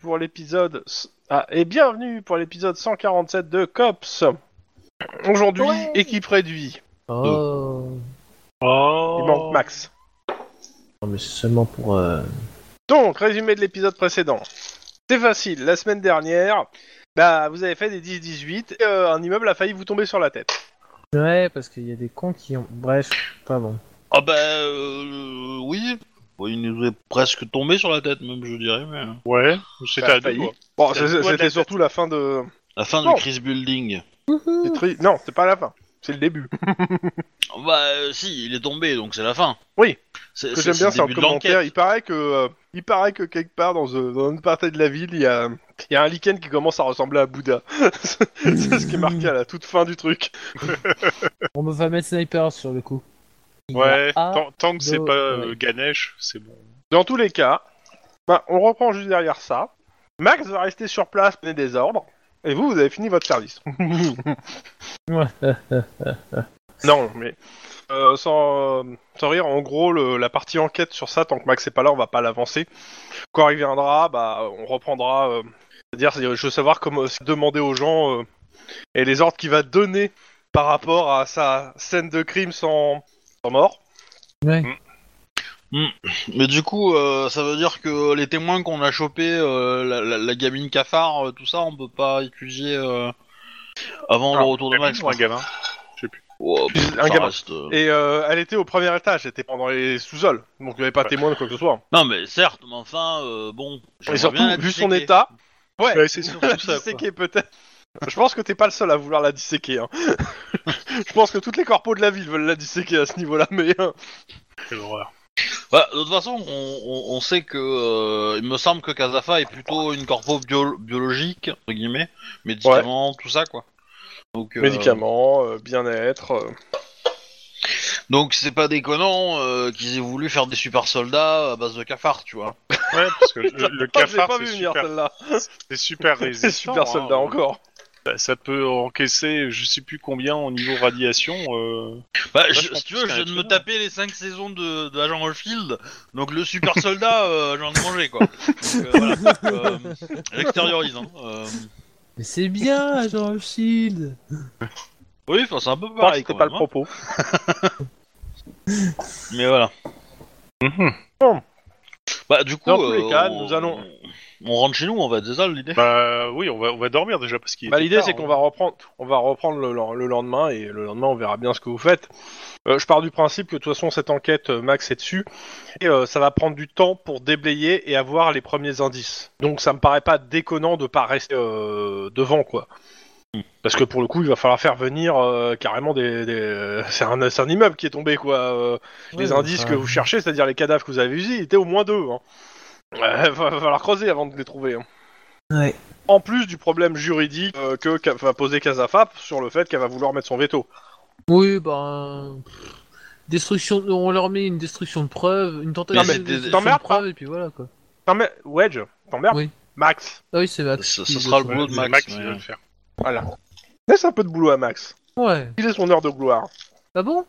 pour l'épisode. Ah, et bienvenue pour l'épisode 147 de Cops. Aujourd'hui, Ouais. équipe réduite. Oh. Il Oh. manque Max. Non, mais c'est seulement pour. euh, Donc, résumé de l'épisode précédent. C'est facile, la semaine dernière, bah, vous avez fait des 10-18, et, euh, un immeuble a failli vous tomber sur la tête. Ouais, parce qu'il y a des cons qui ont. Bref, pas bon. Ah bah euh, oui. Bon, il nous est presque tombé sur la tête même, je dirais. Mais... euh. Ouais, c'était Bah, à deux failli. doigts. Bon, Ça se c'est- voit de la c'était tête. surtout la fin de... La fin Bon. du Chris Building. des tri- Non, c'est pas la fin, c'est le début. Bah euh, si, il est tombé, donc c'est la fin. Oui. C'est Ce que c'est- j'aime c'est bien, le c'est en début de l'enquête. commentaire. Il paraît que, euh, il paraît que quelque part dans, euh, dans une partie de la ville, il y a, il y a un lichen qui commence à ressembler à Bouddha. c'est ce qui est marqué à la toute fin du truc. On me va mettre sniper sur le coup. Il y Ouais, a A. tant, tant que c'est deux, pas euh, ouais. Ganesh, c'est bon. Dans tous les cas, bah, on reprend juste derrière ça. Max va rester sur place, donner des ordres. Et vous, vous avez fini votre service. Ouais. non, mais euh, sans, euh, sans rire, en gros, le- la partie enquête sur ça, tant que Max est pas là, on va pas l'avancer. Quand il viendra, bah, on reprendra. euh, C'est-à-dire, c'est- je veux savoir comment c'est demander aux gens euh, et les ordres qu'il va donner par rapport à sa scène de crime sans, sans mort. Ouais. Mais du coup, euh, ça veut dire que les témoins qu'on a chopés, euh, la, la- la gamine cafard, euh, tout ça, on peut pas étudier euh, avant Ah, le retour de Max. Ou un gamin. Oh, pff, Un ça gamin. reste, euh, Et euh, elle était au premier étage, elle était pendant les sous-sols, donc il n'y avait pas de témoin de quoi que ce soit. Non mais certes, mais enfin, euh, bon. Et j'aimerais surtout, bien la vu son disséquer. état, ouais, Ouais, c'est surtout la ça, quoi. disséquer peut-être. Je pense que t'es pas le seul à vouloir la disséquer. hein. Je pense que toutes les corpos de la ville veulent la disséquer à ce niveau-là, mais euh, Quelle horreur. Bah, de toute façon, on, on- on sait que euh, il me semble que Kazafa est plutôt une corpo bio- biologique entre guillemets, médicaments, tout ça quoi. Donc, euh, médicaments, euh, bien-être. euh. Donc c'est pas déconnant euh, qu'ils aient voulu faire des super soldats à base de cafards, tu vois. Ouais, parce que le, le Oh, je l'ai cafard, pas c'est vu venir super, celle-là. c'est super C'est résistant. super soldat hein. encore. Ça, ça peut encaisser je sais plus combien au niveau radiation. euh. Bah, je je- pense si tu veux, qu'un je viens de me écrivain. taper les 5 saisons de, de Agent Oldfield, donc le super soldat, euh, j'en ai mangé quoi. Donc, euh, voilà. Euh, J'extériorise. Hein. Euh, Mais c'est bien, Agent Shield Oui, enfin, c'est un peu Enfin, pareil. C'était quand pas le même, hein. propos. Mais voilà. Mhm. Bon. Bah, du coup, Dans tous les cas, on- nous allons- On rentre chez nous, en fait, c'est ça l'idée Bah oui, on va, on va dormir déjà parce qu'il. Bah, était L'idée, tard, c'est hein. qu'on va reprendre, on va reprendre le, le lendemain et le lendemain, on verra bien ce que vous faites. Euh, je pars du principe que de toute façon, cette enquête, euh, Max est dessus et euh, ça va prendre du temps pour déblayer et avoir les premiers indices. Donc, ça me paraît pas déconnant de pas rester euh, devant, quoi. Parce que pour le coup, il va falloir faire venir euh, carrément des. des- C'est un, c'est un immeuble qui est tombé, quoi. euh, les indices que vous cherchez, c'est-à-dire les cadavres que vous avez usés, étaient au moins deux. Hein. Euh, va, va falloir creuser avant de les trouver. hein. Ouais. En plus du problème juridique euh, que qu'a- va poser Casafap sur le fait qu'elle va vouloir mettre son veto. Oui, ben. pff, Destruction. On leur met une destruction de preuve, une tentative Non, mais de des- destruction de t'emmerdes preuve, et puis voilà quoi. T'emmer- Wedge, t'emmerdes Oui. Max. Ah oui, c'est Max. Ça, qui ça le sera le fait. boulot de C'est Max. Max qui mais- va le faire. Voilà. Laisse un peu de boulot à Max. Ouais. Il est son heure de gloire. Ah bon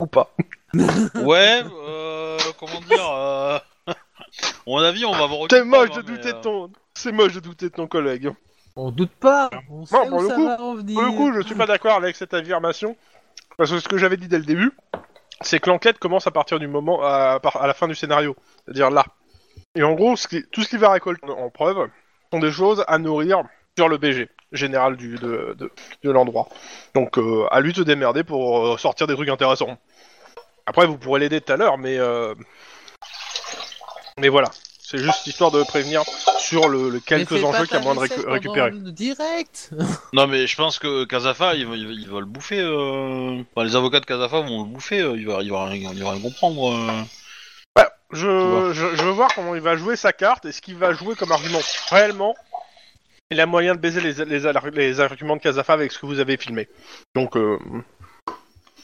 Ou pas. Bah, Ouais, euh, comment dire euh... À mon avis, on va vous C'est recruter, moche hein, de mais, douter de euh, ton... C'est moche de douter de ton collègue. On doute pas On sait pour où le ça coup- va en venir Pour le coup, je suis pas d'accord avec cette affirmation. Parce que ce que j'avais dit dès le début, c'est que l'enquête commence à partir du moment, à, par- à la fin du scénario. C'est-à-dire là. Et en gros, ce qui- tout ce qu'il va récolter en, en preuve sont des choses à nourrir sur le BG général du, de, de- de l'endroit. Donc euh, à lui de se démerder pour euh, sortir des trucs intéressants. Après, vous pourrez l'aider tout à l'heure, mais. euh, Mais voilà. C'est juste histoire de prévenir sur le, le Mais fais quelques pas enjeux qu'il y a ta moyen de recette récu- pendant récupérer. le Direct Non, mais je pense que Kazafa, il va, il va, il va le bouffer. euh, enfin, les avocats de Kazafa vont le bouffer. euh, Il va, il va, rien- il va rien comprendre. euh. Ouais, je, je, je veux voir comment il va jouer sa carte et ce qu'il va jouer comme argument. Réellement, il a moyen de baiser les, les, alar- les arguments de Kazafa avec ce que vous avez filmé. Donc, euh,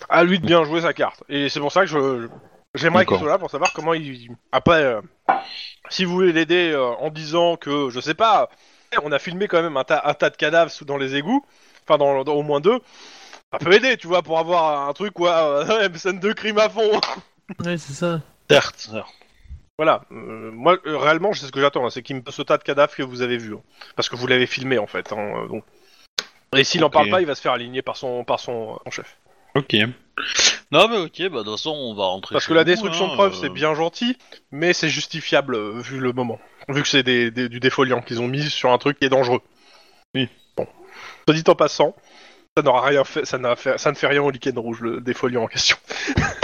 à lui de bien jouer sa carte. Et c'est pour ça que je, je- j'aimerais qu'il D'accord. soit là pour savoir comment il. Après, euh, si vous voulez l'aider euh, en disant que, je sais pas, on a filmé quand même un, tas un tas de cadavres sous, dans les égouts, enfin, dans, dans au moins deux. Ça peut aider, tu vois, pour avoir un truc, quoi, euh, scène de crime à fond. Ouais, c'est ça. Certes. certes. Voilà. Euh, moi, euh, réellement, c'est ce que j'attends. hein, c'est qu'il me pose ce tas de cadavres que vous avez vu. hein. parce que vous l'avez filmé, en fait. hein, euh, donc. Et s'il en Ok. parle pas, il va se faire aligner par son, par son, euh, son chef. Ok. Non, mais ok, bah de toute façon, on va rentrer. Parce chez que la nous, destruction hein, de preuves, euh, c'est bien gentil, mais c'est justifiable euh, vu le moment. Vu que c'est des, des- du défoliant qu'ils ont mis sur un truc qui est dangereux. Oui. Bon. Soit dit en passant, ça n'aura rien fait, ça, n'a fait- ça ne fait rien au lichen rouge, le défoliant en question.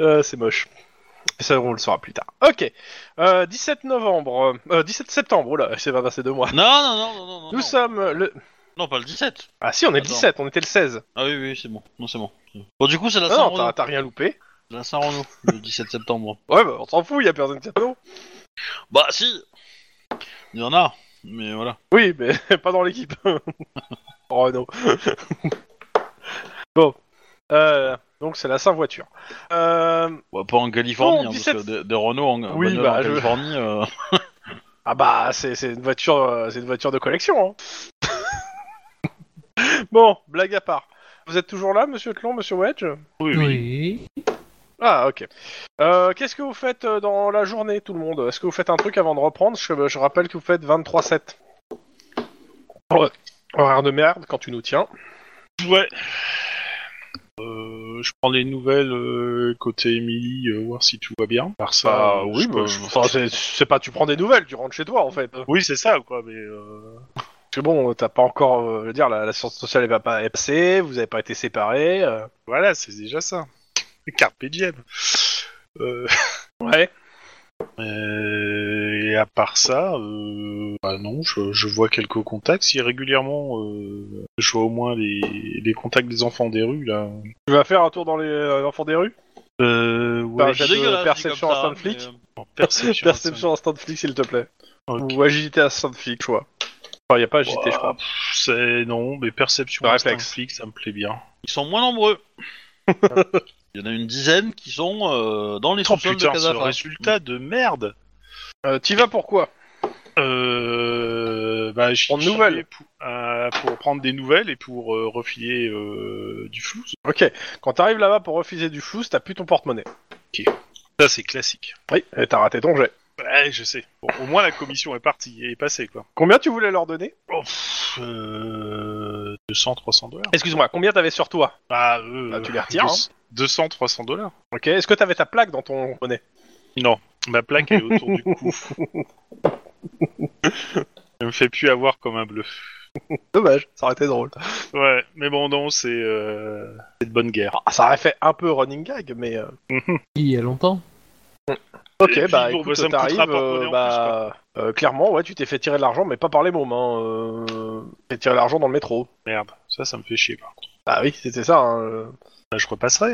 Euh, c'est moche. Et ça, on le saura plus tard. Ok. Euh, 17 novembre. euh, 17 septembre. Oula, c'est pas passé deux mois. Non, non, non, non, non, non. Nous non. sommes le. Non, pas le 17. Ah si, on est le Attends. 17, on était le 16. Ah oui, oui, c'est bon. Non, c'est bon. Bon, du coup, c'est la Ah non, Saint-Renaud. t'as- t'as rien loupé. La Saint-Renaud, le 17 septembre. Ouais, bah, on s'en fout, y a personne qui s'appelle. Bah, si Il y en a, mais voilà. Oui, mais pas dans l'équipe. oh non. bon. Euh, donc c'est la Saint voiture. Euh, Bah, pas en Californie, Non, hein, 17. parce que des, des Renault en, Oui, Renault bah, en je- Californie. euh, ah bah c'est c'est une voiture euh, c'est une voiture de collection. hein. bon, blague à part. Vous êtes toujours là, Monsieur Tlon, Monsieur Wedge hein. Oui, oui. Oui. Ah ok. Euh, Qu'est-ce que vous faites euh, dans la journée, tout le monde Est-ce que vous faites un truc avant de reprendre je, je rappelle que vous faites 23-7. Ouais. Horaire de merde quand tu nous tiens. Ouais. Euh, je prends les nouvelles euh, côté Émilie, euh, voir si tout va bien. Par Bah, ça, euh, je peux- enfin, c'est- c'est pas tu prends des nouvelles, tu rentres chez toi en fait. Oui, c'est ça, quoi, mais... euh, Parce que bon, t'as pas encore, euh, je veux dire, la, la science sociale elle va pas est passée, vous avez pas été séparés. euh. Voilà, c'est déjà ça. Carpe diem. Euh, Ouais. euh, et à part ça, euh, bah non, je, je vois quelques contacts. Si régulièrement, euh, je vois au moins les, les contacts des enfants des rues, là. Tu vas faire un tour dans les euh, enfants des rues Euh, Bah, ouais, j'ai c'est de dégueulasse, perception dit comme instant ça, flic. mais, euh, perception. Perception instant flic, s'il te plaît. Ok. Ou agilité instant flic, je vois. Enfin, y a pas agilité, je crois. Ouah, pff, C'est non, mais perception Le instinct réflexe. flic, ça me plaît bien. Ils sont moins nombreux. Il y en a une dizaine qui sont euh, dans les Oh sous-sols de putain, hein. ce Casablanca. résultat de merde. Euh, T'y vas pourquoi Euh, bah, je Prendre je nouvelles. savais Pour, euh, pour prendre des nouvelles et pour euh, refiler euh, du flou. Ok. Quand t'arrives là-bas pour refuser du flou, t'as plus ton porte-monnaie. Ça, c'est classique. Oui, et t'as raté ton jet. Ouais, je sais. Bon, au moins, la commission est partie et est passée, quoi. Combien tu voulais leur donner Oh, pff, euh, 200, 300 dollars. Excuse-moi, combien t'avais sur toi Bah, euh, Bah, tu les retires, 200, 200, 300 dollars. Ok. Est-ce que t'avais ta plaque dans ton monnaie Non, ma plaque est autour du cou. Elle me fait plus avoir comme un bluff. Dommage, ça aurait été drôle. Ouais, mais bon, non, c'est euh, c'est de bonne guerre. Ah, ça aurait fait un peu running gag, mais. euh, Il y a longtemps. Ok, Et puis, bah bon, écoute, bah, ça me t'arrives, coûtera pas de euh, monnaie en bah, euh, clairement, ouais, tu t'es fait tirer de l'argent, mais pas par les mômes, hein. euh, t'es tiré de l'argent dans le métro. Merde, ça, ça me fait chier, par contre. Bah oui, c'était ça. hein, euh. Bah, je repasserai.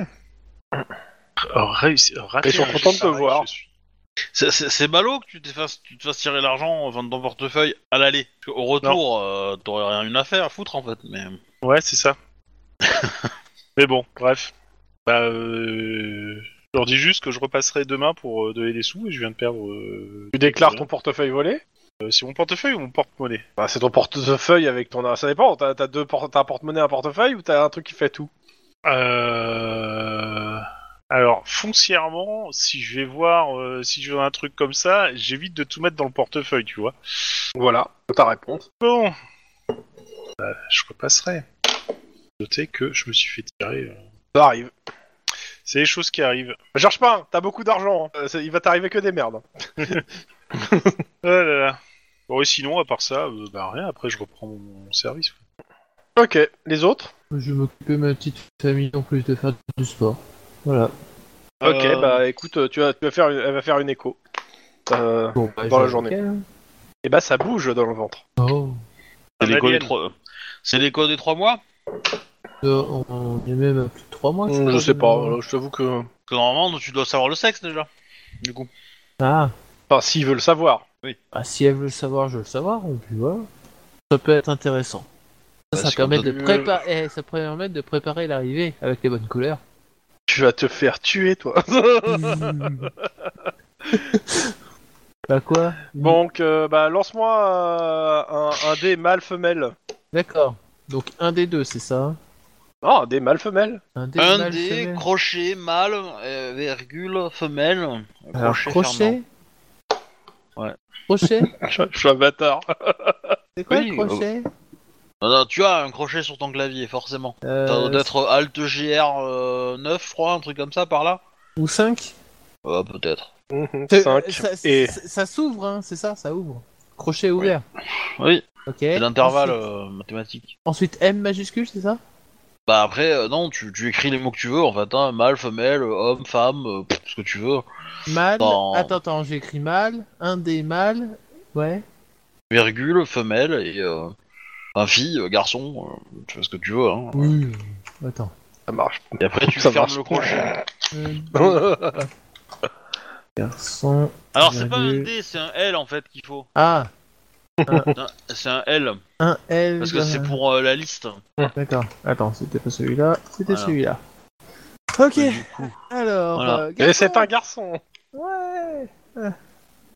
Oh, réussi, raté, Ils sont un jeu contents de te pareil, voir. je suis- C'est- C'est c'est ballot que tu te fasses, tu te fasses tirer l'argent enfin, de ton portefeuille à l'aller. Parce qu'au retour, euh, t'aurais rien une affaire à foutre en fait. Mais Ouais, c'est ça. Mais bon, bref. Bah, euh, je leur dis juste que je repasserai demain pour euh, donner des sous et je viens de perdre. euh, Tu déclares euh, ton portefeuille volé euh, C'est mon portefeuille ou mon porte-monnaie Bah c'est ton portefeuille avec ton. Ça dépend, t'as t'as deux por- t'as un porte-monnaie, un portefeuille ou t'as un truc qui fait tout Euh, Alors, foncièrement, si je vais voir, euh, si je veux un truc comme ça, j'évite de tout mettre dans le portefeuille, tu vois. Voilà, ta réponse. Bon. Bah, je repasserai. Notez que je me suis fait tirer. euh. Ça arrive. C'est les choses qui arrivent. Cherche pas, hein, t'as beaucoup d'argent, hein. Euh, c'est- il va t'arriver que des merdes. Oh là là. Bon, et sinon, à part ça, euh, bah rien, après je reprends mon, mon service. quoi. Ok, les autres Je vais m'occuper de ma petite famille en plus de faire du sport. Voilà. Ok, Euh, bah écoute, euh, tu vas, tu vas faire, une- elle va faire une écho. Euh, Bon, bah, Dans je- la journée. Ok. et bah ça bouge dans le ventre. Oh. c'est Un l'écho des alien. trois. C'est l'écho des trois mois. Euh, on on y est même à plus de 3 mois. Je crois, sais de- pas, euh, je t'avoue que. Parce que normalement, tu dois savoir le sexe déjà. Du coup. Ah. Enfin, s'il veut le savoir. Bah, si elle veut le savoir, je veux le savoir. hein. Et puis voilà. Ça peut être intéressant. Ça, Bah, ça c'est permet comme de ça. préparer. ça permet de préparer l'arrivée avec les bonnes couleurs. Tu vas te faire tuer, toi. bah quoi Donc, euh, bah, lance-moi euh, un, un dé mâle-femelle. D'accord. Donc un des deux, c'est ça hein Ah, des mâles femelles Un dé Un mâle, dé, femelle. crochet, mâle, euh, virgule, femelle, Alors, crochet, fermant. crochet Ouais. Crochet Ah, je, je suis un bâtard. C'est quoi Oui, le crochet Non, non, tu as un crochet sur ton clavier, forcément. Euh, T'as d'être Alt GR euh, 9, je crois, un truc comme ça par là Ou 5 Euh, Peut-être. Mhm, Ça, cinq. et- ça- ça s'ouvre, hein, c'est ça, ça ouvre. Crochet ouvert. Oui, Ok. c'est l'intervalle Ensuite, euh, mathématique. ensuite, M majuscule, c'est ça Bah après, euh, non, tu, tu écris les mots que tu veux en fait, hein, mâle, femelle, homme, femme, euh, pff, ce que tu veux. Mal. Non. Attends, attends, j'écris mal. Un dé mal. Ouais. Virgule, femelle et. Euh, enfin, fille, euh, garçon, euh, tu fais ce que tu veux. Hein. Oui. Attends. Ça marche. Et après, tu Ça fermes marche le pas. crochet. Garçon. Alors, c'est pas un Virgule. D, c'est un L en fait qu'il faut. Ah, C'est un L, un L. Ah, parce que c'est pour euh, la liste. D'accord. Attends, c'était pas celui-là, c'était Voilà. celui-là. Ok, Et du coup, alors. Voilà. euh, Et garçon. c'est un garçon Ouais. Ah.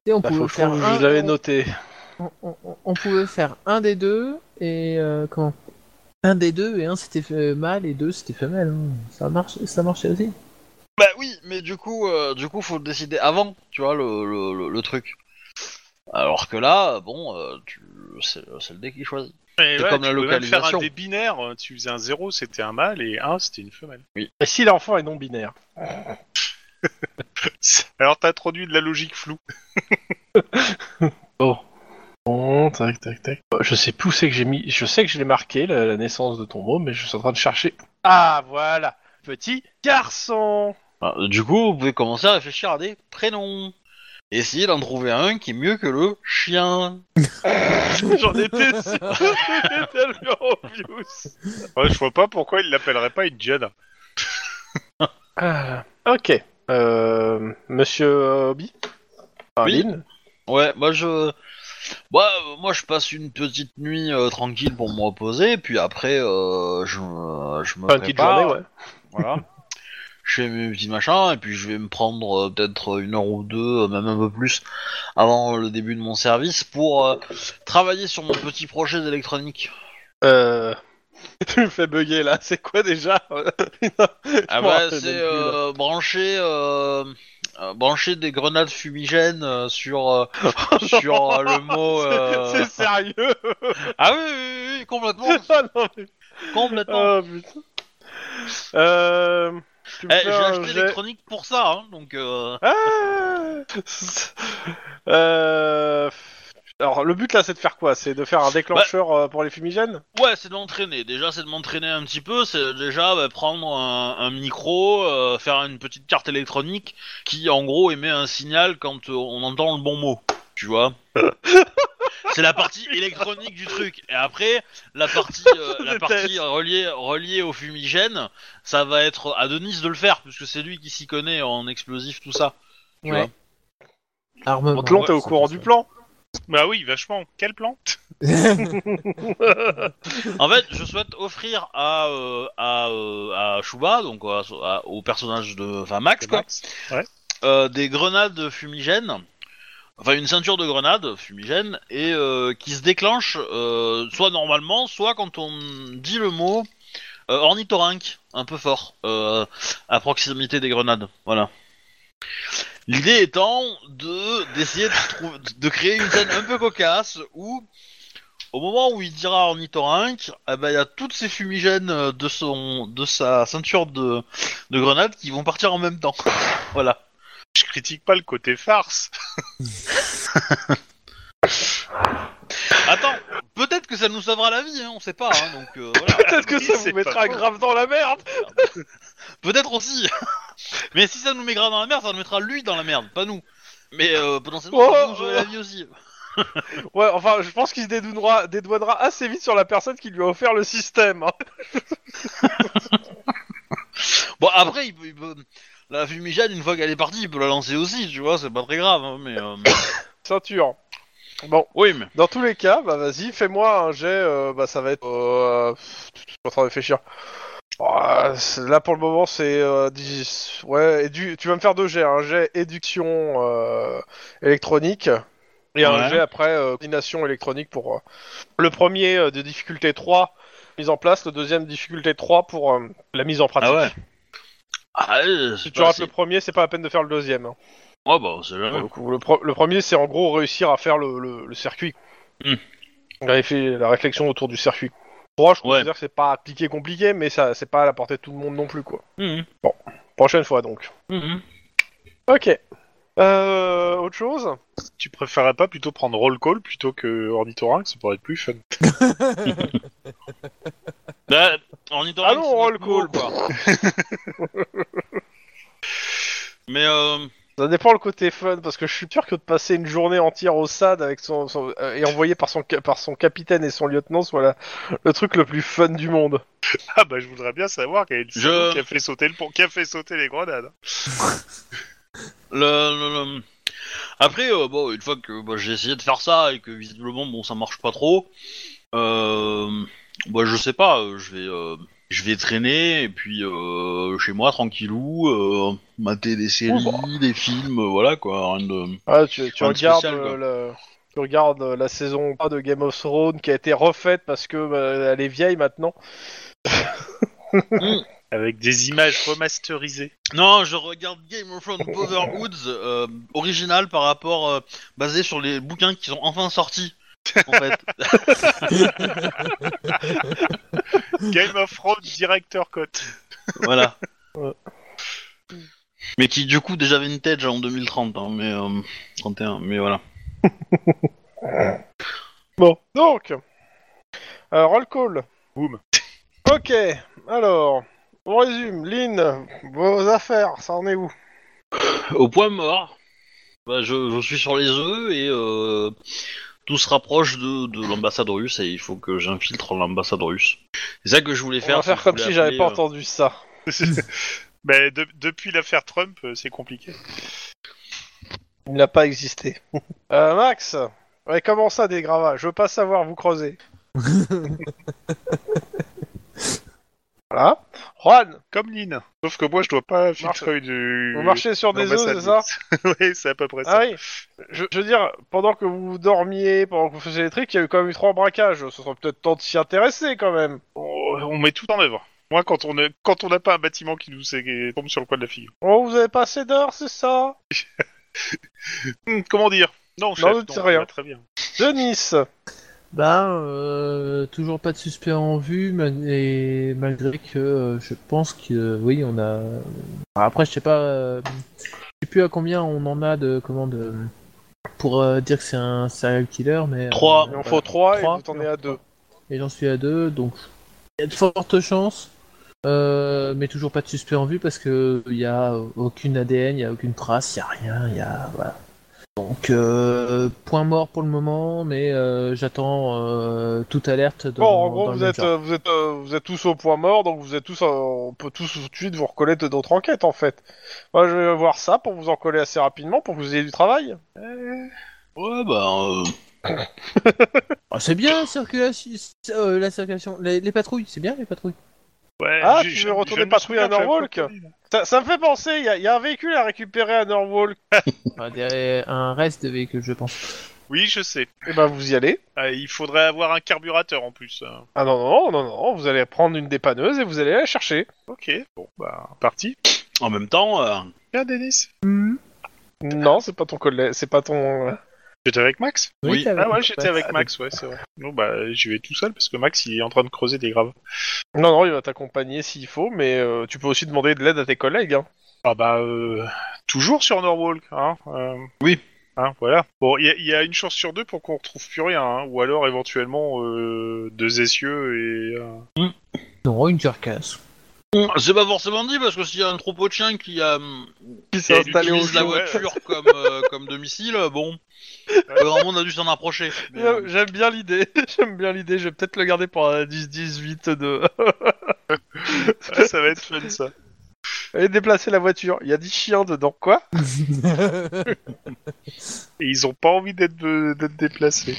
Et on Bah, pouvait faut- faire faut- un- Je l'avais on- noté. on, on- on- on pouvait faire un des deux et euh, comment Un des deux et un c'était euh, mâle et deux c'était femelle. hein. Ça marche, ça marchait aussi. Bah oui, mais du coup, euh, du coup, faut le décider avant, tu vois, le, le, le- le truc. Alors que là, bon, euh, tu... c'est c'est le dé qui choisit. Et C'est ouais, comme tu la pouvais même faire un localisation. dé binaire, euh, tu faisais un 0, c'était un mâle, et 1, c'était une femelle. Et si l'enfant est non binaire Alors t'as introduit de la logique floue. Bon, tac, tac, tac. Euh, Je sais plus où c'est que j'ai mis. Je sais que je l'ai marqué, la, la naissance de ton môme, mais je suis en train de chercher. Ah, voilà Petit garçon Ah, du coup, vous pouvez commencer à réfléchir à des prénoms. Essayer d'en trouver un qui est mieux que le chien. J'en étais sûr C'était tellement obvious Ouais, je vois pas pourquoi il l'appellerait pas une Jada. Ah, Ok. Euh, Monsieur Hobby Oui. Ouais, moi je, moi, euh, moi je passe une petite nuit euh, tranquille pour me reposer, puis après euh, je, me- je me Enfin, une petite prépare, journée, ouais. Voilà. je fais mes petits machins et puis je vais me prendre euh, peut-être une heure ou deux, euh, même un peu plus, avant le début de mon service pour euh, travailler sur mon petit projet d'électronique. Euh... Tu me fais bugger là, c'est quoi déjà Ah Je m'en bah, rappelle c'est même plus, là. euh, brancher, euh, euh, brancher des grenades fumigènes euh, sur, euh, sur euh, le mot. euh, C'est sérieux Ah oui, oui, oui, oui, complètement, Ah non, mais- complètement. Oh putain. Euh... tu me Eh, fais J'ai un acheté jet- l'électronique pour ça, hein, donc. euh, Ah Euh, Alors, le but là, c'est de faire quoi C'est de faire un déclencheur euh, pour les fumigènes Ouais, c'est de m'entraîner. Déjà, c'est de m'entraîner un petit peu. C'est déjà bah, prendre un, un micro, euh, faire une petite carte électronique qui, en gros, émet un signal quand euh, on entend le bon mot. Tu vois C'est la partie électronique du truc. Et après, la partie, euh, la Je partie déteste. reliée, reliée au fumigène, ça va être à Denis de le faire, puisque c'est lui qui s'y connaît en explosif, tout ça. Tu vois. Armement. Montelon, t'es au courant du plan Bah oui, vachement. Quel plan En fait, je souhaite offrir à euh, à, euh, à Chouba, donc à- à- au personnage de, enfin Max, quoi, Max. euh, des grenades fumigènes, enfin une ceinture de grenades fumigènes, et euh, qui se déclenche euh, soit normalement, soit quand on dit le mot euh, ornithorynque, un peu fort, euh, à proximité des grenades. Voilà. L'idée étant de d'essayer de, trou- de créer une scène un peu cocasse où, au moment où il dira ornithorynque, eh ben, il y a toutes ces fumigènes euh, de son de sa ceinture de, de grenades qui vont partir en même temps. voilà. Je critique pas le côté farce. Attends, peut-être que ça nous sauvera la vie, hein, on sait pas, hein, donc euh, voilà. Peut-être que Oui, ça c'est vous mettra pas faux. grave dans la merde Peut-être aussi. Mais si ça nous met grave dans la merde, ça nous mettra lui dans la merde, pas nous. Mais euh, potentiellement, ça Oh. peut nous sauver la vie aussi. Ouais, enfin, je pense qu'il se dédouanera, dédouanera assez vite sur la personne qui lui a offert le système. hein. Bon, après, il peut, il peut- la fumigène, une fois qu'elle est partie, il peut la lancer aussi, tu vois, c'est pas très grave, hein, mais... euh, Ceinture. Bon, Oui, mais... dans tous les cas, bah vas-y, fais-moi un jet, euh, bah ça va être... Euh... pff, Je suis en train de réfléchir. Ah, c'est- là pour le moment c'est... euh, 10... Ouais, édu- tu vas me faire deux jets, un jet éduction euh, électronique Et un Ouais. jet après euh, coordination électronique pour euh, le premier euh, de difficulté 3 mise en place, le deuxième difficulté 3 pour euh, la mise en pratique. Ah ouais. Ah, ouais, Si c'est tu pas rates le assez. premier, c'est pas la peine de faire le deuxième. hein. Ah bah, c'est jamais Pour le, coup, le pro- le premier, c'est en gros réussir à faire le, le- le circuit. Hmm. J'avais fait la réflexion autour du circuit. 3, je Ouais. considère que c'est pas appliqué compliqué, mais ça c'est pas à la portée de tout le monde non plus quoi. Mhm, Prochaine fois donc. mhm. Ok. Euh, autre chose Tu préférerais pas plutôt prendre roll call plutôt que ornithorynque, ça pourrait être plus fun. Bah, en Italie, Allons, c'est roll notre mot, call. Mais euh, Ça dépend le côté fun, parce que je suis sûr que de passer une journée entière au SAD avec son, son- euh, et envoyé par son, ca- par son capitaine et son lieutenant soit la- le truc le plus fun du monde. Ah bah je voudrais bien savoir quel est le Je- salaud qui a fait sauter le pont, qui a fait sauter les grenades. hein. le, le- le- après, euh, bon, une fois que bah, j'ai essayé de faire ça et que visiblement, bon, ça marche pas trop, euh, bah, je sais pas, euh, je vais, euh, je vais traîner et puis euh, chez moi, tranquillou, euh, mater des séries, des films, euh, voilà quoi, rien de. Ah, tu, tu Fun regardes, spécial, quoi. euh, le- tu regardes euh, la saison 3 de Game of Thrones qui a été refaite parce que bah, elle est vieille maintenant. Avec des images remasterisées. Non, je regarde Game of Thrones Brotherhoods euh, original par rapport euh, basé sur les bouquins qui sont enfin sortis. En fait. Game of Thrones Director Cut. voilà. Ouais. Mais qui du coup déjà vintage en 2030, hein, mais euh, 31, mais voilà. Bon, donc, euh, roll call. Boum. Ok, alors, on résume. Lynn, vos affaires, ça en est où Au point mort, bah, je, je suis sur les œufs et euh, tout se rapproche de, de l'ambassade russe et il faut que j'infiltre l'ambassade russe. C'est ça que je voulais On faire. va faire je comme voulais si j'avais appeler, pas euh, entendu ça. Mais de- depuis l'affaire Trump, euh, c'est compliqué. Il n'a pas existé. Euh, Max Ouais, comment ça des gravats Je veux pas savoir vous creuser. voilà. Juan, Comme Lynn. Sauf que moi, je dois pas Marche. filtrer du... vous marchez sur des œufs, c'est ça Oui, c'est à peu près Ah ça. oui. Je, je veux dire, pendant que vous dormiez, pendant que vous faisiez les trucs, il y a eu quand même eu trois braquages. Ce serait peut-être temps de s'y intéresser quand même. On, on met tout en œuvre. Moi, quand on ne- quand on n'a pas un bâtiment qui nous qui tombe sur le coin de la figure. Oh, vous avez pas assez d'heures, c'est ça Hmm, comment dire Non, chef, je ne sais rien. bah, Très bien. Denis Bah, euh, toujours pas de suspect en vue, mal- et malgré que euh, je pense que euh, oui, on a. Alors après, je sais pas, euh, je sais plus à combien on en a de comment de pour euh, dire que c'est un serial killer, mais euh, Trois. Il voilà. en faut trois, Trois. et vous en êtes à deux. Et j'en suis à deux, donc il y a de fortes chances, euh, mais toujours pas de suspect en vue parce que il y a aucune ADN, il y a aucune trace, il y a rien, il y a voilà. Donc euh, point mort pour le moment, mais euh, j'attends euh, toute alerte. Dans, Bon, en gros, dans le vous même êtes, genre. euh, vous, êtes, euh, vous êtes tous au point mort, donc vous êtes tous, euh, on peut tous tout de suite vous recoller de d'autres enquêtes en fait. Moi, je vais voir ça pour vous en coller assez rapidement, pour que vous ayez du travail. Ouais, bah. euh, Ah, c'est bien la circulation, euh, la circulation, les, les patrouilles, c'est bien les patrouilles. Ouais, Ah, je- tu je- veux retourner je me patrouiller souviens à que j'avais Norwalk proposé. Ça, ça me fait penser, il y, a- il y a un véhicule à récupérer à Norwalk. Enfin, des- euh, un reste de véhicule, je pense. Oui, je sais. Et ben, vous y allez. Ah, il faudrait avoir un carburateur en plus. hein. Ah non, non, non, non, non, vous allez prendre une dépanneuse et vous allez la chercher. Ok, bon, bah, parti. en même temps, euh, Bien, Denis. Non, c'est pas ton collègue, c'est pas ton. J'étais avec Max Oui. t'avais- Ah ouais, j'étais avec Max, ouais, c'est vrai. Bon, bah, j'y vais tout seul parce que Max, il est en train de creuser des graves. Non, non, il va t'accompagner s'il faut, mais euh, tu peux aussi demander de l'aide à tes collègues. Hein. Ah bah, euh, toujours sur Norwalk, hein. euh, Oui. Hein, voilà. Bon, il y, a- il y a une chance sur deux pour qu'on retrouve plus rien, hein, ou alors éventuellement euh, deux essieux et... euh, Non, une carcasse. C'est pas forcément dit parce que s'il y a un troupeau de chiens qui a Qui qui s'est installé au utilise la jeu. ouais. voiture comme euh, comme domicile, bon, euh, le grand monde a dû s'en approcher. Mais, Euh, euh, J'aime bien l'idée, j'aime bien l'idée, je vais peut-être le garder pour un 10-18 de... ça va être fun, ça. Et déplacer la voiture, il y a 10 chiens dedans, quoi Oh, Et ils ont pas envie d'être d'être déplacés.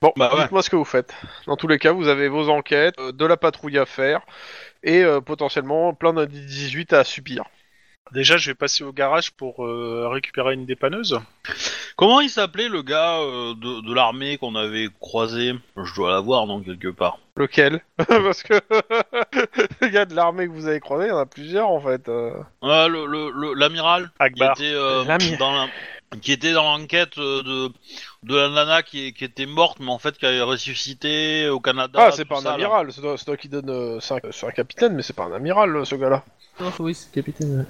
Bon, Bah ouais. dites-moi ce que vous faites. Dans tous les cas, vous avez vos enquêtes, euh, de la patrouille à faire, et euh, potentiellement plein d'indices 18 à subir. Déjà, je vais passer au garage pour euh, récupérer une dépanneuse. Comment il s'appelait le gars euh, de, de l'armée qu'on avait croisé Je dois l'avoir, non, quelque part. Lequel Parce que les gars de l'armée que vous avez croisé, il y en a plusieurs en fait. euh. Ah, le- le- le- L'amiral qui Bah, Akbar. était, euh, L'ami- dans la- qui était dans l'enquête euh, de, de la nana qui, qui était morte, mais en fait qui avait ressuscité au Canada. Ah, c'est tout pas un ça, là. amiral, c'est toi, c'est toi qui donne. euh, c'est un, c'est un capitaine, mais c'est pas un amiral euh, ce gars-là. Oh, oui, c'est le capitaine.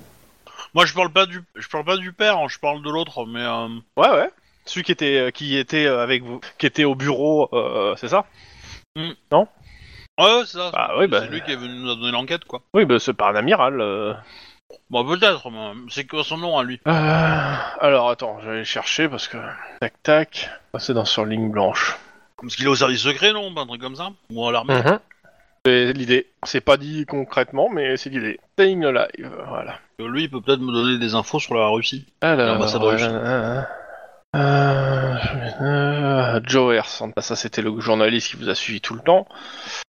Moi, je parle pas du, je parle pas du père, hein, je parle de l'autre, mais euh, Ouais, ouais. Celui qui était, euh, qui était euh, avec vous, qui était au bureau, euh, c'est ça ouais, ouais, c'est ça. Bah oui, c'est bah, lui qui est venu nous donner l'enquête, quoi. oui, bah c'est pas un amiral. euh. Bon, peut-être, mais euh, c'est quoi son nom à lui Euh, alors attends, je vais aller chercher parce que. Tac tac. Ah, c'est dans sur ligne blanche. Parce qu'il est au service secret, non Un truc comme ça Ou à Hein. l'armée C'est l'idée. C'est pas dit concrètement, mais c'est l'idée. Staying Alive, voilà. Euh, Lui, il peut peut-être me donner des infos sur la Russie. Alors, L'ambassadeur euh, russe. euh, euh, Joe Herson, ça c'était le journaliste qui vous a suivi tout le temps.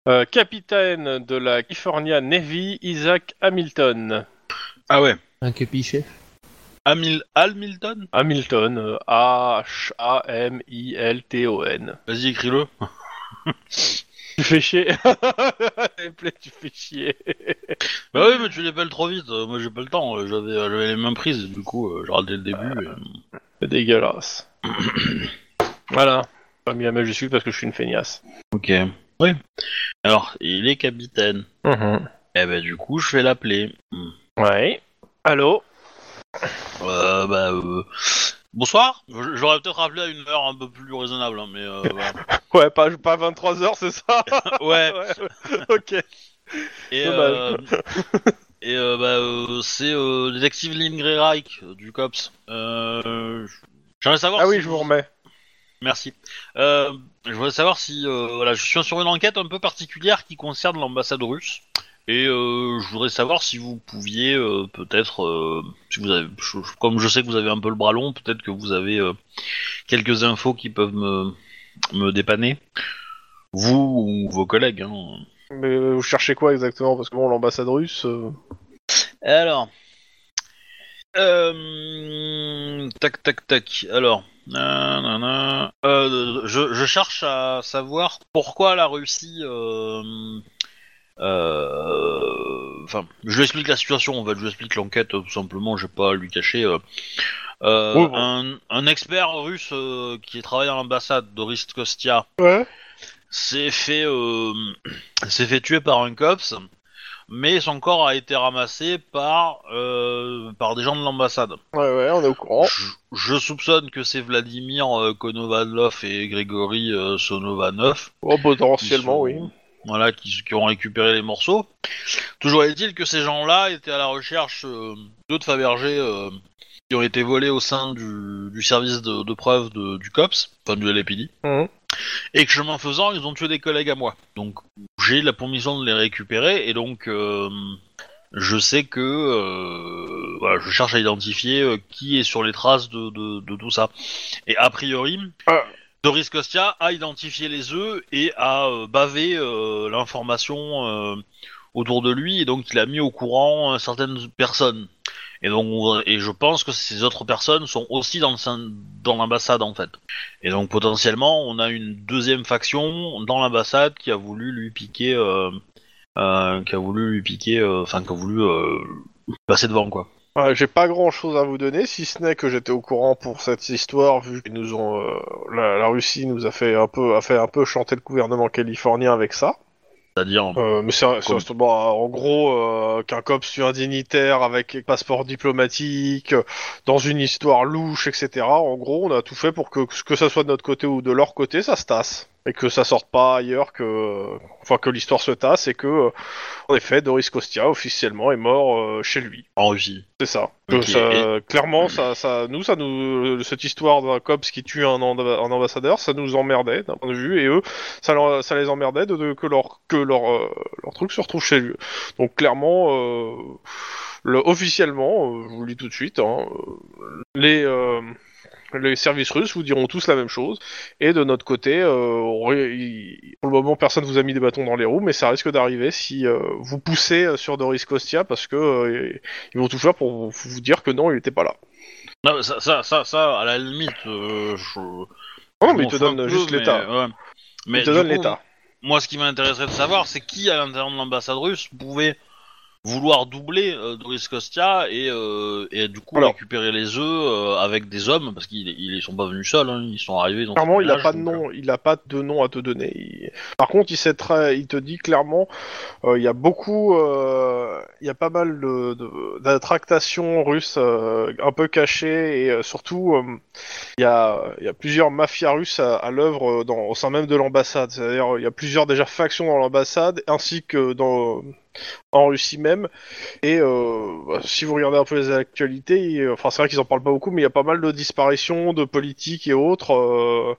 Euh, capitaine de la California Navy, Isaac Hamilton. Ah ouais. Un capichet. Hamil Hamilton Hamilton, euh, A-H-A-M-I-L-T-O-N. Vas-y, écris-le. Tu fais chier. tu fais chier. Bah oui, mais tu l'appelles trop vite. euh, Moi, j'ai pas le temps. euh, J'avais euh, j'avais les mêmes prises, du coup, euh, j'ai raté le début. et- C'est dégueulasse. voilà. J'ai Pas mis la majuscule parce que je suis une feignasse. Ok. Oui. Alors, il est capitaine. Eh ben, du coup, je vais l'appeler. Hmm. Ouais. Allô Euh, bah, euh, Bonsoir. Je- J'aurais peut-être rappelé à une heure un peu plus raisonnable, hein, mais... euh, voilà. Ouais, pas, pas 23h, c'est ça ouais. Ouais, Ok. Et, euh, Dommage. et euh, bah, euh, c'est euh, détective Lynn Greyreich euh, du COPS. Euh, je- J'aimerais savoir Ah si- oui, je vous remets. Merci. Euh, je voudrais savoir si... euh, voilà, je suis sur une enquête un peu particulière qui concerne l'ambassade russe. Et euh, je voudrais savoir si vous pouviez euh, peut-être... euh, si vous avez, je- je- comme je sais que vous avez un peu le bras long, peut-être que vous avez euh, quelques infos qui peuvent me, me dépanner. Vous ou vos collègues. Hein. Mais euh, vous cherchez quoi exactement Parce que bon, l'ambassade russe. euh, Alors. Euh, Tac, tac, tac. Alors. nanana. Euh, je, je cherche à savoir pourquoi la Russie. euh, euh, Enfin, je lui explique la situation, en fait, je lui explique l'enquête, euh, tout simplement, je vais pas à lui cacher. euh. Euh, Ouais, bon. un, un expert russe euh, qui travaille à l'ambassade, Doris Kostia, Ouais. s'est fait, euh, s'est fait tuer par un cops, mais son corps a été ramassé par, euh, par des gens de l'ambassade. Ouais, ouais, on est au courant. Je, je soupçonne que c'est Vladimir euh, Konovalov et Grégory euh, Sonovanov. Oh, qui potentiellement, sont- oui. Voilà, qui, qui ont récupéré les morceaux. Toujours est-il que ces gens-là étaient à la recherche euh, d'autres Fabergé euh, qui ont été volés au sein du, du service de, de preuve de- du COPS, enfin du LAPD. Mhm. Et que chemin faisant, ils ont tué des collègues à moi. Donc j'ai la permission de les récupérer et donc euh, je sais que euh, voilà, je cherche à identifier euh, qui est sur les traces de, de- de tout ça. Et a priori, Ah. Doris Costia a identifié les œufs et a euh, bavé euh, l'information euh, autour de lui et donc il a mis au courant euh, certaines personnes. Et donc on- et je pense que ces autres personnes sont aussi dans le sein- dans l'ambassade en fait. Et donc potentiellement, on a une deuxième faction dans l'ambassade qui a voulu lui piquer, euh, euh, qui a voulu lui piquer, euh, enfin qui a voulu euh, passer devant quoi. Ouais, J'ai pas grand chose à vous donner, si ce n'est que j'étais au courant pour cette histoire, vu qu'ils nous ont. euh, la, la Russie nous a fait, un peu, a fait un peu chanter le gouvernement californien avec ça. C'est-à-dire, Euh, mais c'est c'est- Comme- c'est- bon, en gros euh, qu'un cop sur un dignitaire avec passeport diplomatique, euh, dans une histoire louche, etc. En gros, on a tout fait pour que que ça soit de notre côté ou de leur côté, ça se tasse et que ça sorte pas ailleurs que enfin que l'histoire se tasse et que euh, en effet Doris Costia officiellement est mort euh, chez lui. en Russie. C'est ça. Que Ok, ça- Clairement, ça, ça, nous, ça nous, cette histoire d'un cops qui tue un, amba- un ambassadeur, ça nous emmerdait d'un point de vue, et eux, ça, leur- ça les emmerdait de, de- que leur que leur euh, leur truc se retrouve chez lui. Donc clairement, euh, le, officiellement, euh, je vous le dis tout de suite, hein, euh, les euh, les services russes vous diront tous la même chose. Et de notre côté, euh, on ré- il- pour le moment, personne vous a mis des bâtons dans les roues, mais ça risque d'arriver si euh, vous poussez euh, sur Doris Costia parce que euh, ils vont tout faire pour vous, vous dire que non, il était pas là. Non, mais ça, ça, ça, ça, à la limite, euh, je... Non, je Oh, mais ils m'en te fous un donnent peu, juste mais, l'état. ouais. Mais Ils te du donnent coup, l'état. Moi, ce qui m'intéresserait de savoir, c'est qui à l'intérieur de l'ambassade russe pouvait vouloir doubler euh, Doris Kostia et, euh, et du coup Alors. récupérer les œufs euh, avec des hommes, parce qu'ils ils sont pas venus seuls, hein, ils sont arrivés dans Clairement, ce il a village, pas de donc, euh, nom, il a pas de nom à te donner. Il- Par contre, il sait très, il te dit clairement, euh, il y a beaucoup, euh, il y a pas mal de, de, de tractations russes euh, un peu cachées et euh, surtout, euh, il y a, il y a plusieurs mafias russes à, à l'œuvre euh, dans- au sein même de l'ambassade. C'est-à-dire, il y a plusieurs déjà factions dans l'ambassade ainsi que dans en Russie même. Et euh, bah, si vous regardez un peu les actualités, il- enfin c'est vrai qu'ils en parlent pas beaucoup, mais il y a pas mal de disparitions, de politiques et autres. euh,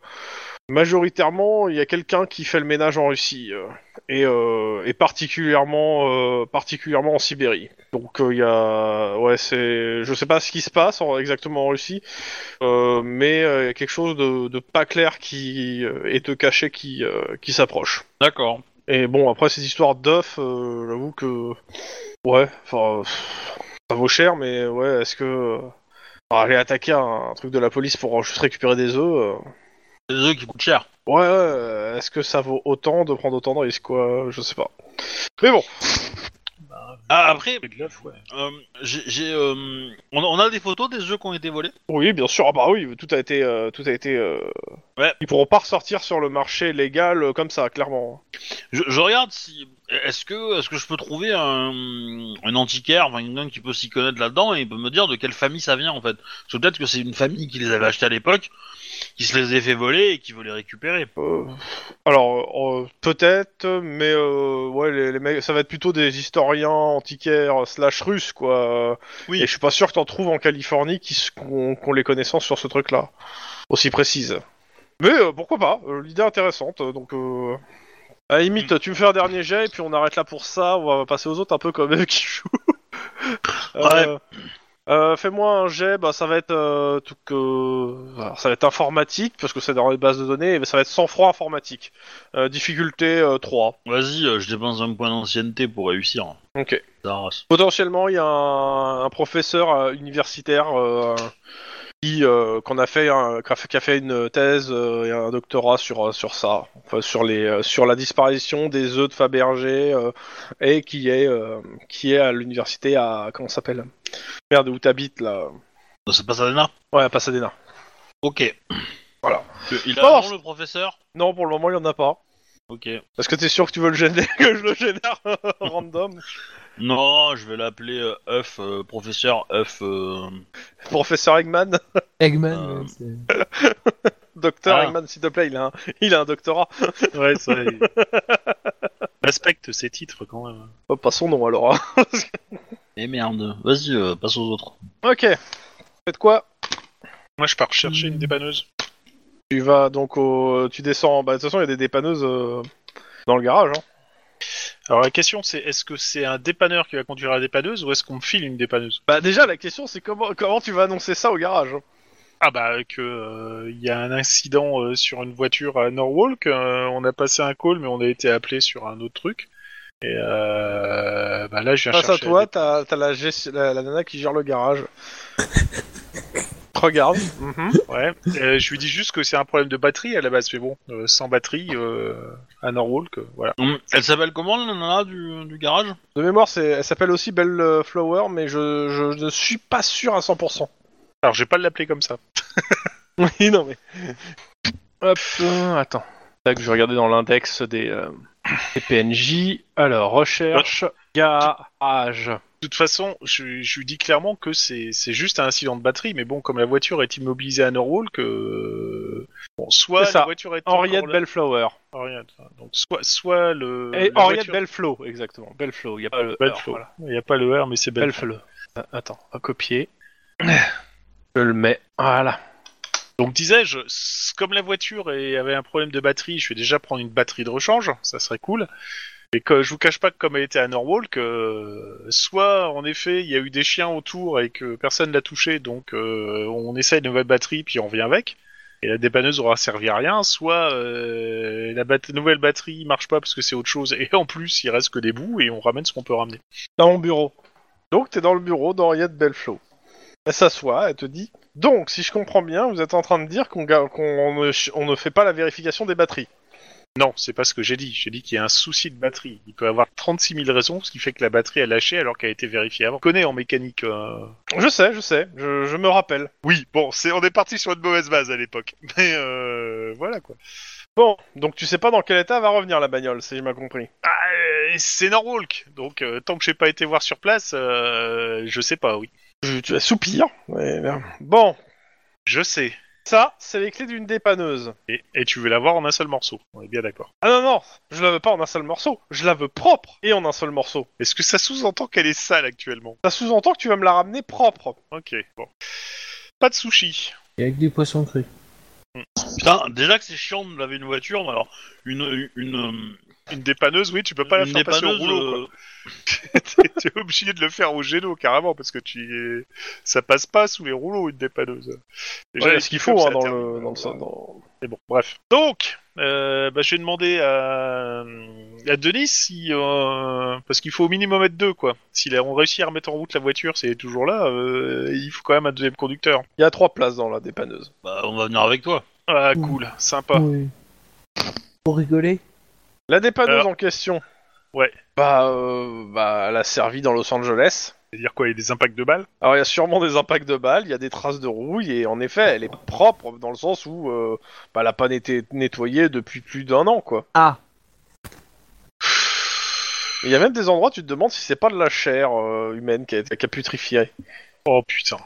majoritairement, il y a quelqu'un qui fait le ménage en Russie euh, et, euh, et particulièrement, euh, particulièrement en Sibérie. Donc euh, il y a, ouais, c'est, je sais pas ce qui se passe en- exactement en Russie, euh, mais euh, il y a quelque chose de, de pas clair qui euh, et de caché qui, euh, qui s'approche. D'accord. Et bon, après ces histoires d'œufs, euh, j'avoue que. Ouais, enfin. euh, pff, ça vaut cher, mais ouais, est-ce que. euh, enfin, aller attaquer un, un truc de la police pour juste récupérer des œufs. euh, Les œufs qui coûtent cher. Ouais, ouais, euh, est-ce que ça vaut autant de prendre autant de risques, quoi Je sais pas. Mais bon, Ah, après, Et de l'œuf, ouais. euh, j'ai, j'ai, euh, on, on a des photos des œufs qui ont été volés. oui, bien sûr, ah bah oui, tout a été. euh, tout a été euh, Ouais. Ils pourront pas ressortir sur le marché légal euh, comme ça, clairement. Je, je regarde si est-ce que est-ce que je peux trouver un, un antiquaire, enfin quelqu'un qui peut s'y connaître là-dedans et il peut me dire de quelle famille ça vient en fait. Parce que peut-être que c'est une famille qui les avait achetés à l'époque, qui se les a fait voler et qui veut les récupérer. Euh, alors, euh, peut-être, mais euh, ouais, les, les mecs, ça va être plutôt des historiens antiquaires slash russes, quoi. Oui. Et je suis pas sûr que t'en trouves en Californie qui s- qu'on qu'on les connaissances sur ce truc-là, aussi précise. Mais euh, pourquoi pas euh, L'idée est intéressante, euh, donc. Euh... À la limite, tu me fais un dernier jet et puis on arrête là pour ça. On va passer aux autres un peu comme eux qui jouent. Euh, euh, Fais-moi un jet, bah, ça va être euh, tout que alors, ça va être informatique parce que c'est dans les bases de données, mais ça va être sans froid informatique. Euh, difficulté euh, 3. Vas-y, euh, je dépense un point d'ancienneté pour réussir. Ok. Ça rase. Potentiellement, il y a un, un professeur euh, universitaire euh, qui euh, qu'on a fait, un- qui a fait- qui a fait une thèse euh, et un doctorat sur euh, sur ça, Enfin, sur les euh, sur la disparition des œufs de Fabergé euh, et qui est euh, qui est à l'université à comment ça s'appelle Merde, où t'habites là Non, C'est pas Sadena Ouais, à Pasadena. Ok. Voilà. Il a Bon. raison, le professeur Non, pour le moment, il y en a pas. Ok. Est-ce que t'es sûr que tu veux le gêner, que je le génère random Non, je vais l'appeler euh, œuf, euh, professeur œuf. euh, Professeur Eggman Eggman, Euh. ouais, c'est- Docteur Ah. Eggman, s'il te plaît, il a un, il a un doctorat. Ouais, ça. il- Respecte ces titres quand même. Oh, pas son nom alors. hein. Eh merde. Vas-y, euh, passe aux autres. ok. Faites quoi Moi, je pars chercher une dépanneuse. Tu vas donc au. Tu descends. Bah, de toute façon, il y a des dépanneuses euh, dans le garage. Hein. Alors, la question, c'est est-ce que c'est un dépanneur qui va conduire la dépanneuse ou est-ce qu'on me file une dépanneuse Bah, déjà, la question, c'est comment, comment tu vas annoncer ça au garage hein. Ah, bah, que euh, il y a un incident euh, sur une voiture à Norwalk. euh, on a passé un call, mais on a été appelé sur un autre truc. Et euh, bah, là, je viens Face à chercher. toi, t'as t'as la, gest- la, la nana qui gère le garage. Regarde. Mhm. Ouais, euh, je lui dis juste que c'est un problème de batterie à la base, mais bon, euh, sans batterie, euh, à Norwalk, euh, voilà. Hum, Elle s'appelle comment la nana du, du garage De mémoire, c'est- elle s'appelle aussi Belle euh, Flower, mais je, je ne suis pas sûr à 100%. Alors, je vais pas l'appeler comme ça. Oui, non, mais. Hop, euh, attends. Tac, je vais regarder dans l'index des, euh, des PNJ. Alors, recherche, garage. De toute façon, je, je lui dis clairement que c'est c'est juste un incident de batterie, mais bon, comme la voiture est immobilisée à Norwalk, euh, bon, soit C'est ça. la voiture est Henriette encore là- Belleflower. Henriette, enfin, donc soit soit le Et la Henriette voiture- Belleflow, exactement. Belleflow, il n'y a pas le. Belle alors, Flow. voilà. Il n'y a pas le R, mais c'est Belle. Belleflow. Euh, Attends, à copier. Je le mets. Voilà. Donc disais-je, s- comme la voiture est- avait un problème de batterie, je vais déjà prendre une batterie de rechange, ça serait cool. Et que je vous cache pas que comme elle était à Norwalk, euh, soit en effet il y a eu des chiens autour et que personne l'a touché, donc euh, on essaye une nouvelle batterie puis on vient avec. Et la dépanneuse aura servi à rien, soit euh, la bat- nouvelle batterie marche pas parce que c'est autre chose et en plus il reste que des bouts et on ramène ce qu'on peut ramener. dans mon bureau. Donc t'es dans le bureau d'Henriette Belflot. Elle s'assoit, elle te dit Donc, si je comprends bien, vous êtes en train de dire qu'on ga- qu'on ne, ch- on ne fait pas la vérification des batteries. Non, c'est pas ce que j'ai dit. J'ai dit qu'il y a un souci de batterie. Il peut avoir 36 000 raisons, ce qui fait que la batterie a lâché alors qu'elle a été vérifiée avant. Je connais en mécanique. euh, Je sais, je sais, je, je me rappelle. Oui, bon, c'est on est parti sur une mauvaise base à l'époque. Mais euh, voilà quoi. Bon, donc tu sais pas dans quel état va revenir la bagnole, si je m'a compris. Ah, euh, c'est Norwalk, donc euh, tant que j'ai pas été voir sur place, euh, je sais pas, oui. Je, tu vas soupir. Ouais, bien. Bon, Je sais. ça, c'est les clés d'une dépanneuse. Et, et tu veux la voir en un seul morceau, on est bien d'accord. Ah non, non, je la veux pas en un seul morceau, je la veux propre et en un seul morceau. Est-ce que ça sous-entend qu'elle est sale actuellement Ça sous-entend que tu vas me la ramener propre. Ok, bon. Pas de sushi. Et avec des poissons crus. Putain, déjà que c'est chiant de laver une voiture, mais alors une une euh, Une dépanneuse, oui, tu peux pas la une faire passer au dépanneuse, rouleau. quoi. euh, T'es- T'es obligé de le faire au géno carrément parce que tu ça passe pas sous les rouleaux une dépanneuse. Déjà, Ouais, les ce qu'il pick-up, faut hein, ça dans, termine. le, dans le- dans- Mais bon, bref. Donc, euh, bah, je vais demander à, à Denis si. euh, parce qu'il faut au minimum être deux, quoi. S'il a- on réussit à remettre en route la voiture, c'est toujours là, euh, il faut quand même un deuxième conducteur. Il y a trois places dans la dépanneuse. bah, on va venir avec toi. Ah, Mm. cool, sympa. Oui. Pour rigoler La dépanneuse Alors. en question. Ouais. Bah, euh, bah, elle a servi dans Los Angeles. C'est-à-dire quoi, il y a des impacts de balles Alors, il y a sûrement des impacts de balles, il y a des traces de rouille, et en effet, elle est propre dans le sens où euh, bah, elle a pas été nettoyée depuis plus d'un an, quoi. Ah Il y a même des endroits, tu te demandes si c'est pas de la chair euh, humaine qui a, qui a putrifié. Oh putain.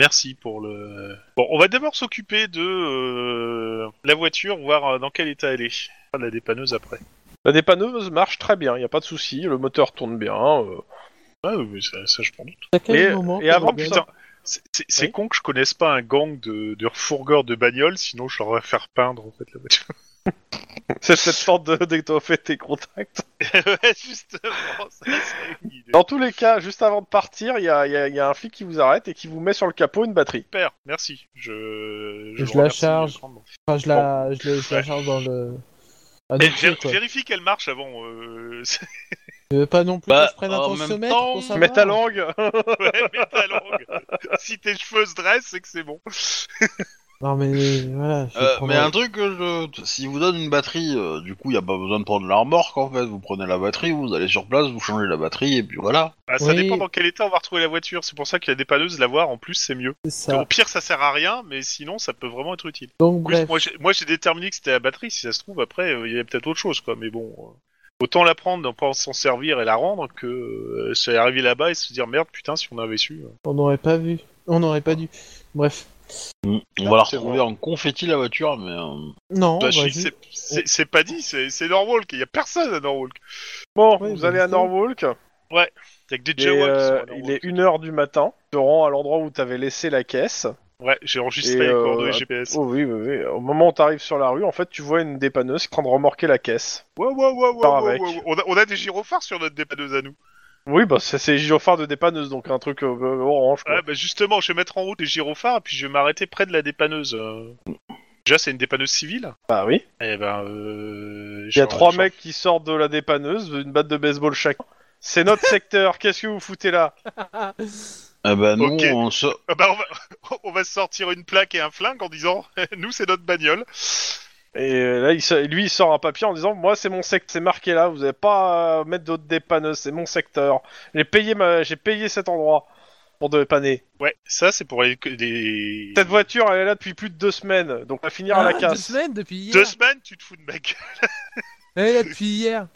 Merci pour le. Bon, on va d'abord s'occuper de euh, la voiture, voir euh, dans quel état elle est. On fera de la dépanneuse après. La dépanneuse marche très bien, il n'y a pas de souci, le moteur tourne bien. euh. Ah oui, ça, ça je m'en doute. À quel Et- moment et avant, que putain, C'est- C'est c'est Oui. con que je connaisse pas un gang de, de fourgueurs de bagnoles, sinon je leur aurais faire peindre en fait la voiture. c'est peut-être temps de- d'étoffer tes contacts. ouais, justement, ça serait une idée. Dans tous les cas, juste avant de partir, il y a, il y a- il y a un flic qui vous arrête et qui vous met sur le capot une batterie. Super, merci. Je, Je vous la remercie charge. grandement. Enfin, je la, je la, je la charge dans le. Ah, non Et plus, vér- quoi. Eh, vérifie qu'elle marche avant. euh, c'est- Je veux pas non plus Bah, que je prenne un en même tensiomètre temps, pour savoir. Mets ta langue ouais, mets ta langue. Si tes cheveux se dressent, c'est que c'est bon. Non, mais voilà. je vais Euh, prendre- mais un truc, que je... si vous donne une batterie, euh, du coup, il a pas besoin de prendre la remorque en fait. Vous prenez la batterie, vous allez sur place, vous changez la batterie, et puis voilà. Ah, ça Oui. dépend dans quel état on va retrouver la voiture. C'est pour ça que la dépanneuse, la voir en plus, c'est mieux. C'est Au ça. pire, ça sert à rien, mais sinon, ça peut vraiment être utile. Donc, Oui, bref. moi, j'ai- moi j'ai déterminé que c'était la batterie, si ça se trouve, après euh, il y a peut-être autre chose, quoi. Mais bon, euh, autant la prendre, pas s'en servir et la rendre que euh, se arriver là-bas et se dire merde, putain, si on avait su. euh. On n'aurait pas vu. On n'aurait pas dû. Bref. On va la c'est retrouver en confetti la voiture, mais euh, Non, Bah, vas-y. je- c'est- c'est c'est pas dit, c'est c'est Norwalk, il y a personne à Norwalk. Bon, Oui, vous bah, allez à bien sûr. Norwalk. Il y a que des Il est, Jawas qui sont à euh, Norwalk. il est 1h du matin. Tu te rends à l'endroit où t'avais laissé la caisse. Ouais, j'ai enregistré Et, les euh, coordonnées att- GPS. Oh oui, oui, oui. Au moment où t'arrives sur la rue, en fait, tu vois une dépanneuse qui est en train de remorquer la caisse. Ouais, ouais, ouais, ouais, part ouais, avec. ouais, ouais. On, a, on a des gyrophares sur notre dépanneuse à nous. Oui, bah c'est c'est les gyrophares de dépanneuse, donc un truc euh, euh, orange. Quoi. Ouais, bah justement, je vais mettre en route les gyrophares, puis je vais m'arrêter près de la dépanneuse. euh. Déjà, c'est une dépanneuse civile. Bah oui. Eh ben, euh, Il y a je- trois je- mecs qui sortent de la dépanneuse, une batte de baseball chacun. C'est notre secteur, qu'est-ce que vous foutez là eh ben, nous, Ok. on se... Ah bah, on, va, on va se sortir une plaque et un flingue en disant nous c'est notre bagnole. Et euh, là, il so- lui, il sort un papier en disant Moi, c'est mon secteur, c'est marqué là, vous n'avez pas à mettre d'autres dépanneuses, c'est mon secteur. J'ai payé, ma... j'ai payé cet endroit pour dépanner. Ouais, ça c'est pour les, les... Cette voiture, elle est là depuis plus de deux semaines, donc on va finir à Ah, la deux casse. semaines depuis hier. deux semaines. Tu te fous de ma gueule. Eh, là, depuis hier.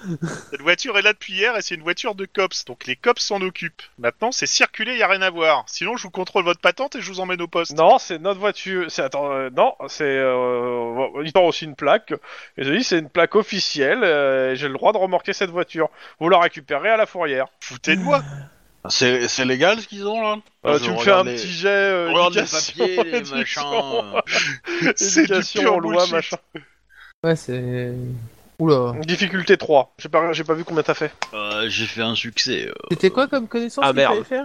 Cette voiture est là depuis hier et c'est une voiture de cops, donc les cops s'en occupent. Maintenant c'est circuler, y a rien à voir. Sinon je vous contrôle votre patente et je vous emmène au poste. Non, c'est notre voiture. C'est attends, euh, non, c'est euh, il sort aussi une plaque. Et je dis c'est une plaque officielle. euh, j'ai le droit de remorquer cette voiture. Vous la récupérez à la fourrière. Foutez de moi. c'est c'est légal ce qu'ils ont là Euh, Parce que tu me fais un regarde les- petit jet. euh, Regarde les éducation, papiers, les éducation, machins. euh. c'est du éducation, pur loi, bullshit. machin. Ouais, c'est. Oula. Difficulté 3. J'ai pas, j'ai pas vu combien t'as fait. Euh, J'ai fait un succès. euh, C'était quoi comme connaissance Ah, qu'il fallait merde. faire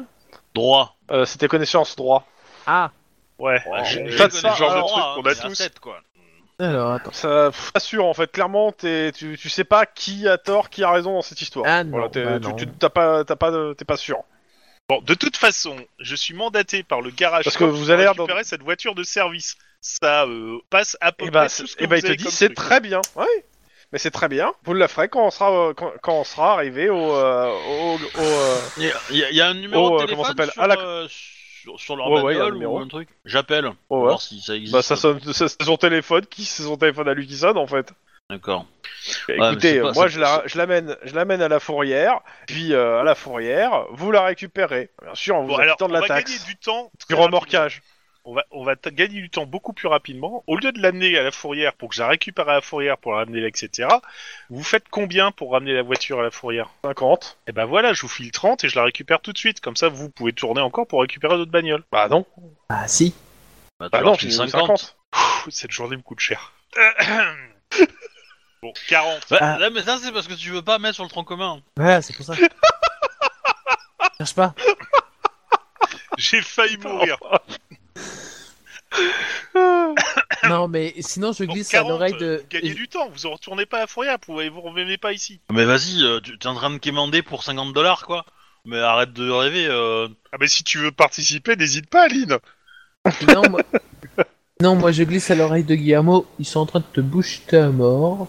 droit. Euh, C'était connaissance droit. Ah. Ouais. Ouais, j'ai- je- j'ai je pas connais ça, ce genre de alors, truc hein, qu'on mais a à tous. tête, quoi. Alors attends. Ça, pff, pas sûr en fait. Clairement, t'es- tu, tu sais pas qui a tort, qui a raison dans cette histoire. Ah non, Voilà, t'es- bah tu- non. tu- t'as pas, t'as pas, de- t'es pas sûr. Bon, de toute façon, je suis mandaté par le garage Parce que pour vous avez l'air récupérer cette voiture de service. Ça euh, passe à peu Et près bah, tout ce que et bah vous il te avez dit comme c'est truc. très bien. Ouais. Mais c'est très bien. Vous le ferez quand on sera, euh, quand, quand on sera arrivé au, euh, au, au, euh, Il y, a- il y a- il y a un numéro Oh, euh, de comment ça téléphone s'appelle sur, Ah, la- euh, sur, sur leur Ouais, ouais, il y a un bagnole numéro. ou un truc. J'appelle, au- voir si ça existe. Bah ça sonne, c'est c'est son téléphone qui, c'est son téléphone à lui qui sonne en fait. D'accord. mais Écoutez, c'est pas- euh, moi c'est- je la, je l'amène, je l'amène à la fourrière, puis euh, à la fourrière, vous la récupérez. Bien sûr, en vous Bon, alors, acquittant de on la va taxe, gagner du temps. du très remorquage. rapidement. On va, on va t- gagner du temps beaucoup plus rapidement. Au lieu de l'amener à la fourrière pour que je la récupère à la fourrière pour la ramener là, etc., vous faites combien pour ramener la voiture à la fourrière 50. Et ben voilà, je vous file 30 et je la récupère tout de suite. Comme ça, vous pouvez tourner encore pour récupérer d'autres bagnoles. Bah non. Ah si. Bah, Bah alors, non, j'ai je fais eu 50. 50. Pff, Cette journée me coûte cher. bon, 40. Bah, Ah. là, mais ça, c'est parce que tu veux pas mettre sur le tronc commun. Voilà, c'est pour ça. Cherche pas. J'ai failli mourir. Non, mais sinon je Bon, glisse à 40, l'oreille de. Vous euh, gagnez du temps, vous en retournez pas à Foria, vous vous revenez pas ici. Mais vas-y, euh, tu t'es en train de quémander pour 50 dollars, quoi. Mais arrête de rêver. euh. Ah bah si tu veux participer, n'hésite pas, Aline. Non, moi... non, moi je glisse à l'oreille de Guillermo. Ils sont en train de te boucheter à mort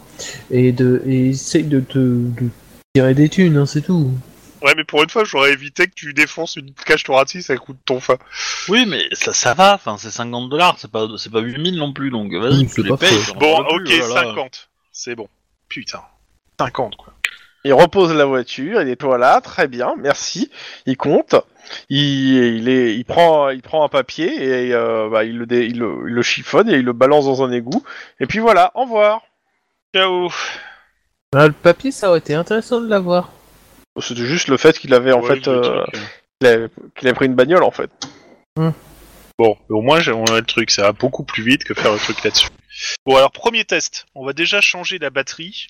et de et essaye de te de tirer des thunes, hein, c'est tout. Ouais, mais pour une fois, j'aurais évité que tu défonces une cage thoracique à coup de ton fin. Oui, mais ça, ça va. Enfin, c'est 50 dollars, c'est pas, c'est pas 8000 non plus, donc vas-y, Oui, tu c'est les pas payes. faux. j'en Bon, parle ok, plus, voilà. 50. C'est bon. oh Putain. 50, quoi. Il repose la voiture, il est là, très bien, merci. Il compte, il, il, est, il, prend, il prend un papier et euh, bah, il, le dé- il le- il le chiffonne et il le balance dans un égout. Et puis voilà, au revoir. Ciao. Ah, le papier, ça aurait été intéressant de l'avoir. C'était juste le fait qu'il avait en Ouais, fait, le euh, truc, euh. qu'il avait, qu'il avait pris une bagnole en fait. Bon, mais au moins j'ai- on a le truc, ça va beaucoup plus vite que faire le truc là-dessus. Bon alors premier test, on va déjà changer la batterie,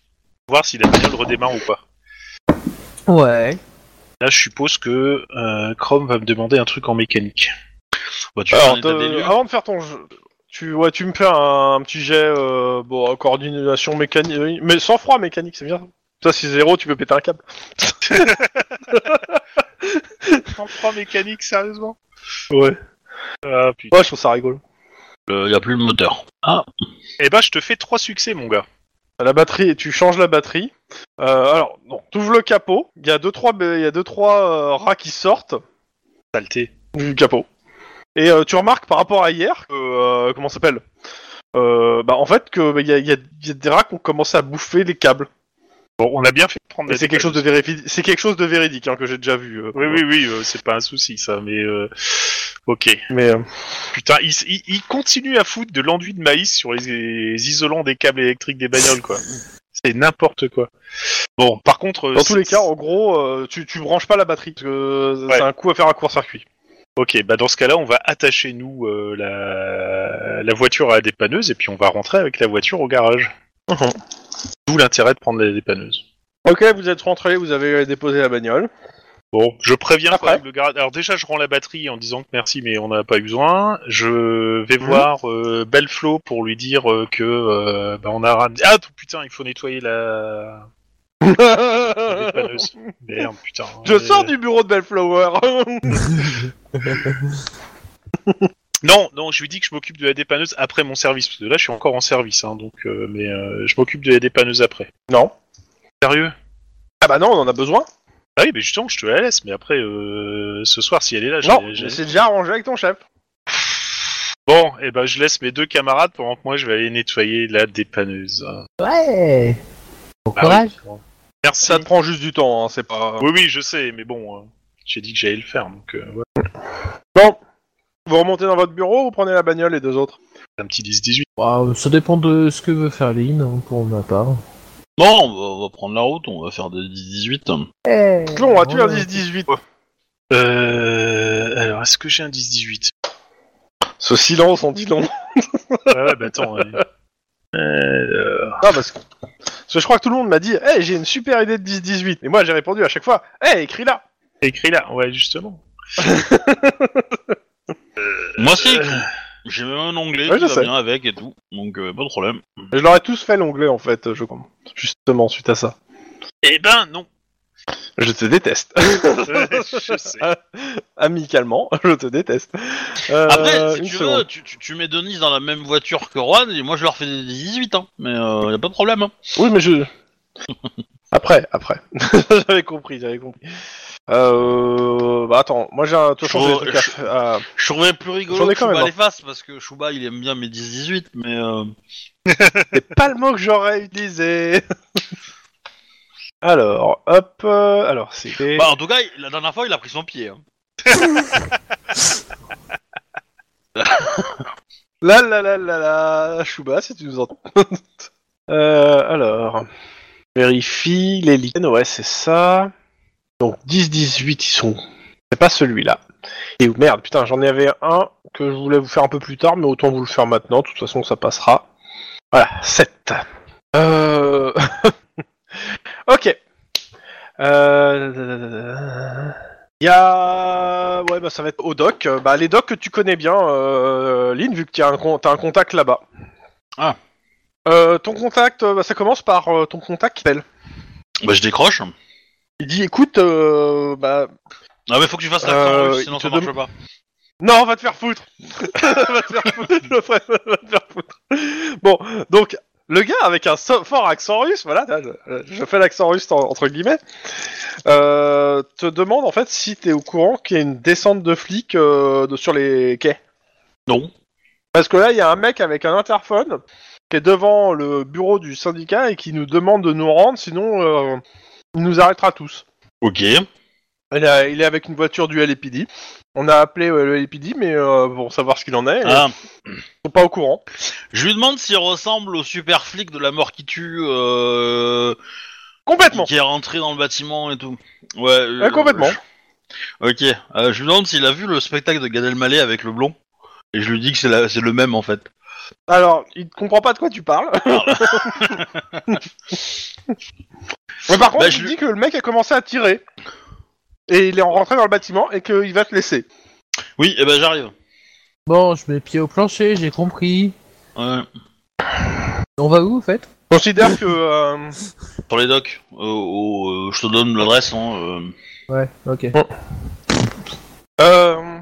voir si la bagnole redémarre ou pas. Ouais. Là je suppose que euh, Chrome va me demander un truc en mécanique. Bah, tu Alors, fais un état t'as- des lieux. Euh, avant de ah. faire ton jeu, tu, ouais, tu me fais un, un petit jet euh, bon, coordination mécanique, mais sans froid mécanique, c'est bien. Ça, si zéro, tu peux péter un câble. T'en prends mécanique sérieusement Ouais. Ah putain. Ouais, je trouve ça rigolo. Il y a plus le moteur. Ah, Eh ben je te fais trois succès mon gars. La batterie, tu changes la batterie. Euh, alors, non, t'ouvres le capot. Il y a deux trois, il y a deux trois euh, rats qui sortent Saleté. du capot. Et euh, tu remarques par rapport à hier, que, euh, comment ça s'appelle Euh, Bah en fait que bah, il y, a- il y a il y a des rats qui ont commencé à bouffer les câbles. Bon on a bien fait de prendre Et la c'est quelque chose de vérifi- c'est quelque chose de véridique hein, que j'ai déjà vu. euh, Oui oui oui, euh, c'est pas un souci ça, mais euh, ok. Mais euh, Putain, il, s- il- il continue à foutre de l'enduit de maïs sur les, les isolants des câbles électriques des bagnoles, quoi. C'est n'importe quoi. Bon, par contre... euh, dans tous c'est- les cas, en gros, euh, tu, tu branches pas la batterie parce que euh, Ouais. c'est un coup à faire un court-circuit. Ok, bah dans ce cas-là, on va attacher, nous, euh, la... la voiture à la dépanneuse, et puis on va rentrer avec la voiture au garage. Mhm. D'où l'intérêt de prendre la dépanneuse. Ok, vous êtes rentré, vous avez déposé la bagnole. Bon, je préviens Après. quand même le garage. Alors déjà, je rends la batterie en disant que merci, mais on n'a pas eu besoin. Je vais Mhm. voir euh, Belflo pour lui dire euh, que euh, bah, on a ramené. Ah tout- putain, il faut nettoyer la, la dépanneuse. Merde, putain. Je Euh, sors du bureau de Bellflower. Non, non, je lui dis que je m'occupe de la dépanneuse après mon service parce que là, je suis encore en service, hein, donc. euh, mais euh, je m'occupe de la dépanneuse après. non. Sérieux Ah bah non, on en a besoin. Ah oui, mais justement, je te la laisse. Mais après, euh, ce soir, si elle est là, je Non, la- je la- mais c'est déjà arrangé avec ton chef. Bon, et ben, je laisse mes deux camarades pendant que moi, je vais aller nettoyer la dépanneuse. Ouais. Bon Bah courage. oui. Merci. Ça te prend juste du temps, hein, c'est pas. Oui, oui, je sais, mais bon, euh, j'ai dit que j'allais le faire, donc euh, ouais. Bon, vous remontez dans votre bureau, vous prenez la bagnole les deux autres. un petit 10-18. Bah, ça dépend de ce que veut faire Lynn hein, pour ma part. bon, on va, on va prendre la route, on va faire des 18. Clon, as-tu un Ouais. 10-18 Euh, alors, est-ce que j'ai un 10-18 Ce silence en dit long. Ouais, ouais, bah attends. ouais. Alors... Non, parce que... parce que je crois que tout le monde m'a dit Hey, j'ai une super idée de 10-18. Et moi, j'ai répondu à chaque fois Hey, écris là C'est écrit là, ouais, justement. Moi aussi, Euh, j'ai même un onglet Ouais, je qui va sais. bien avec et tout, donc euh, pas de problème. Je leur ai tous fait l'onglet, en fait, je crois. Justement, suite à ça. Eh ben, non. Je te déteste. je sais. Amicalement, je te déteste. Euh, Après, si une tu seconde. veux, tu, tu, tu mets Denis dans la même voiture que Juan, et moi je leur fais des 18 ans, mais euh, y a pas de problème. hein. Oui, mais je. Après, après. j'avais compris, j'avais compris. Euh... Bah attends, moi j'ai un. De toute façon, j'ai des Je- trucs à Ah, f- à- Je trouverais plus rigolo J'en ai que quand Chouba même, hein. les fasse, parce que Chouba il aime bien mes 10-18, mais... euh, C'est pas le mot que j'aurais utilisé. alors, hop. euh, Alors, c'était. Bah, en tout cas, il- la dernière fois il a pris son pied. hein. La la la la la. Chouba, si tu nous entends. euh, alors. Vérifie les lichens. Ouais, c'est ça. Donc 10-18, ils sont. C'est pas celui-là. Et merde, putain, j'en avais un que je voulais vous faire un peu plus tard, mais autant vous le faire maintenant. De toute façon, ça passera. Voilà, 7. Euh. ok. Euh... Il y a... Ouais, bah ça va être au doc. Euh, Bah, les docs que tu connais bien, euh, Lynn, vu que tu as, un contact là-bas. Ah. Euh, ton contact, euh, bah, ça commence par euh, ton contact qui t'appelle. Bah je décroche. Il dit, écoute, euh, bah... Ah mais faut que tu fasses la Euh, russe, il sinon te ça marche dem- pas. Non, va te faire foutre Va te faire foutre, je le ferai, va te faire foutre. Bon, donc, le gars avec un so- fort accent russe, voilà, là, je, euh, je fais l'accent russe en- entre guillemets, euh, te demande en fait si t'es au courant qu'il y a une descente de flics euh, de- sur les quais. Non. Parce que là, il y a un mec avec un interphone qui est devant le bureau du syndicat et qui nous demande de nous rendre, sinon euh, il nous arrêtera tous. Ok. Il, a- il est avec une voiture du LAPD. On a appelé euh, le LAPD, mais euh, pour savoir ce qu'il en est, euh, Ah, ils sont pas au courant. je lui demande s'il ressemble au super flic de la mort qui tue, euh, Complètement. qui est rentré dans le bâtiment et tout. Ouais. euh, Ouais, complètement. je- Ok. Euh, je lui demande s'il a vu le spectacle de Gad Elmaleh avec le blond. Et je lui dis que c'est la- c'est le même en fait. Alors, il comprend pas de quoi tu parles. mais par contre, Bah, je je- dis que le mec a commencé à tirer. Et il est rentré dans le bâtiment et qu'il va te laisser. Oui, et ben j'arrive. Bon, je mets pied au plancher, j'ai compris. Ouais. On va où, en fait Considère que... euh, Sur les docks. Euh, au- euh, je te donne l'adresse. Hein, euh. Ouais, ok. euh,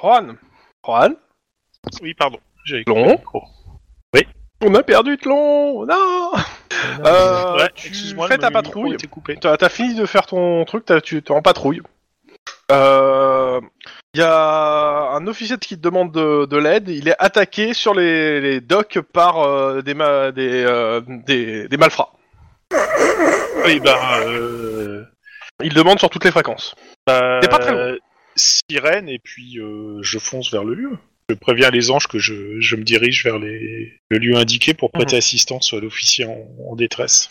Juan. Juan Oui, pardon. J'ai Tlon. On a perdu Tlon Non euh, Ouais, Tu excuse-moi, fais le- ta le micro patrouille. était coupé. T'as t'as fini de faire ton truc, t'as- tu t'es en patrouille. Euh, Il y a un officier qui te demande de, de l'aide. Il est attaqué sur les, les docks par euh, des, ma- des, euh, des, des malfrats. Oui, bah, euh, Il demande sur toutes les fréquences. bah, T'es pas très loin. Sirène, et puis euh, je fonce vers le lieu. Je préviens les anges que je, je me dirige vers les, le lieu indiqué pour Mhm. prêter assistance à l'officier en, en détresse.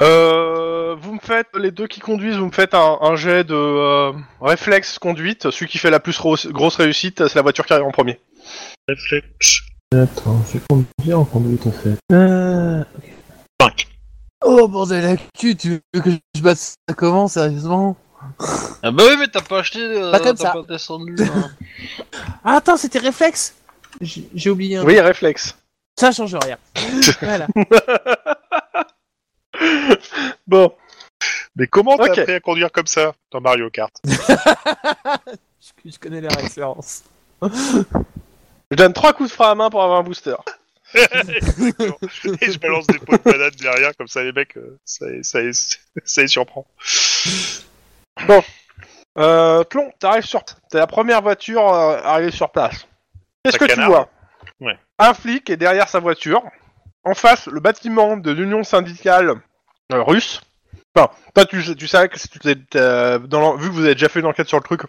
Euh, vous me faites, les deux qui conduisent, vous me faites un, un jet de euh, réflexe conduite. Celui qui fait la plus ro- grosse réussite, c'est la voiture qui arrive en premier. Réflexe. Attends, je vais conduire en conduite, en fait. Euh... ok. Cinq. Oh, bordel, la cul, tu veux que je batte ça comment, sérieusement Ah bah oui, mais t'as pas acheté. euh, Pas comme t'as ça. Pas descendu. hein. Ah, attends, c'était réflexe J'ai j'ai oublié un... Oui, réflexe. Ça change rien. voilà. Bon. Mais comment t'as Ok. appris à conduire comme ça dans Mario Kart Je, je connais la référence. Je donne trois coups de frein à main pour avoir un booster. Exactement. Et je balance des pots de bananes derrière, comme ça les mecs, euh, ça, les- ça, les- ça les surprend. Euh, Tlon, t'arrives sur... T'es la première voiture euh, arrivée sur place. Qu'est-ce Un que canard. tu vois Ouais. Un flic est derrière sa voiture. En face, le bâtiment de l'Union syndicale euh, russe. Enfin, toi, tu, sais- tu sais que si tu t'es- t'as- dans l'en- vu que vous avez déjà fait une enquête sur le truc,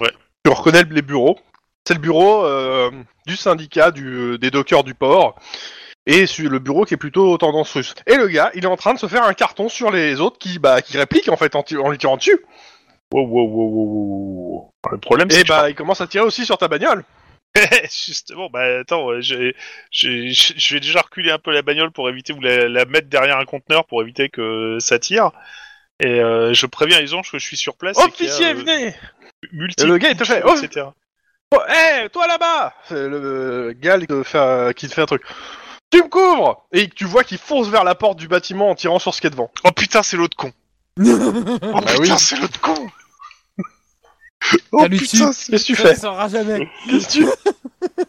Ouais. tu reconnais les bureaux. C'est le bureau euh, du syndicat du, euh, des dockers du port et sur le bureau qui est plutôt tendance russe. Et le gars, il est en train de se faire un carton sur les autres qui, bah, qui répliquent en fait en, ti- en lui tirant dessus. Wow, wow, wow, wow, wow, wow. Le problème, c'est Et que je Ah, bah, il commence à tirer aussi sur ta bagnole. Justement, bah attends, euh, j'ai- j'ai- j'ai- je vais déjà reculer un peu la bagnole pour éviter ou la, la mettre derrière un conteneur pour éviter que ça tire. Et euh, je préviens les anges que je suis sur place. et qu'il y a, Officier, euh, venez multi- Et le gars, il te fait, oh etc. Oh, hey, toi là-bas C'est le gars qui te, fait, un- qui te fait un truc. Tu me couvres Et tu vois qu'il fonce vers la porte du bâtiment en tirant sur ce qui est devant. Oh putain, c'est l'autre con. Oh Bah putain, oui. c'est l'autre con. oh lui putain, c'est- Qu'est-ce que tu Ça, fais il s'en jamais. Qu'est-ce que tu fais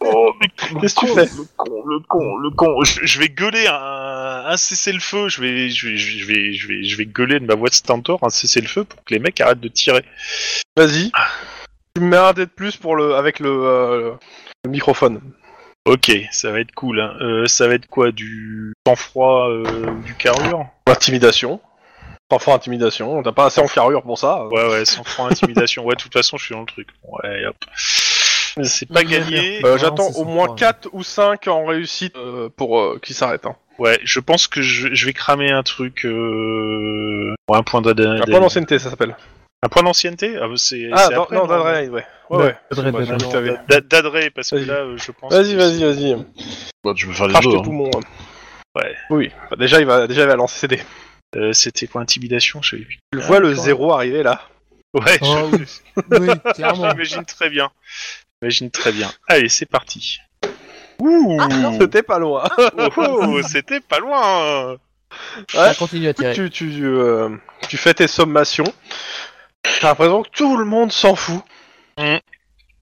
oh, mais Qu'est-ce que tu fais Le con, le con, le con. Je, je vais gueuler un, un cessez-le-feu. Je vais, je, vais, je, vais, je, vais, je vais gueuler de ma voix de stentor un cessez-le-feu pour que les mecs arrêtent de tirer. Vas-y. Tu me mets un dé de plus pour le, avec le, euh, le microphone. Ok, ça va être cool. hein. Euh, ça va être quoi Du sang-froid euh, ou du carrure Intimidation. Parfois intimidation. T'as pas assez en carrure pour ça. Ouais, ouais, sang-froid, intimidation. Ouais, de toute façon, je suis dans le truc. Ouais, hop. C'est pas gagné. Euh, Non, J'attends c'est au moins sympa. 4 ou 5 en réussite euh, pour euh, qu'il s'arrête. Hein. Ouais, je pense que je, je vais cramer un truc. Euh... pour un point d'adrénaline. Un point d'ancienneté, ça s'appelle. Un point d'ancienneté Ah, c'est. Ah, c'est non, après, non, d'adrénaline, ouais. Ouais, Ouais, ouais. d'adrénaline. Excuse-moi, j'ai dit que t'avais- D'a- D'adré, parce que Vas-y. là, euh, je pense. Vas-y, que- vas-y, vas-y. Bah, tu peux faire les Crache deux. tes hein. poumons. Ouais. Oui. Bah, déjà, il va, déjà, il va lancer ses dés. Euh, C'était quoi intimidation je sais plus. Tu le vois le d'accord. zéro arriver là. Ouais, je- Oh, oui. oui, clairement. j'imagine très bien. J'imagine très bien. Allez, c'est parti. Ouh Ah, C'était pas loin. Oh, oh, C'était pas loin hein. Ça continue à tirer. tu, tu, euh, tu fais tes sommations. T'as l'impression que tout le monde s'en fout.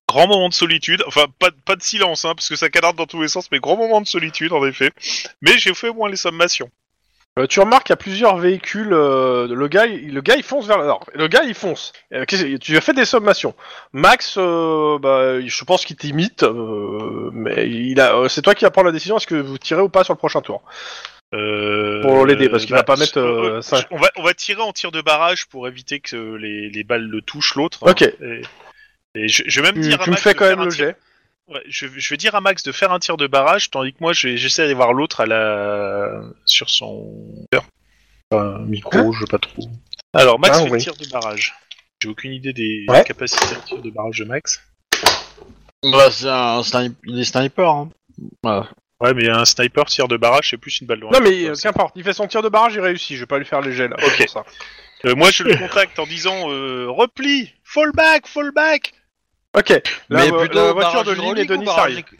Grand moment de solitude, enfin pas, pas de silence, hein, parce que ça canarde dans tous les sens, mais grand moment de solitude en effet. Mais j'ai fait au moins les sommations. Euh, tu remarques qu'il y a plusieurs véhicules. euh, le gars, il, le gars, il fonce vers. alors, le gars, il fonce. Euh, qu'est-ce que- tu as fait des sommations. Max, euh, bah, je pense qu'il t'imite, euh, mais il a. euh, c'est toi qui vas prendre la décision. Est-ce que vous tirez ou pas sur le prochain tour Euh, Pour l'aider, parce qu'il va pas mettre, euh, euh, ça. On va, on va tirer en tir de barrage pour éviter que les, les balles le touchent l'autre. hein. Ok. Et, et je, je vais même Tu, dire à tu me Max fais de quand faire même un le tir- jet. ouais, je, je vais dire à Max de faire un tir de barrage, tandis que moi je vais- j'essaie d'aller voir l'autre à la sur son Enfin, micro, je sais pas trop. Alors Max Hein Ah, fait oui. tir de barrage. J'ai aucune idée des Ouais. capacités de tir de barrage de Max. Bah, c'est un sniper. Il est sniper. Hein. Voilà. Ouais, mais un sniper tir de barrage, c'est plus une balle de Non mais euh, qu'importe, il fait son tir de barrage, il réussit, je vais pas lui faire les jets là. Ok. pour ça. Euh, moi, je le contacte en disant euh, repli, fall back, fall back. Ok, la, Mais vo- plutôt la barrage voiture de Lynn et hydraulique ou Denis barrage arrive. éc-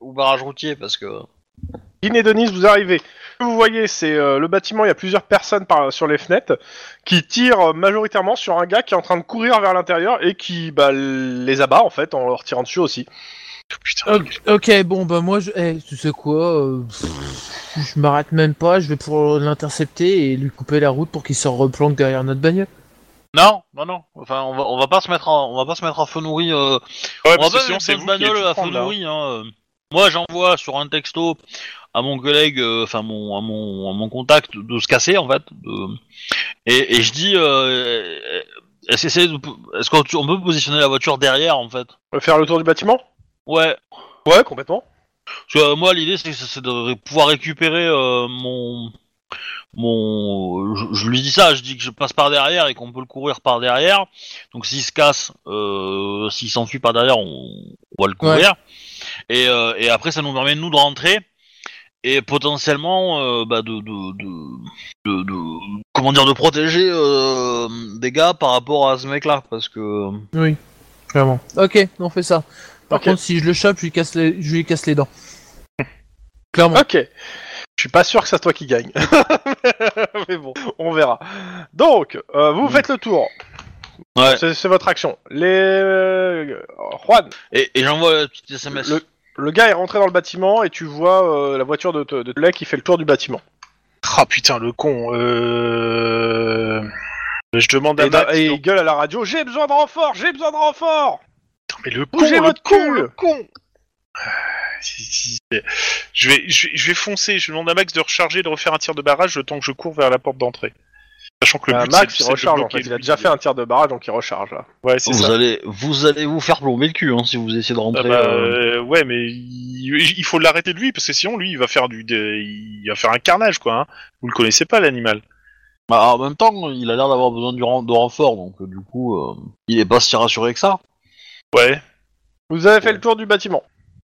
Ou barrage routier, parce que. Lynn et Denis, vous arrivez. Ce que vous voyez, c'est euh, le bâtiment, il y a plusieurs personnes par, sur les fenêtres qui tirent euh, majoritairement sur un gars qui est en train de courir vers l'intérieur et qui bah, les abat en fait en leur tirant dessus aussi. Putain. Ok, ok, bon, bah moi, je... eh, tu sais quoi euh, pff, Je m'arrête même pas, je vais pour l'intercepter et lui couper la route pour qu'il s'en replante derrière notre bagnole. Non, non, non. Enfin, on va, on va pas se mettre, en- on va pas se mettre à feu nourri. Ouais, euh, on va parce que pas sinon, mettre c'est notre vous qui allez bagnole tout à feu prendre, là. nourri. hein. Moi, j'envoie sur un texto à mon collègue, euh, enfin mon, à mon, à mon contact, de se casser en fait. de- Et, et je dis, euh, est-ce que c'est- est-ce qu'on on peut positionner la voiture derrière en fait Euh, Faire le tour du bâtiment Ouais. Ouais, complètement. Parce que euh, moi, l'idée, c'est c'est de ré- pouvoir récupérer euh, mon. Mon, je, je lui dis ça, je dis que je passe par derrière et qu'on peut le courir par derrière. Donc s'il se casse, euh, s'il s'enfuit par derrière, on, on va le courir. Et, euh, et après, ça nous permet nous de rentrer et potentiellement euh, bah, de, de, de, de- de- comment dire, de protéger euh, des gars par rapport à ce mec-là, parce que Oui, clairement. Ok, on fait ça. Par Ok. contre, si je le chope, je lui casse les, je lui casse les dents. Clairement. Ok. Je suis pas sûr que c'est toi qui gagne. mais bon, on verra. Donc, euh, vous Mm. faites le tour. ouais. C'est c'est votre action. Les euh, Juan, Et, et j'envoie la petite SMS. Le, le gars est rentré dans le bâtiment et tu vois euh, la voiture de, de, de Tulek qui fait le tour du bâtiment. Ah putain, le con. Euh... Je demande à Et, Max. Eh ben, et non, il gueule à la radio J'ai besoin de renfort J'ai besoin de renfort mais le con, Bougez le votre con, cul le con. Ah, si, si, si. Je vais, je, vais, je vais foncer. Je demande à Max de recharger, de refaire un tir de barrage le temps que je cours vers la porte d'entrée. Sachant que le Bah, but, Max c'est- il c'est de recharge en bloquer fait. Il a lui. déjà fait un tir de barrage donc il recharge là. Ouais, c'est vous ça. allez, vous allez vous faire plomber le cul hein, si vous essayez de Ah rentrer. bah, euh. euh, ouais, mais il, il faut l'arrêter de lui parce que sinon lui il va faire du, de- il va faire un carnage quoi. hein. Vous le connaissez pas l'animal. Bah, en même temps, il a l'air d'avoir besoin du ren- de renfort, donc euh, du coup, euh, il est pas si rassuré que ça. Ouais. Vous avez fait Ouais. le tour du bâtiment.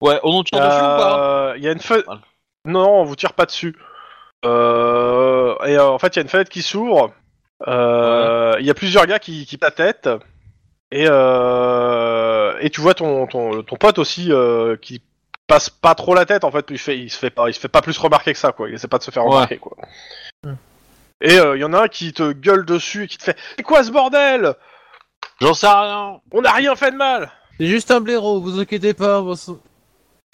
Ouais, on en tire dessus ou pas hein Euh, Il y a une fenêtre. Voilà. Non, on vous tire pas dessus. Euh, Et euh, en fait, il y a une fenêtre qui s'ouvre. Euh, Il y a plusieurs gars qui, qui passent la tête. Et, euh, et tu vois ton, ton, ton pote aussi euh, qui passe pas trop la tête en fait. Il, fait, il, se fait pas, il se fait pas plus remarquer que ça quoi. Il essaie pas de se faire Ouais. remarquer quoi. Hmm. Et euh, il y en a un qui te gueule dessus et qui te fait C'est quoi ce bordel J'en sais rien. On n'a rien fait de mal C'est juste un blaireau, vous inquiétez pas. bon sang.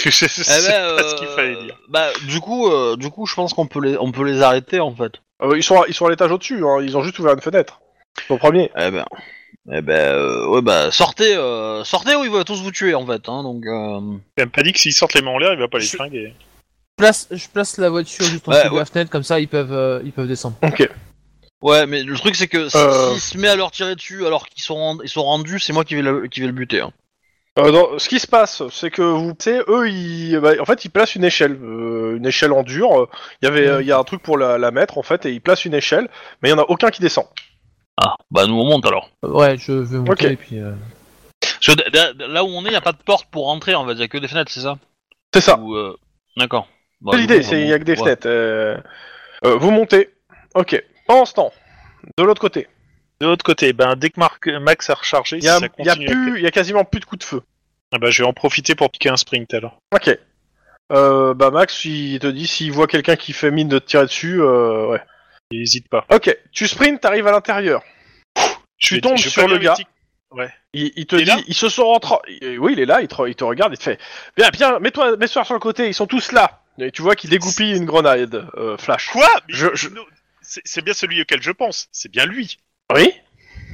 Je sais Eh ben, c'est pas ce euh, qu'il fallait dire. Bah, du coup, euh, du coup, je pense qu'on peut les, on peut les arrêter en fait. Euh, ils, sont à, ils sont à l'étage au-dessus, hein. ils ont juste ouvert une fenêtre. Au premier. Eh ben, eh ben, euh, ouais, bah, sortez, euh, sortez ou ils vont tous vous tuer en fait. Hein, donc, euh, Il m'a pas dit que s'ils sortent les mains en l'air, il va pas les Je- flinguer. Je place, je place la voiture juste en Ouais, dessous de ouais. la fenêtre, comme ça ils peuvent, euh, ils peuvent descendre. ouais, mais le truc c'est que si- Euh. s'il se met à leur tirer dessus alors qu'ils sont, rend- ils sont rendus, c'est moi qui vais le, qui vais le buter. hein. Euh, non, ce qui se passe, c'est que vous savez, eux, ils, bah, en fait, ils placent une échelle, euh, une échelle en dur. euh, Il y avait, euh, il y a un truc pour la, la mettre en fait, et ils placent une échelle, mais il y en a aucun qui descend. Ah, bah nous on monte alors. Euh, Ouais, je vais monter Ok. et puis. euh, Parce que d- d- là où on est, y a pas de porte pour rentrer en fait, y a que des fenêtres, c'est ça C'est ça. Ou, euh, D'accord. Bah, C'est du l'idée, coup, c'est il y on- a que des ouais. fenêtres. euh, euh, vous montez. Ok. Pendant ce temps, de l'autre côté, De l'autre côté, ben, dès que Marc- Max a rechargé, il y a, si ça il y a continue. plus, il y a quasiment plus de coups de feu. Ah bah, je vais en profiter pour piquer un sprint alors. Ok. Euh, bah Max, il te dit s'il voit quelqu'un qui fait mine de te tirer dessus, euh, ouais. N'hésite pas. Ok. Tu sprints, t'arrives à l'intérieur. Tu vais- tombes vais sur pas le dire gars. mes Il, il te Il est dit, là ils se sont rentrés. Oui, il est là, il te, il te regarde, il te fait Bien, bien, mets-toi mets sur le côté, ils sont tous là. Et tu vois qu'il dégoupille une grenade, euh, Flash. Quoi Mais Je- je- non, C'est c'est bien celui auquel je pense. C'est bien lui. Oui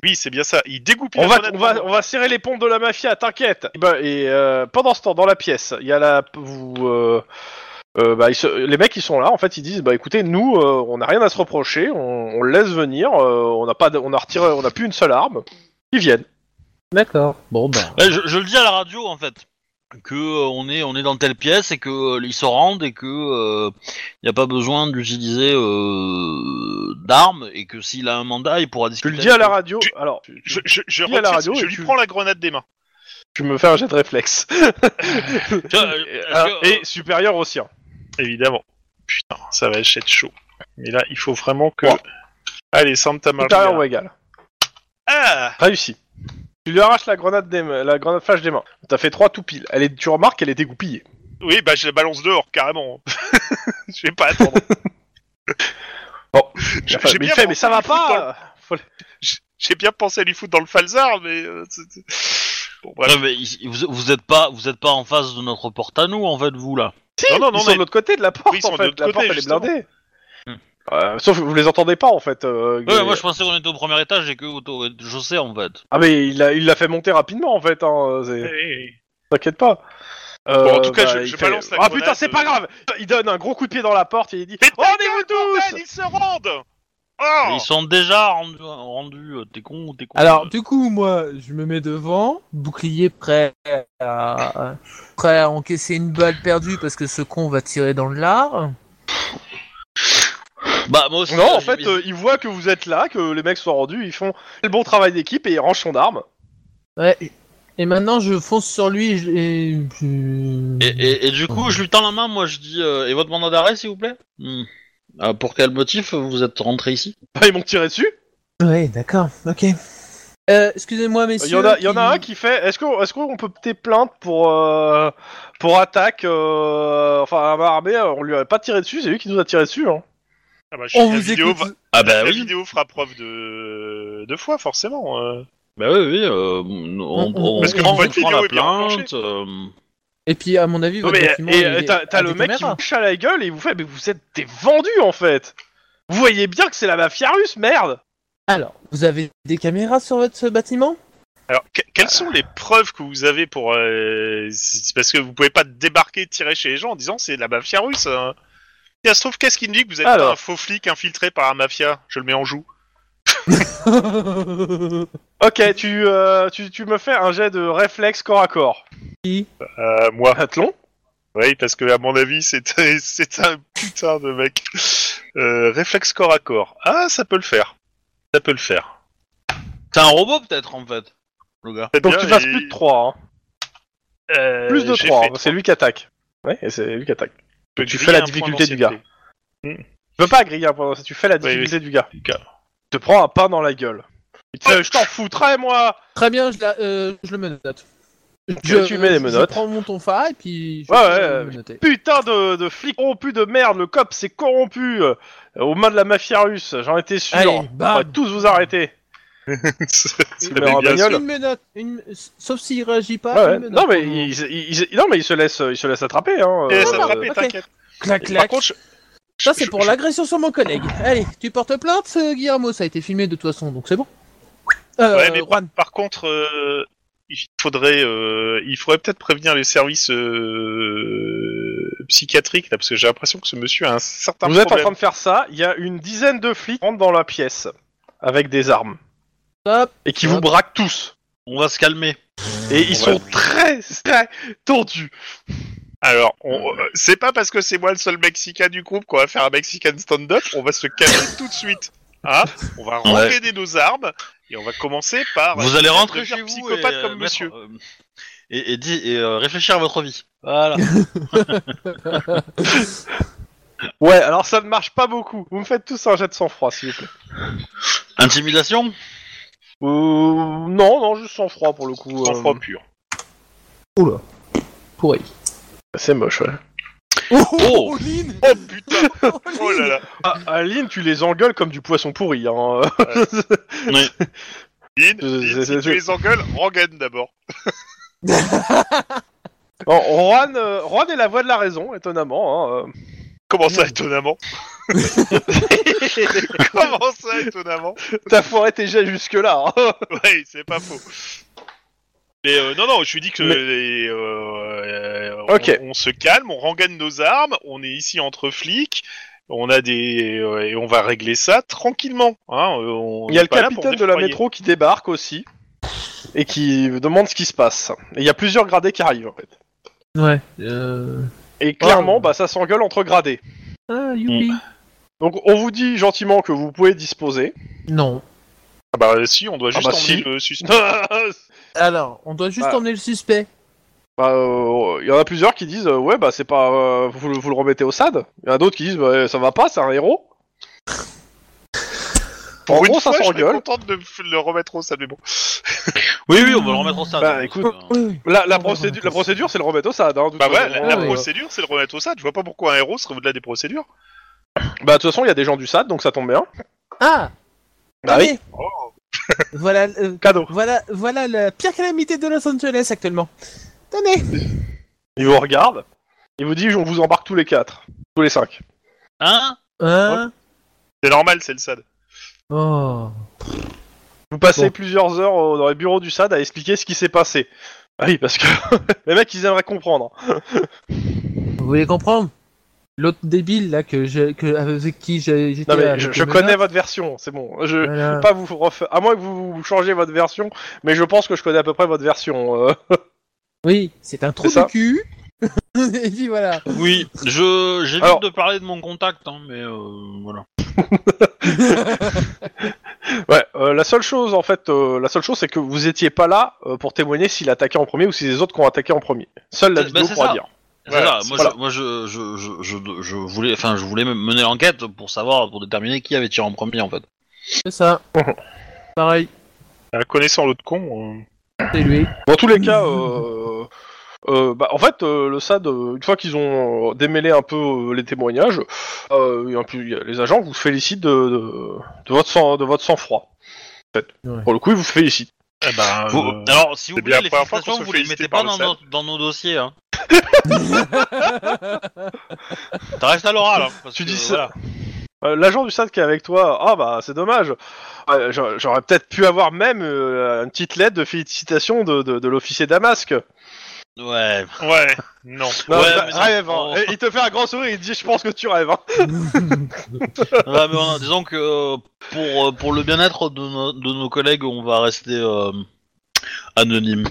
Oui, c'est bien ça. Il découpe on va, on, va, on va serrer les pompes de la mafia, t'inquiète Et, ben, et, euh, pendant ce temps, dans la pièce, il y a la. Vous, euh, euh, bah, ils se- les mecs, ils sont là, en fait, ils disent Bah écoutez, nous, euh, on n'a rien à se reprocher, on, on le laisse venir, euh, on n'a pas, de- on a retiré, on n'a plus une seule arme. Ils viennent. D'accord. Bon bah. Ouais, Eh, je, je le dis à la radio en fait que euh, on est on est dans telle pièce et que euh, ils se rendent et que euh, y a pas besoin d'utiliser euh, d'armes et que s'il a un mandat il pourra Tu discuter. le dis à la avec radio. Tu- Alors, tu, Je, je, je, Dis à la retire- radio je et lui tu- prends la grenade des mains. tu me fais un jet de réflexe. eux. Tu vois, euh, Et, est-ce que, euh, et supérieur au sien. Évidemment. Putain, ça va être chaud. Mais là, il faut vraiment que. Ouais. Allez, Santa Maria. Supérieur ou égal. Ah Réussi. Tu lui arraches la grenade, des ma- la grenade flash des mains. T'as fait trois tout pile. Elle est, tu remarques qu'elle est dégoupillée. Oui, bah je la balance dehors, carrément. je vais pas attendre. Bon. J'ai- Enfin, j'ai mais, bien il fait, pensé mais ça va lui foutre dans le- pas. Faut- j'ai- J'ai bien pensé à lui foutre dans le falzar, mais. euh, c'est- c'est- Bon, bref. ouais, mais ils- vous, vous êtes pas vous êtes pas en face de notre porte à nous en fait vous là. Si, Non, non, non, ils sont de mais- l'autre côté de la porte Oui, ils sont en de fait. l'autre La côté, porte elle est justement. blindée. Hmm. Euh, sauf que vous les entendez pas en fait. euh, Ouais, les- moi je pensais qu'on était au premier étage et que au rez-de-chaussée en fait. Ah mais il l'a il l'a fait monter rapidement en fait. Hein. c'est- Eh, eh, T'inquiète pas. Euh, Bon, en tout cas, je- il je balance la Ah grenade, putain, c'est pas euh. grave. Il donne un gros coup de pied dans la porte et il dit Mais ta Rendez-vous tous. bordel, ils se rendent Oh Ils sont déjà rendus rendus euh, t'es con ou t'es con. Alors, du coup, moi, je me mets devant, bouclier prêt à, à- prêt à encaisser une balle perdue parce que ce con va tirer dans le lard. bah moi aussi. Non, en j'ai- fait, euh, ils voient que vous êtes là, que les mecs sont rendus, ils font le bon travail d'équipe et ils rangent son arme. Ouais. Et maintenant, je fonce sur lui et. je- et je- Et, et- et du coup, je lui tends la main, moi je dis euh, Et votre mandat d'arrêt, s'il vous plaît Hmm. Ah, Pour quel motif vous êtes rentré ici Bah, ils m'ont tiré dessus. Ouais, d'accord, ok. Euh, excusez-moi, Il messieurs. y en a, il y en a un qui fait. Est-ce qu'on, est-ce qu'on peut peut-être plaindre pour euh, pour attaque, euh, enfin à main armée, euh, on lui a pas tiré dessus, c'est lui qui nous a tiré dessus. Hein. Ah bah, je- On la vous vidéo écoute. va- Ah bah La oui, vidéo fera preuve de, de foi, forcément. euh. bah oui, oui, euh, on, on, Parce que on votre vidéo prend la est bien plainte. euh, Et puis, à mon avis, Non, votre mais document, et, il euh, est t'as, t'as à le des mec qui caméras. vous à la gueule et il vous fait, mais vous êtes des vendus en fait. Vous voyez bien que c'est la mafia russe, merde. Alors, vous avez des caméras sur votre bâtiment Alors, que- Bah. quelles sont les preuves que vous avez pour... euh, c'est parce que vous pouvez pas débarquer, tirer chez les gens en disant c'est de la mafia russe. hein. Si ça se trouve, qu'est-ce qui nous dit que vous êtes Alors. pas un faux flic infiltré par un mafia Je le mets en joue. Ok, tu, euh, tu, tu me fais un jet de réflexe corps à corps. Qui Euh, moi. Athlon. Oui, parce que à mon avis, c'est un- c'est un putain de mec. Euh, réflexe corps à corps. Ah, ça peut le faire. Ça peut le faire. C'est un robot peut-être en fait, le gars. Très Donc bien, tu passes et- plus de 3. Hein. Euh, Plus de j'ai 3, fait c'est lui qui attaque. Ouais, et c'est lui qui attaque. peux tu griller fais la un point difficulté du d'ancienneté. gars. Tu peux pas griller un point d'ancienneté, tu fais la Oui, difficulté du gars. Tu te prends un pain dans la gueule. Il te fait, je t'en foutrais, moi Très bien, je, la- euh, je le menote. tu mets les menottes. Je prends mon tonfa et puis je Ouais, vais ouais, le menotter. Putain de, de flic corrompu de merde, le cop c'est corrompu euh, aux mains de la mafia russe, j'en étais sûr. Allez, Ah. On va bam tous vous arrêter. Ça meurt en fait bien bagnole. sûr. Une menotte une... Sauf s'il réagit pas, Ouais, ouais. une menotte. Non, mais il, il- il- non mais il se laisse, il se laisse attraper. Hein. Eh, euh, ça non, va, non, mais Ah, bah, ok. t'inquiète. Clac, Par clac contre, je- je- Ça, c'est je- pour l'agression sur mon collègue. Allez, tu portes plainte, euh, Guillermo, ça a été filmé de toute façon, donc c'est bon. Euh, Ouais, mais par, Juan, par contre, euh, il faudrait, euh, il faudrait peut-être prévenir les services euh, psychiatriques, là, parce que j'ai l'impression que ce monsieur a un certain vous êtes en problème. train de faire ça, il y a une dizaine de flics qui rentrent dans la pièce avec des armes stop. et qui vous braquent tous. On va se calmer. Et ils sont très, très tendus. Alors, on- euh, c'est pas parce que c'est moi le seul Mexicain du groupe qu'on va faire un Mexican stand-up, on va se calmer tout de suite. Hein on va Ouais. renfraider nos armes et on va commencer par. vous allez rentrer devenir chez vous psychopathe et, euh, comme mettre- monsieur. euh, et, et di- et, euh, réfléchir à votre vie. Voilà. Ouais, alors ça ne marche pas beaucoup. Vous me faites tous un jet de sang-froid, s'il vous plaît. Intimidation Euh, non, non, juste sang-froid pour le coup. Sans euh, froid pur. Pourri. C'est moche, ouais. Oh, Oh. Lynn Oh putain Oh, Oh là là Ah, Aline, tu les engueules comme du poisson pourri. Hein. Lynn, Je- je- Lynn, je- si je- tu les engueules, rengaine d'abord. Bon, Juan, euh, Juan est la voix de la raison, étonnamment. hein, euh. Comment ça, étonnamment Comment ça, étonnamment Euh, T'as foiré tes jets jusque-là. hein. Ouais, c'est pas faux. Mais euh, non, non, je lui dis que Mais- les, euh, euh, Ok. on, on se calme, on rengaine nos armes, on est ici entre flics, on a des euh, et on va régler ça tranquillement. Hein, euh, on Il y a est le pas là pour capitaine de la défroyer. métro qui débarque aussi et qui demande ce qui se passe. Et il y a plusieurs gradés qui arrivent, en fait. Ouais. Euh... Et clairement, Oh. bah, ça s'engueule entre gradés. Ah, youpi. Donc on vous dit gentiment que vous pouvez disposer. Non. Ah bah si, on doit juste bah emmener si. le suspect. Alors, on doit juste Ah. emmener le suspect. Bah, euh, il y en a plusieurs qui disent euh, ouais bah c'est pas euh, vous, le- vous le remettez au SAD. Il y en a d'autres qui disent bah, ça va pas, c'est un héros. en une gros, ça fois, je serais s'engueule. contente de f- le remettre au sable, mais bon. Oui, oui, on va le remettre en stade. Bah, écoute, Oui. La, la On va procédure, remettre la au procédure, c'est le remettre au SAD. Hein, de toute Bah façon. ouais, la, la Ouais, ouais. procédure, c'est le remettre au SAD. Je vois pas pourquoi un héros serait au-delà des procédures. Bah, de toute façon, il y a des gens du SAD, donc ça tombe bien. Ah Bah oui. Allez. Voilà, euh, Cadeau. voilà, voilà la pire calamité de Los Angeles actuellement. Tenez Il vous regarde. Il vous dit on vous embarque tous les quatre, tous les cinq. Hein Hein C'est normal, c'est le SAD. Oh. Vous passez Bon. plusieurs heures euh, dans les bureaux du SAD à expliquer ce qui s'est passé. Ah oui, parce que les mecs, ils aimeraient comprendre. Vous voulez comprendre L'autre débile là que je, que avec qui j'ai- j'étais. Non mais avec je, les je menottes, connais votre version, c'est bon. Je, je voilà. peux pas vous refaire, à moins que vous, vous changez votre version, mais je pense que je connais à peu près votre version. euh. Oui, c'est un trou C'est ça. de cul. Et puis voilà. Oui, je j'évite Alors- de parler de mon contact, hein, mais euh, voilà. Ouais. euh, la seule chose, en fait, euh, la seule chose, c'est que vous étiez pas là euh, pour témoigner s'il attaquait en premier ou si les autres qui ont attaqué en premier. Seule la Bah, vidéo c'est pourra ça. dire. C'est Voilà, ça, moi, voilà. je, moi je, je, je, je, je voulais, enfin, je voulais mener l'enquête pour savoir, pour déterminer qui avait tiré en premier en fait. C'est ça. Pareil, Euh, Connaissant l'autre con. euh, c'est lui. Dans tous les cas, euh, euh, bah, en fait, euh, le SAD, euh, une fois qu'ils ont euh, démêlé un peu euh, les témoignages, euh, il y a un peu- il y a- les agents vous félicitent de, de, de votre sang, de votre sang-froid. En fait. Ouais. Pour le coup, ils vous félicitent. Eh ben, Vous- euh, alors, si vous c'est bien voulez, la les première fois qu'on félicitations, se vous les félicite mettez pas par le dans, SAD. nos- dans nos dossiers. Hein. Ça reste à l'oral. Hein, parce Tu que, dis ça. voilà. Euh, L'agent du SAD qui est avec toi, ah bah c'est dommage. Euh, j'a- J'aurais peut-être pu avoir même euh, une petite lettre de félicitations de, de, de l'officier Damasque. Ouais. Ouais, non. Non, Ouais, bah, mais non. rêve. hein. Oh. Et Il te fait un grand sourire, il te dit je pense que tu rêves. hein. Ouais, mais on- disons que euh, pour, euh, pour le bien-être de, no- de nos collègues, on va rester euh, anonyme.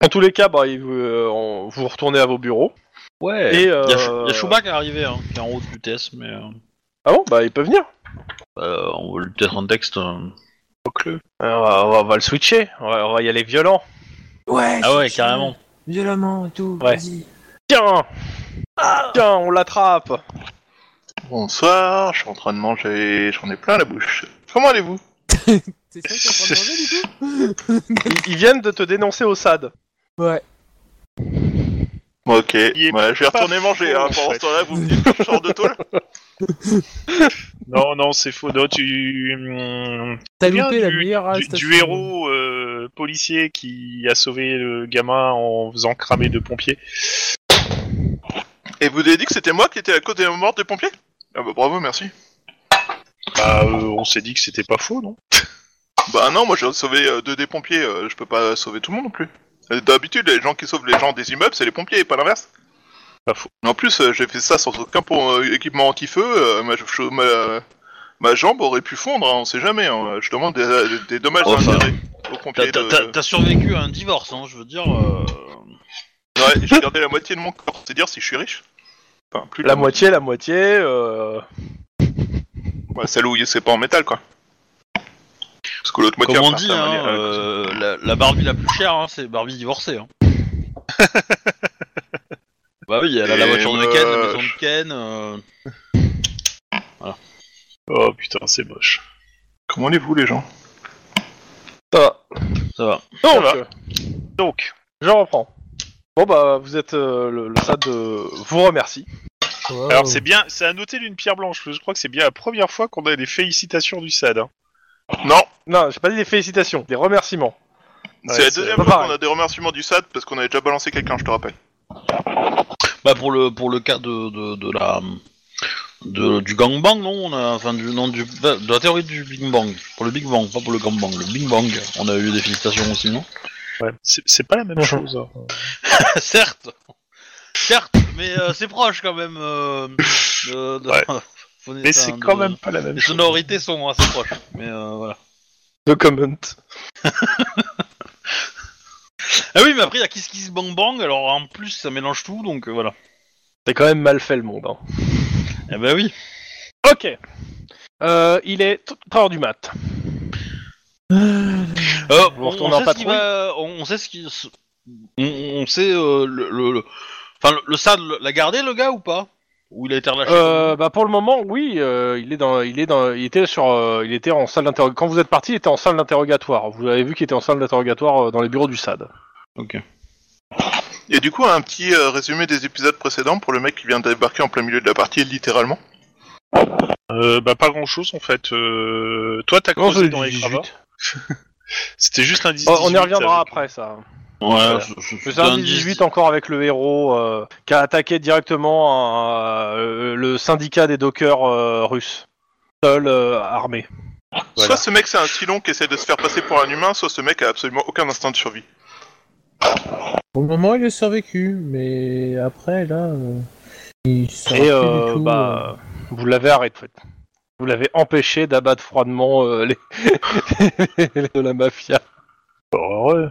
En tous les cas, bah, il vous- euh, on- vous retournez à vos bureaux. Ouais. Et, Il euh, y a, Chou- y a Chouba qui est arrivé, hein, qui est en route du test, mais euh, Ah bon, bah il peut venir. euh, on va lui peut-être un texte. euh. Euh, Alors, on, va, on va le switcher, on va, on va y aller violent. Ouais. Ah ouais, je- carrément. violemment et tout. Ouais. Vas-y. Tiens Tiens, on l'attrape Bonsoir, je suis en train de manger, j'en ai plein la bouche. Comment allez-vous C'est ça que t'es en train de manger, du coup ils, ils viennent de te dénoncer au SAD. Ouais. Bon, Ok, Il est bah, je vais pas retourner manger. faux, Hein, en pendant fait. ce temps-là, vous me dites que je sors de toile Non, non, c'est faux. Non, tu. hum, T'as Bien loupé la du- meilleure du, arrestation. du héros euh, policier qui a sauvé le gamin en faisant cramer deux pompiers. Et vous avez dit que c'était moi qui étais à cause des morts des pompiers Ah bah bravo, merci. Bah, euh, on s'est dit que c'était pas faux, non Bah non, moi j'ai sauvé euh, deux des pompiers, euh, je peux pas sauver tout le monde non plus. Euh, D'habitude, les gens qui sauvent les gens des immeubles, c'est les pompiers et pas l'inverse. Pas faux. En plus, euh, j'ai fait ça sans aucun pour, euh, équipement anti-feu, euh, ma, je- ma- ma jambe aurait pu fondre, hein, on sait jamais. hein. Je demande des, des- des dommages Oh, ça- intérêts aux T'as- pompiers. T'as de- t'as- t'as survécu à un divorce, hein, je veux dire. euh, Ouais, j'ai gardé la moitié de mon corps, c'est dire si je suis riche. Enfin, plus de La moitié, la moitié... euh, Ouais, Bah, celle où c'est pas en métal, quoi. Parce que l'autre moitié... Comme on enfin, dit, ça, hein, manière- euh, la, la Barbie la plus chère, hein, c'est Barbie divorcée. hein. bah oui, elle a la Et voiture de Ken, la moche. maison de Ken. euh, Oh putain, c'est moche. Comment allez-vous, les gens ça va. Donc, va. euh, Donc, je reprends. Bon bah, vous êtes... euh, le, le SAD euh, vous remercie. Wow. alors c'est bien, c'est à noter d'une pierre blanche. Je crois que c'est bien la première fois qu'on a des félicitations du SAD. hein. Non, Non, j'ai pas dit des félicitations, des remerciements. Ouais, c'est la c'est deuxième pas fois pareil. qu'on a des remerciements du SAD parce qu'on avait déjà balancé quelqu'un, je te rappelle. Bah pour le pour le cas de, de, de la de, du gangbang non on a enfin du non du bah, de la théorie du Big Bang pour le Big Bang pas pour le gangbang le Big Bang on a eu des félicitations aussi non C'est c'est pas la même chose. hein. certes certes mais euh, c'est proche quand même euh, de- de- Ouais. faut- Mais enfin, c'est quand de- même pas la même les chose. sonorités sont assez proches mais euh, voilà De comment. ah oui mais après il y a Kiss Kiss Bang Bang alors en plus ça mélange tout donc euh, voilà C'est quand même mal fait le monde. hein. eh ben oui Ok. Euh, il est 3h du mat. Euh, Vous on, retournez on en sait ce qui patrouille va- on on sait ce qui. ce- On, on sait euh, le, le, le- Enfin, le, le SAD l'a gardé le gars ou pas Ou il a été relâché Euh, bah pour le moment, oui, euh, il est dans, il est dans, il était sur, euh, il était en salle d'interrogatoire. Quand vous êtes parti, il était en salle d'interrogatoire. Vous avez vu qu'il était en salle d'interrogatoire euh, dans les bureaux du SAD. Ok. Et du coup, un petit euh, résumé des épisodes précédents pour le mec qui vient de débarquer en plein milieu de la partie, littéralement. Euh, bah pas grand chose en fait. Euh, toi t'as Comment ça, creusé le dans les 18? gravats. C'était juste un 18. Oh, on y reviendra avec- après ça. Ouais, Voilà. c'est- c'est- C'est c'est un indice. 18 encore avec le héros euh, qui a attaqué directement euh, le syndicat des dockers euh, russes, seul euh, armé. Voilà. Soit ce mec c'est un silon qui essaie de se faire passer pour un humain, soit ce mec a absolument aucun instinct de survie. Pour le moment, il a survécu, mais après, là, euh, il sort Et euh, bah, vous l'avez arrêté. Vous l'avez empêché d'abattre froidement euh, les... les- de la mafia. Heureux.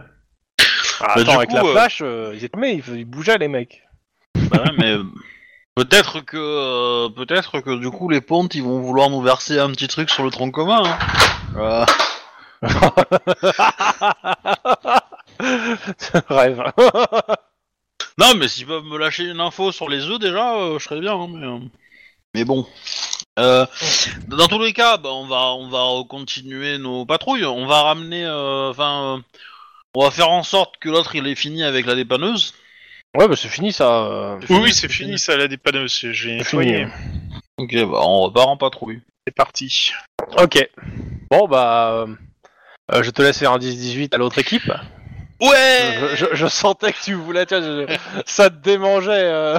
Ah, Bah, attends, du avec coup, la euh, flash, euh, ils étaient mais ils, ils bougeaient les mecs. Bah ouais, mais. Peut-être que. euh, Peut-être que du coup, les pontes, ils vont vouloir nous verser un petit truc sur le tronc commun. hein. Euh, Rêve. Non, mais s'ils peuvent me lâcher une info sur les œufs déjà, euh, je serais bien. hein, mais, euh, mais bon. Euh, dans tous les cas, bah, on va on va continuer nos patrouilles. On va ramener, euh, enfin, euh, on va faire en sorte que l'autre il ait fini avec la dépanneuse. ouais, bah c'est fini ça. euh. Oui, oui, c'est fini, ça, la dépanneuse. J'ai C'est fini. hein. nettoyé. Ok, bah on repart en patrouille. C'est parti. Ok. Bon, bah. euh, euh, je te laisse faire un 10-18 à l'autre équipe. Ouais. Je, je- je sentais que tu voulais. tiens, je- je- ça te démangeait. euh.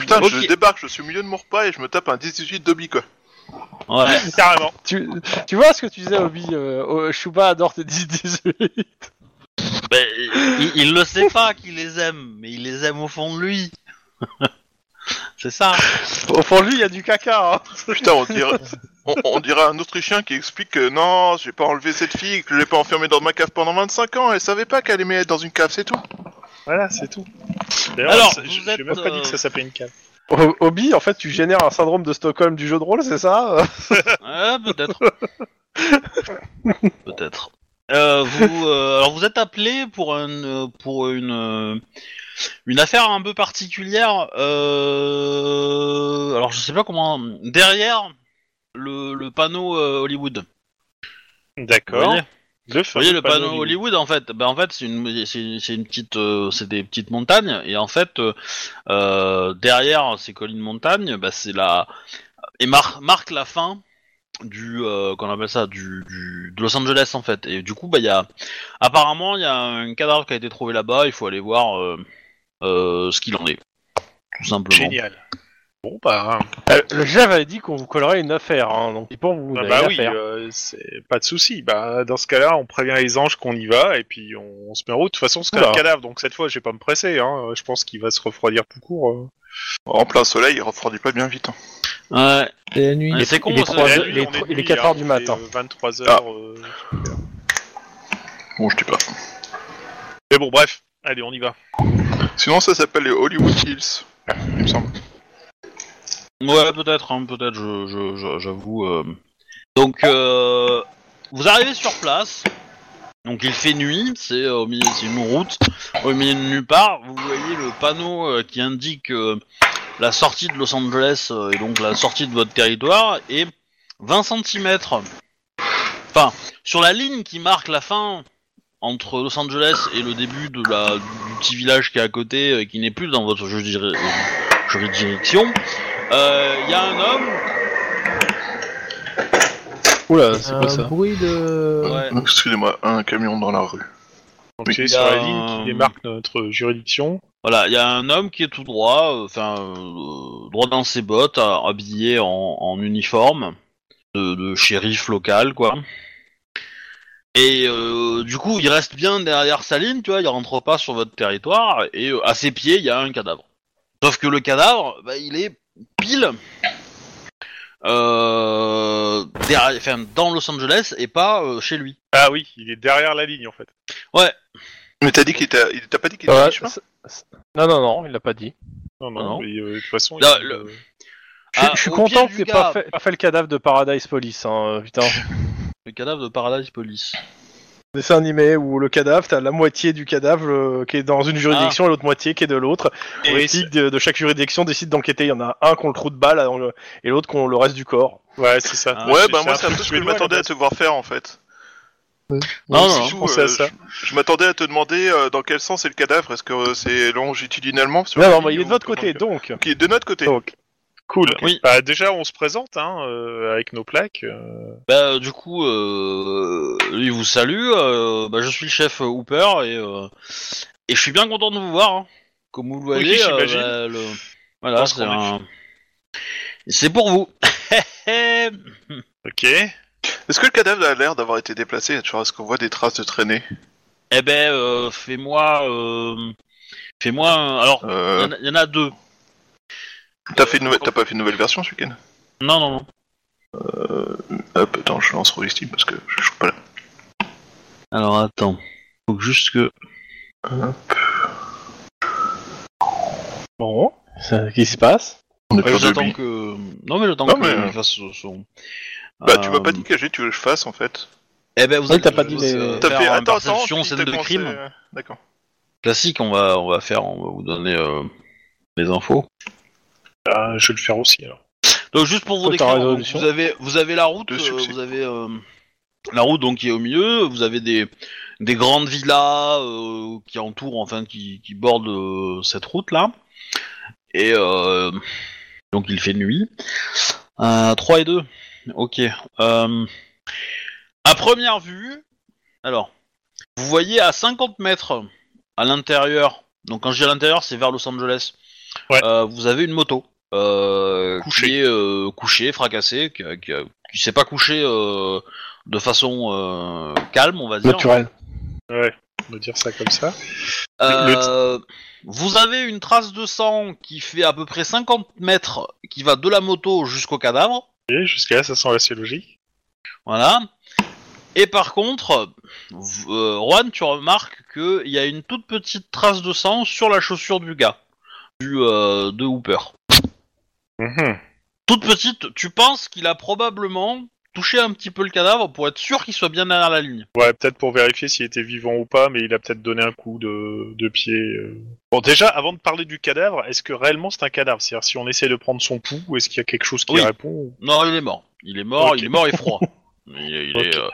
Putain, Ok. je débarque, je suis au milieu de mon repas et je me tape un 18 d'obi quoi. Ouais. Carrément. Tu, tu vois ce que tu disais, Obi euh, oh, Shuba adore tes 10-18. Ben, il, il le sait pas qu'il les aime, mais il les aime au fond de lui. c'est ça. Au fond de lui, il y a du caca. hein. Putain, on dirait, on, on dirait un Autrichien qui explique que non, j'ai pas enlevé cette fille, que je l'ai pas enfermée dans ma cave pendant 25 ans, elle savait pas qu'elle aimait être dans une cave, c'est tout. Voilà, c'est tout. D'ailleurs, Alors, ça- vous je- êtes, j'ai même pas dit euh, que ça s'appelait une cave. O- Obi, en fait, tu génères un syndrome de Stockholm du euh? jeu de rôle, c'est ça Ouais, peut-être. peut-être. Euh, vous, euh, alors vous êtes appelé pour une euh, pour une euh, une affaire un peu particulière. euh, alors je sais pas comment derrière le, le panneau euh, Hollywood. Vous D'accord. voyez, Le Vous voyez le panneau, Hollywood Hollywood. en fait. Ben en fait c'est une c'est une- c'est une petite euh, c'est des petites montagnes et en fait euh, euh, derrière ces collines montagnes bah, c'est la et mar- marque la fin du euh, qu'on appelle ça du, du- de Los Angeles en fait et du coup bah il y a apparemment il y a un cadavre qui a été trouvé là-bas il faut aller voir euh, euh, ce qu'il en est tout simplement Génial. Bon, bah, hein. Euh, le chef avait dit qu'on vous collerait une affaire, hein, donc bon, vous Bah, n'avez bah rien à oui, faire. euh, c'est pas de souci. Bah, dans ce cas-là, on prévient les anges qu'on y va et puis on, on se met en route. De toute façon, c'est Oula. un cadavre, donc cette fois, je vais pas me presser. Hein. Je pense qu'il va se refroidir tout court. euh. En plein soleil, il refroidit pas bien vite. hein. Ouais. Et euh, la nuit. Ouais, c'est con il est ça. trois La heures- nuit, les on tro- est il est nuit, 4 heures du hein. il matin. est, euh, 23 Ah. heures. euh. Bon, je dis pas. Mais bon, bref. Allez, on y va. Sinon, ça s'appelle les Hollywood Hills, il me semble. Ouais, peut-être, hein, peut-être, je- je- je- j'avoue. euh. Donc, euh, vous arrivez sur place. Donc, il fait nuit, c'est euh, au milieu, c'est une route, au milieu de nulle part. Vous voyez le panneau euh, qui indique euh, la sortie de Los Angeles euh, et donc la sortie de votre territoire et 20 cm. Enfin, sur la ligne qui marque la fin entre Los Angeles et le début de la, du petit village qui est à côté euh, et qui n'est plus dans votre juri- euh, juridiction, euh, y a un homme. Oula, Un bruit de. Ouais. Excusez-moi, un camion dans la rue. Donc, il est il y sur a la ligne un- qui démarque notre juridiction. Voilà, il y a un homme qui est tout droit, euh, enfin euh, droit dans ses bottes, euh, habillé en, en uniforme de, de shérif local, quoi. Et euh, du coup, il reste bien derrière sa ligne, tu vois, il rentre pas sur votre territoire. Et euh, à ses pieds, il y a un cadavre. Sauf que le cadavre, bah, il est pile euh, derrière, enfin, dans Los Angeles et pas euh, chez lui. Ah oui, il est derrière la ligne en fait. Mais t'as dit qu'il était. il- T'as pas dit qu'il était hein Ouais, à mi-chemin c'est- c'est- non, non, non, il l'a pas dit. Non, Ah non. non, mais, euh, de toute façon. Là, il- le- euh, Je suis- Ah, je suis au content pied que du t'aies pas gars. fait, pas fait le cadavre de Paradise Police, hein, euh, putain. Le cadavre de Paradise Police. Dessin animé où le cadavre, t'as la moitié du cadavre euh, qui est dans une juridiction et l'autre moitié qui est de l'autre. Et les Oui, flics de, de chaque juridiction décident d'enquêter. Il y en a un contre le trou de balle euh, et l'autre contre le reste du corps. Ouais, c'est ça. Ah, Ouais, C'est- bah moi, un c'est un peu truc ce que je suédois, m'attendais là, à te voir faire en fait. Non, non, C'est non. tout, pensais à euh, ça. Je, je m'attendais à te demander euh, dans quel sens est le cadavre. Est-ce que euh, c'est longitudinalement sur Non, la non, mais il ligne est de ou votre comment côté, que- donc. Qui est de notre côté. Donc, cool. Oui. Bah, déjà, on se présente hein, euh, avec nos plaques. euh. Bah, du coup, euh, il vous salue. euh, bah, je suis le chef euh, Hooper et, euh, et je suis bien content de vous voir. hein. Comme vous le voyez, Oui, j'imagine. bah, le- voilà, Parce c'est qu'on est- un- C'est pour vous. Eh Ok. Est-ce que le cadavre a l'air d'avoir été déplacé Tu vois, Est-ce qu'on voit des traces de traînée eh ben, euh, fais-moi, euh, fais-moi. un- Alors, il y Euh, en a- il y, en a deux. T'as euh, fait une nouvelle- t'as pas fait une nouvelle version ce week-end Non, non, non. Hop, attends, je lance Rollistim parce que je suis pas là. Alors, attends. Faut juste que. Bon, ça- qu'est-ce qui se passe On est Ouais, plus de j'attends billes. que. Non, mais j'attends Non, que mais- il fasse son. Bah, tu m'as Euh, pas dit que j'ai- tu veux que je fasse en fait. Eh ben, vous Oui, êtes t'as pas dit les- T'as fait attends, attends, euh, perception, puis scène t'as de commencé- euh, crime. D'accord. classique, on va, on va faire, on va vous donner euh, les infos. Ah, je vais le faire aussi alors. Donc juste pour vous Toi, t'as décrire, donc, résolution. vous avez, vous avez la route, Deux euh, succès. vous avez euh, la route donc qui est au milieu, vous avez des, des grandes villas euh, qui entourent, enfin qui, qui bordent euh, cette route là, et euh, donc il fait nuit. Euh, 3 et 2, ok. Euh, à première vue, alors, vous voyez à 50 mètres à l'intérieur, donc quand je dis à l'intérieur, c'est vers Los Angeles, Ouais. Euh, vous avez une moto euh, Couchée. qui est euh, couchée, fracassée, qui, qui, qui s'est pas couchée euh, de façon euh, calme, on va dire. Naturel. Ouais, on va dire ça comme ça. Euh, vous avez une trace de sang qui fait à peu près 50 mètres, qui va de la moto jusqu'au cadavre. Et jusqu'à là, ça sent assez logique. Voilà. Et par contre, v- euh, Juan, tu remarques qu'il y a une toute petite trace de sang sur la chaussure du gars, du, euh, de Hooper. Toute petite, tu penses qu'il a probablement toucher un petit peu le cadavre pour être sûr qu'il soit bien derrière la ligne. Ouais, peut-être pour vérifier s'il était vivant ou pas, mais il a peut-être donné un coup de, de pied. euh. Bon, déjà, avant de parler du cadavre, est-ce que réellement c'est un cadavre C'est-à-dire, si on essaie de prendre son pouls, est-ce qu'il y a quelque chose qui Oui. répond ou- Non, il est mort. Il est mort, Ok. il est mort et froid. Il, est- il est, euh,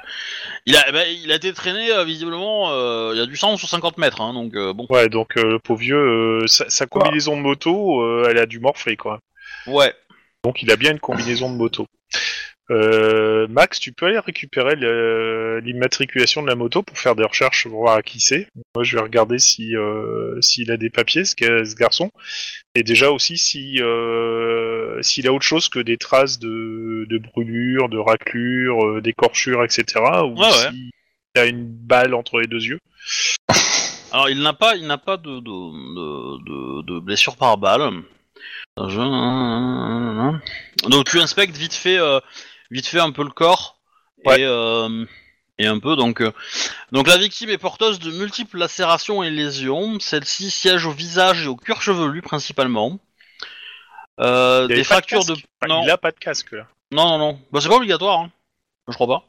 il a, eh ben, il a été traîné euh, visiblement. euh, il y a du sang sur 50 mètres, hein, donc euh, bon. Ouais, donc euh, le pauvre vieux, euh, sa, sa combinaison de moto, euh, elle a dû morfler, quoi. Ouais. Donc il a bien une combinaison de moto. Euh, Max, tu peux aller récupérer le- l'immatriculation de la moto pour faire des recherches, pour voir à qui c'est. Moi, je vais regarder si euh, s'il a des papiers, ce, qu'a- ce garçon, et déjà aussi si euh, s'il a autre chose que des traces de, de brûlures, de raclures, euh, d'écorchures, etc. Ou Ouais, ouais. s'il a une balle entre les deux yeux. Alors il n'a pas, il n'a pas de de, de, de- de blessure par balle. Je- Donc tu inspectes vite fait, euh, vite fait un peu le corps Ouais. et euh, et un peu donc euh, donc la victime est porteuse de multiples lacérations et lésions. Celle-ci siège au visage et au cuir chevelu principalement. Euh, Il avait des pas de fractures de, casque. Enfin, non. Il a pas de casque là. non non non. Bah, c'est pas obligatoire. Hein. Je crois pas.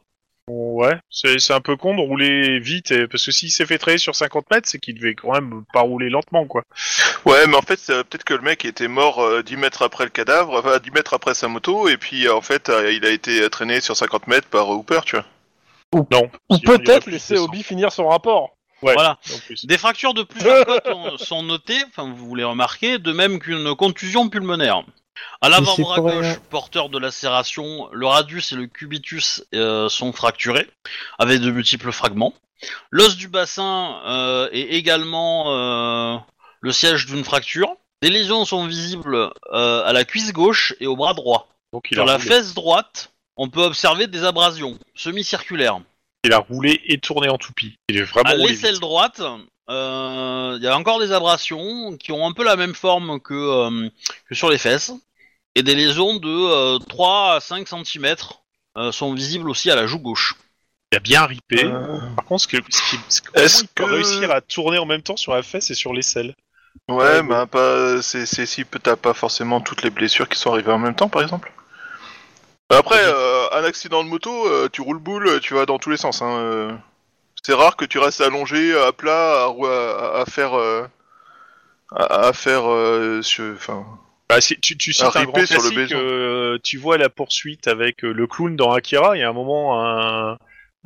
Bon, ouais, c'est c'est un peu con de rouler vite, et- parce que s'il s'est fait traîner sur 50 mètres, c'est qu'il devait quand même pas rouler lentement, quoi. Ouais, mais en fait, c'est peut-être que le mec était mort euh, 10 mètres après le cadavre, enfin 10 mètres après sa moto, et puis euh, en fait, euh, il a été traîné sur 50 mètres par euh, Hooper, tu vois. Non. Ou Il y aurait peut-être plus laisser de sang, Obi finir son rapport. Ouais. Voilà. en plus. Des fractures de plusieurs côtes ont- sont notées, enfin vous les remarquez, de même qu'une contusion pulmonaire. À l'avant-bras c'est pour gauche, rien. porteur de lacération, le radius et le cubitus euh, sont fracturés, avec de multiples fragments. L'os du bassin euh, est également euh, le siège d'une fracture. Des lésions sont visibles euh, à la cuisse gauche et au bras droit. Donc il Sur a, la roulé. fesse droite, on peut observer des abrasions semi-circulaires. il a roulé et tourné en toupie. Il est vraiment À roulé l'aisselle vite. droite, euh, il y a encore des abrasions qui ont un peu la même forme que, euh, que sur les fesses. Et des lésions de euh, 3 à 5 cm sont visibles aussi à la joue gauche. Il a bien ripé. Ah. Par contre, ce que, ce qui, ce- comment Est-ce il peut que- réussir à tourner en même temps sur la fesse et sur l'aisselle Ouais, Ouais, bah, pas, c'est, c'est si peut- t'as pas forcément toutes les blessures qui sont arrivées en même temps, par exemple. Après, euh, un accident de moto, euh, tu roules boule, tu vas dans tous les sens. Hein, euh. C'est rare que tu restes allongé, à plat, à, rou- à- à faire. euh, à, à faire. euh, sur- enfin, bah, si- tu, tu cites Ah, un ripé grand sur le classique, baiser. euh, tu vois la poursuite avec euh, le clown dans Akira, il y a un moment, un,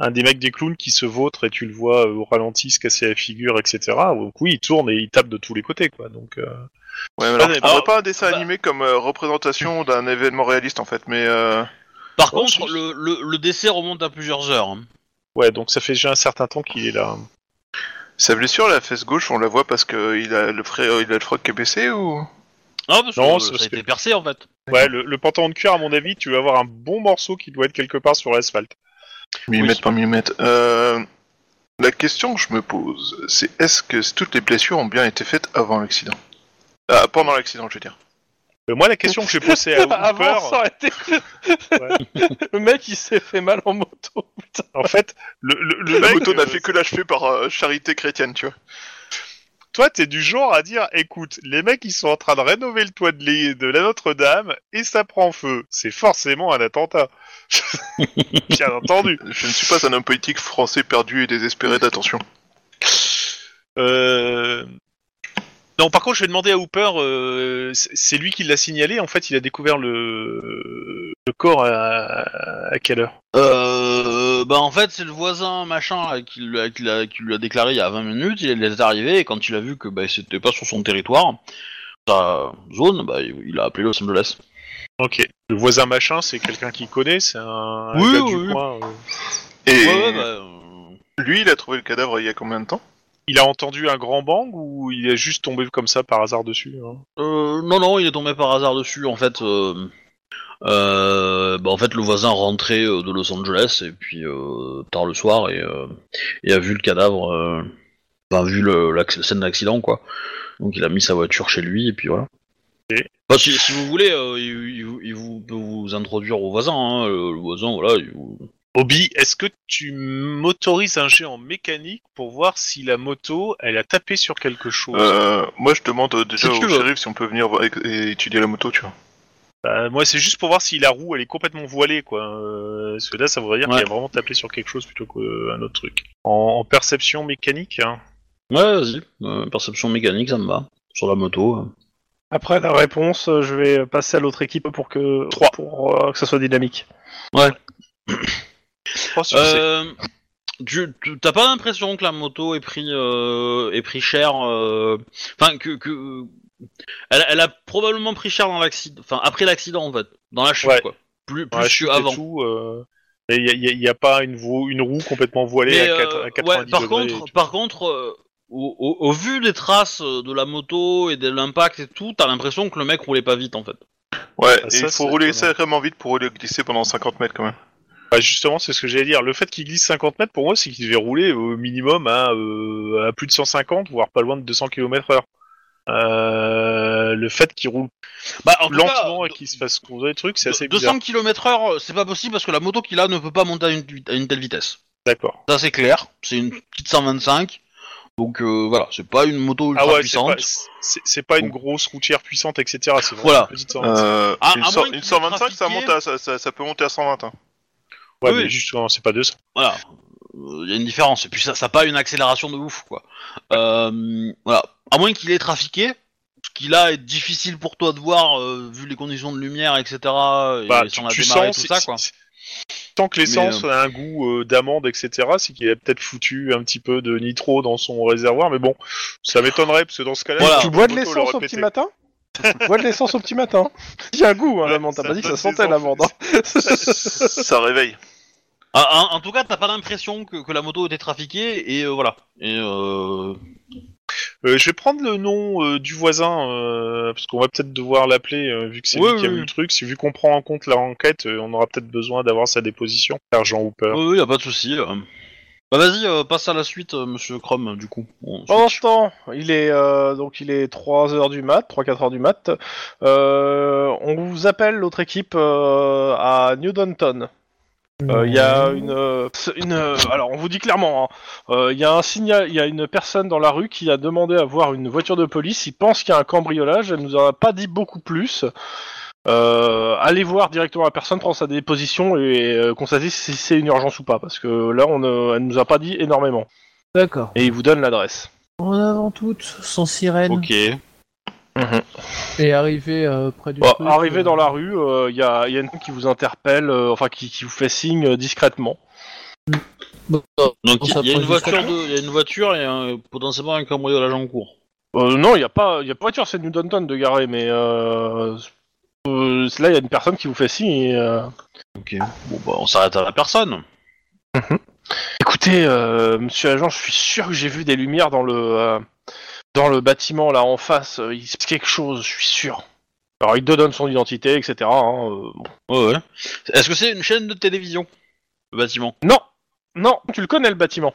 un des mecs des clowns qui se vautre et tu le vois euh, au ralenti se casser la figure, etc. Donc oui, il tourne et il tape de tous les côtés, quoi. Donc... euh, Ouais, mais alors, mais je prendrais alors- pas un dessin bah- animé comme euh, représentation d'un événement réaliste, en fait, mais. euh, Par Oh, contre, le, le- le décès remonte à plusieurs heures. hein. Ouais, donc ça fait déjà un certain temps qu'il est là. Sa blessure, la fesse gauche, on la voit parce que il a le frais, il a le froc qui est baissé ou Ah, parce que Non, euh, c'est ça a parce été que- percé en fait. Ouais, le, le pantalon de cuir, à mon avis, tu vas avoir un bon morceau qui doit être quelque part sur l'asphalte. millimètre par millimètre. Euh, la question que je me pose, c'est est-ce que toutes les blessures ont bien été faites avant l'accident Ah, Pendant l'accident, je veux dire. Euh, moi, la question que j'ai posée à Avant, ça Hooper, aurait été- le mec, il s'est fait mal en moto. Putain. en fait, le, le, le la mec, moto n'a euh, fait que l'achever par euh, charité chrétienne, tu vois. toi, t'es du genre à dire, écoute, les mecs, ils sont en train de rénover le toit de, l'é- de la Notre-Dame et ça prend feu. C'est forcément un attentat. Bien entendu. Je ne suis pas un homme politique français perdu et désespéré d'attention. Euh... Non, par contre, je vais demander à Hooper, euh, c'est- c'est lui qui l'a signalé. En fait, il a découvert le, le corps à, à quelle heure Euh, bah en fait, c'est le voisin machin là, qui, lui a- qui l'a- qui lui a déclaré il y a 20 minutes. Il est arrivé et quand il a vu que bah, c'était pas sur son territoire, sa zone, bah, il il a appelé Los Angeles. Ok. Le voisin machin, c'est quelqu'un qui connaît, c'est un un Oui, gars oui, du oui. coin. euh. Et Ouais, ouais, bah, euh, lui, il a trouvé le cadavre il y a combien de temps Il a entendu un grand bang ou il est juste tombé comme ça par hasard dessus hein euh, non, non, il est tombé par hasard dessus. En fait, euh, euh, bah, en fait, le voisin rentrait euh, de Los Angeles et puis euh, tard le soir et, euh, et a vu le cadavre, euh, enfin, vu le- la scène d'accident, quoi. Donc il a mis sa voiture chez lui et puis voilà. Et Bah, si, si vous voulez, euh, il, il vous- il vous peut vous introduire au voisin. hein, le, le voisin, voilà. il vous- Obi, est-ce que tu m'autorises un jet en mécanique pour voir si la moto, elle a tapé sur quelque chose Euh, Moi, je demande euh, déjà Si tu au veux. shérif si on peut venir voir- et- et étudier la moto, tu vois. Bah, moi, c'est juste pour voir si la roue elle est complètement voilée, quoi. Euh, parce que là, ça voudrait dire Ouais. qu'il a vraiment tapé sur quelque chose plutôt qu'un autre truc. En, en perception mécanique, hein. Ouais, vas-y. Euh, perception mécanique, ça me va. Sur la moto. euh. Après la réponse, euh, je vais passer à l'autre équipe pour que Trois. pour euh, que ça soit dynamique. Trois succès. Euh, tu tu- t'as pas l'impression que la moto est pris euh, est pris cher euh, enfin que, que elle, elle a probablement pris cher dans l'accident enfin après l'accident en fait dans la chute Ouais. quoi plus Dans plus la que chute et avant tout, euh, Il n'y a, il y a- il y a pas une, vo- une roue complètement voilée Mais, à, quatre- euh, à ouais, 90 par degrés et contre tout. par contre euh, au, au- au vu des traces euh, de la moto et de l'impact et tout t'as l'impression que le mec roulait pas vite en fait Ouais, Ah, et ça, il faut c'est rouler étonnant. sacrément vite pour rouler glisser pendant 50 mètres quand même. Bah, justement, c'est ce que j'allais dire. Le fait qu'il glisse 50 mètres, pour moi, c'est qu'il devait rouler au minimum à, euh, à plus de 150, voire pas loin de 200 km/h. Euh, le fait qu'il roule bah en tout lentement cas, et qu'il se fasse conduire des trucs, c'est assez bizarre. 200 km/h euh, c'est pas possible parce que la moto qu'il a ne peut pas monter à une, à une telle vitesse D'accord. Ça c'est clair, c'est une petite 125. Donc euh, voilà, c'est pas une moto ultra Ah ouais, c'est pas, puissante. c'est- c'est pas une grosse routière puissante, etc. C'est vraiment Voilà. une petite 125. Euh, Ah, une, à cent- moins une qu'il 125, trafiquait. ça, monte à, ça, ça- ça peut monter à 120. hein. Ouais, oui. mais justement, c'est pas 200. Voilà, il y a une différence. Et puis ça, ça a pas une accélération de ouf quoi. Euh, voilà, à moins qu'il ait trafiqué, ce qui là est difficile pour toi de voir euh, vu les conditions de lumière, etc. Et Bah, sans tu, la tu démarrer, sens, tout c'est- ça quoi. c'est- Tant que l'essence Mais, a un goût euh, d'amande, etc., c'est qu'il a peut-être foutu un petit peu de nitro dans son réservoir, mais bon, ça m'étonnerait, parce que dans ce cas-là, Voilà. Ah, tu bois de moto l'essence l'aurait au petit pété. matin Tu bois de l'essence au petit matin Il y a un goût, hein, Ouais, l'amande. T'as ça pas dit que ça donne sentait des l'amande. hein. ça réveille. Ah, en, en tout cas, t'as pas l'impression que, que la moto était trafiquée et euh, voilà. Et euh, Euh, je vais prendre le nom euh, du voisin, euh, parce qu'on va peut-être devoir l'appeler, euh, vu que c'est Oui, lui qui a oui, oui. vu le truc. Si, vu qu'on prend en compte la enquête, euh, on aura peut-être besoin d'avoir sa déposition. Argent ou peur. oui, y a pas de souci. euh. Bah vas-y, euh, passe à la suite, euh, Monsieur Chrome. Du coup. On Pendant switch. ce temps, il est euh, donc il est 3 heures du mat, 3 4 heures du mat. Euh, on vous appelle l'autre équipe euh, à New Downton. Euh, Il y a une, euh, une euh, alors on vous dit clairement, hein, euh, il y a un signal, il y a une personne dans la rue qui a demandé à voir une voiture de police. Il pense qu'il y a un cambriolage. Elle nous en a pas dit beaucoup plus. Euh, allez voir directement la personne, prendre sa déposition et euh, constater si c'est une urgence ou pas, parce que là on euh, elle nous a pas dit énormément. D'accord. Et il vous donne l'adresse. En avant toute, sans sirène. Ok. Et arrivé euh, près du. Bah, truc, arrivé euh, dans la rue, euh, il y, a, il y a une qui vous interpelle, euh, enfin qui, qui vous fait signe euh, discrètement. bon, Donc On il y, s'approche a une du voiture, camion de, il y a une voiture et un- potentiellement un cambriolage en cours. Euh, non, il n'y a pas, il y a pas de voiture, c'est New Downton de garer, mais euh, euh, là il y a une personne qui vous fait signe. et, euh, Ok. Bon bah on s'arrête à la personne. Écoutez, euh, Monsieur l'agent, je suis sûr que j'ai vu des lumières dans le euh, dans le bâtiment là en face. Euh, Il se passe quelque chose, je suis sûr. Alors il te donne son identité, etc. hein, euh, bon. Ouais ouais. Est-ce que c'est une chaîne de télévision Le bâtiment. Non, non, tu le connais le bâtiment.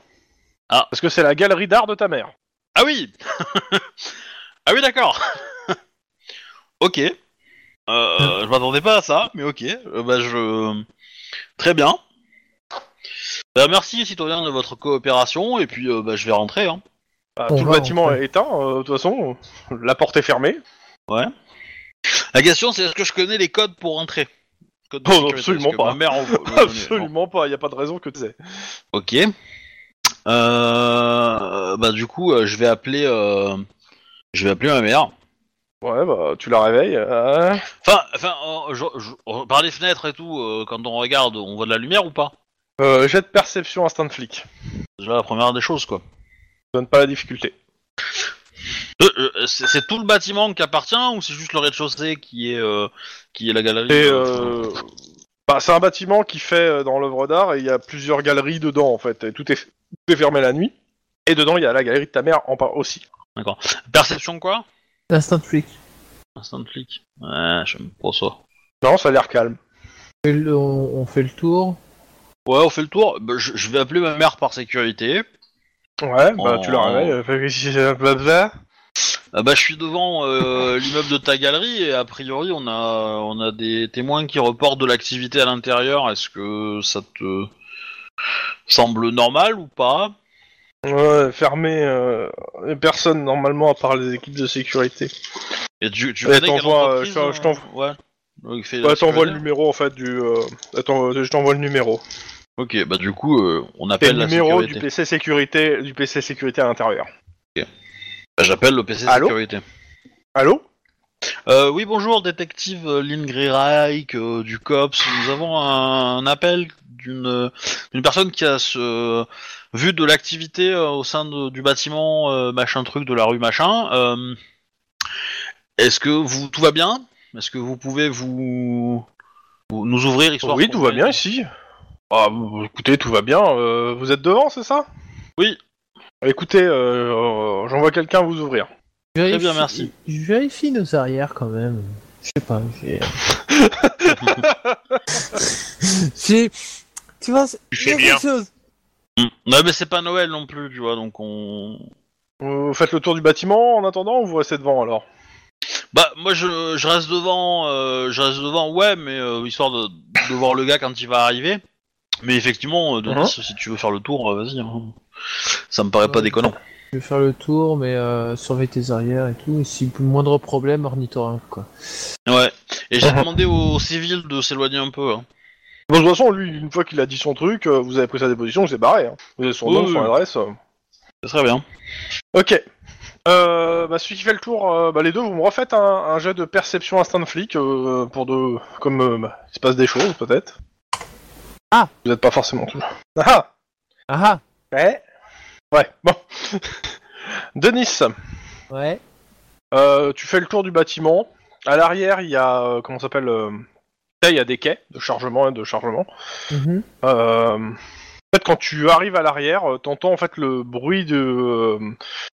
Ah. Parce que c'est la galerie d'art de ta mère. Ah oui. ah oui d'accord. ok. Euh, je m'attendais pas à ça, mais ok. Euh, bah je. Très bien. Bah, merci citoyen de votre coopération et puis euh, bah, je vais rentrer. Hein. Bah, On tout le va bâtiment rentrer. est éteint, euh, de toute façon. euh, La porte est fermée. La question c'est est-ce que je connais les codes pour rentrer Codes de Oh, non, sécurité, absolument parce que pas. Ma mère en- m'a donné. Absolument pas, il n'y a pas de raison que tu sais. Ok. Euh, bah du coup, euh, je vais appeler, euh, je vais appeler ma mère. Ouais, bah tu la réveilles. euh, Enfin, enfin, euh, je- je- par les fenêtres et tout, euh, quand on regarde, on voit de la lumière ou pas euh, jet de perception instinct de flic. C'est déjà la première des choses, quoi. Donne pas la difficulté. Euh, euh, c'est c'est tout le bâtiment qui appartient ou c'est juste le rez-de-chaussée qui est, euh, qui est la galerie Et, euh, bah, c'est un bâtiment qui fait euh, dans l'œuvre d'art et il y a plusieurs galeries dedans en fait. Et tout est, tout est fermé la nuit. Et dedans il y a la galerie de ta mère en part aussi. Perception quoi Instant flic. Instant flic. Ouais, j'aime pas ça. Non, ça a l'air calme. On fait le- On on fait le tour. Ouais, on fait le tour. Bah, je, je vais appeler ma mère par sécurité. Ouais, bah Oh. tu la réveilles. euh, fais que si c'est un blabla. Ah bah, je suis devant euh, l'immeuble de ta galerie et a priori on a on a des témoins qui reportent de l'activité à l'intérieur. Est-ce que ça te semble normal ou pas Ouais, fermé. euh, et personne normalement à part les équipes de sécurité. Et tu, Eh, tu connais quelle t'envoies, euh, entreprise, je t'en- je euh, t'envoie. Ouais. Donc, il fait Bah, la t'envoies le sécurité. numéro en fait du. euh, Attends, euh, je t'envoie le numéro. Ok, bah du coup, euh, on C'est appelle le la numéro sécurité. du PC sécurité, du PC sécurité à l'intérieur. Bah, J'appelle le PC Allô sécurité. Allô Euh, oui, bonjour, détective euh, Lynn Greyreich euh, du COPS. Nous avons un, un appel d'une euh, d'une personne qui a ce, vu de l'activité euh, au sein de- du bâtiment euh, machin truc de la rue machin. Euh, Est-ce que vous tout va bien Est-ce que vous pouvez vous, vous- nous ouvrir histoire Oui, qu'on tout va ait- bien ici. Ah, bon, écoutez, tout va bien. euh, vous êtes devant, c'est ça Oui. Écoutez, euh, euh, j'envoie quelqu'un vous ouvrir. Je bien, vérifie- merci. Je vérifie nos arrières quand même. Je sais pas. j'ai- J'ai. Tu vois, c'est- Tu il y a fais bien. quelque chose. Mm. Non, mais c'est pas Noël non plus, tu vois, donc on. Vous faites le tour du bâtiment en attendant ou vous restez devant alors Bah moi je, je reste devant, euh, je reste devant, ouais, mais euh, histoire de, de voir le gars quand il va arriver. Mais effectivement, euh, Denis, Mhm. si tu veux faire le tour, euh, vas-y. hein. Ça me paraît pas Ouais. déconnant. Je vais faire le tour, mais euh, surveille tes arrières et tout. Et si moindre problème, ornithorynque quoi. Ouais. Et j'ai demandé aux civils de s'éloigner un peu. hein. Bon, De toute façon, lui, une fois qu'il a dit son truc, euh, vous avez pris sa déposition, c'est barré. hein. Vous avez son Oui, nom, oui, son oui. adresse. euh. Ça serait bien. Ok. Euh, bah, celui qui fait le tour, euh, bah, les deux, vous me refaites un, un jet de perception instinct de flic euh, pour de. Comme euh, bah, il se passe des choses, peut-être. Ah. Vous n'êtes pas forcément tout. Ah Ah Ouais. Eh Ouais, bon. Denis, ah Ouais. euh, tu fais le tour du bâtiment. À l'arrière, il y a. euh, comment ça s'appelle euh, là, Il y a des quais de chargement et de chargement. Mhm. Euh, en fait, quand tu arrives à l'arrière, euh, t'entends en fait le bruit de. euh,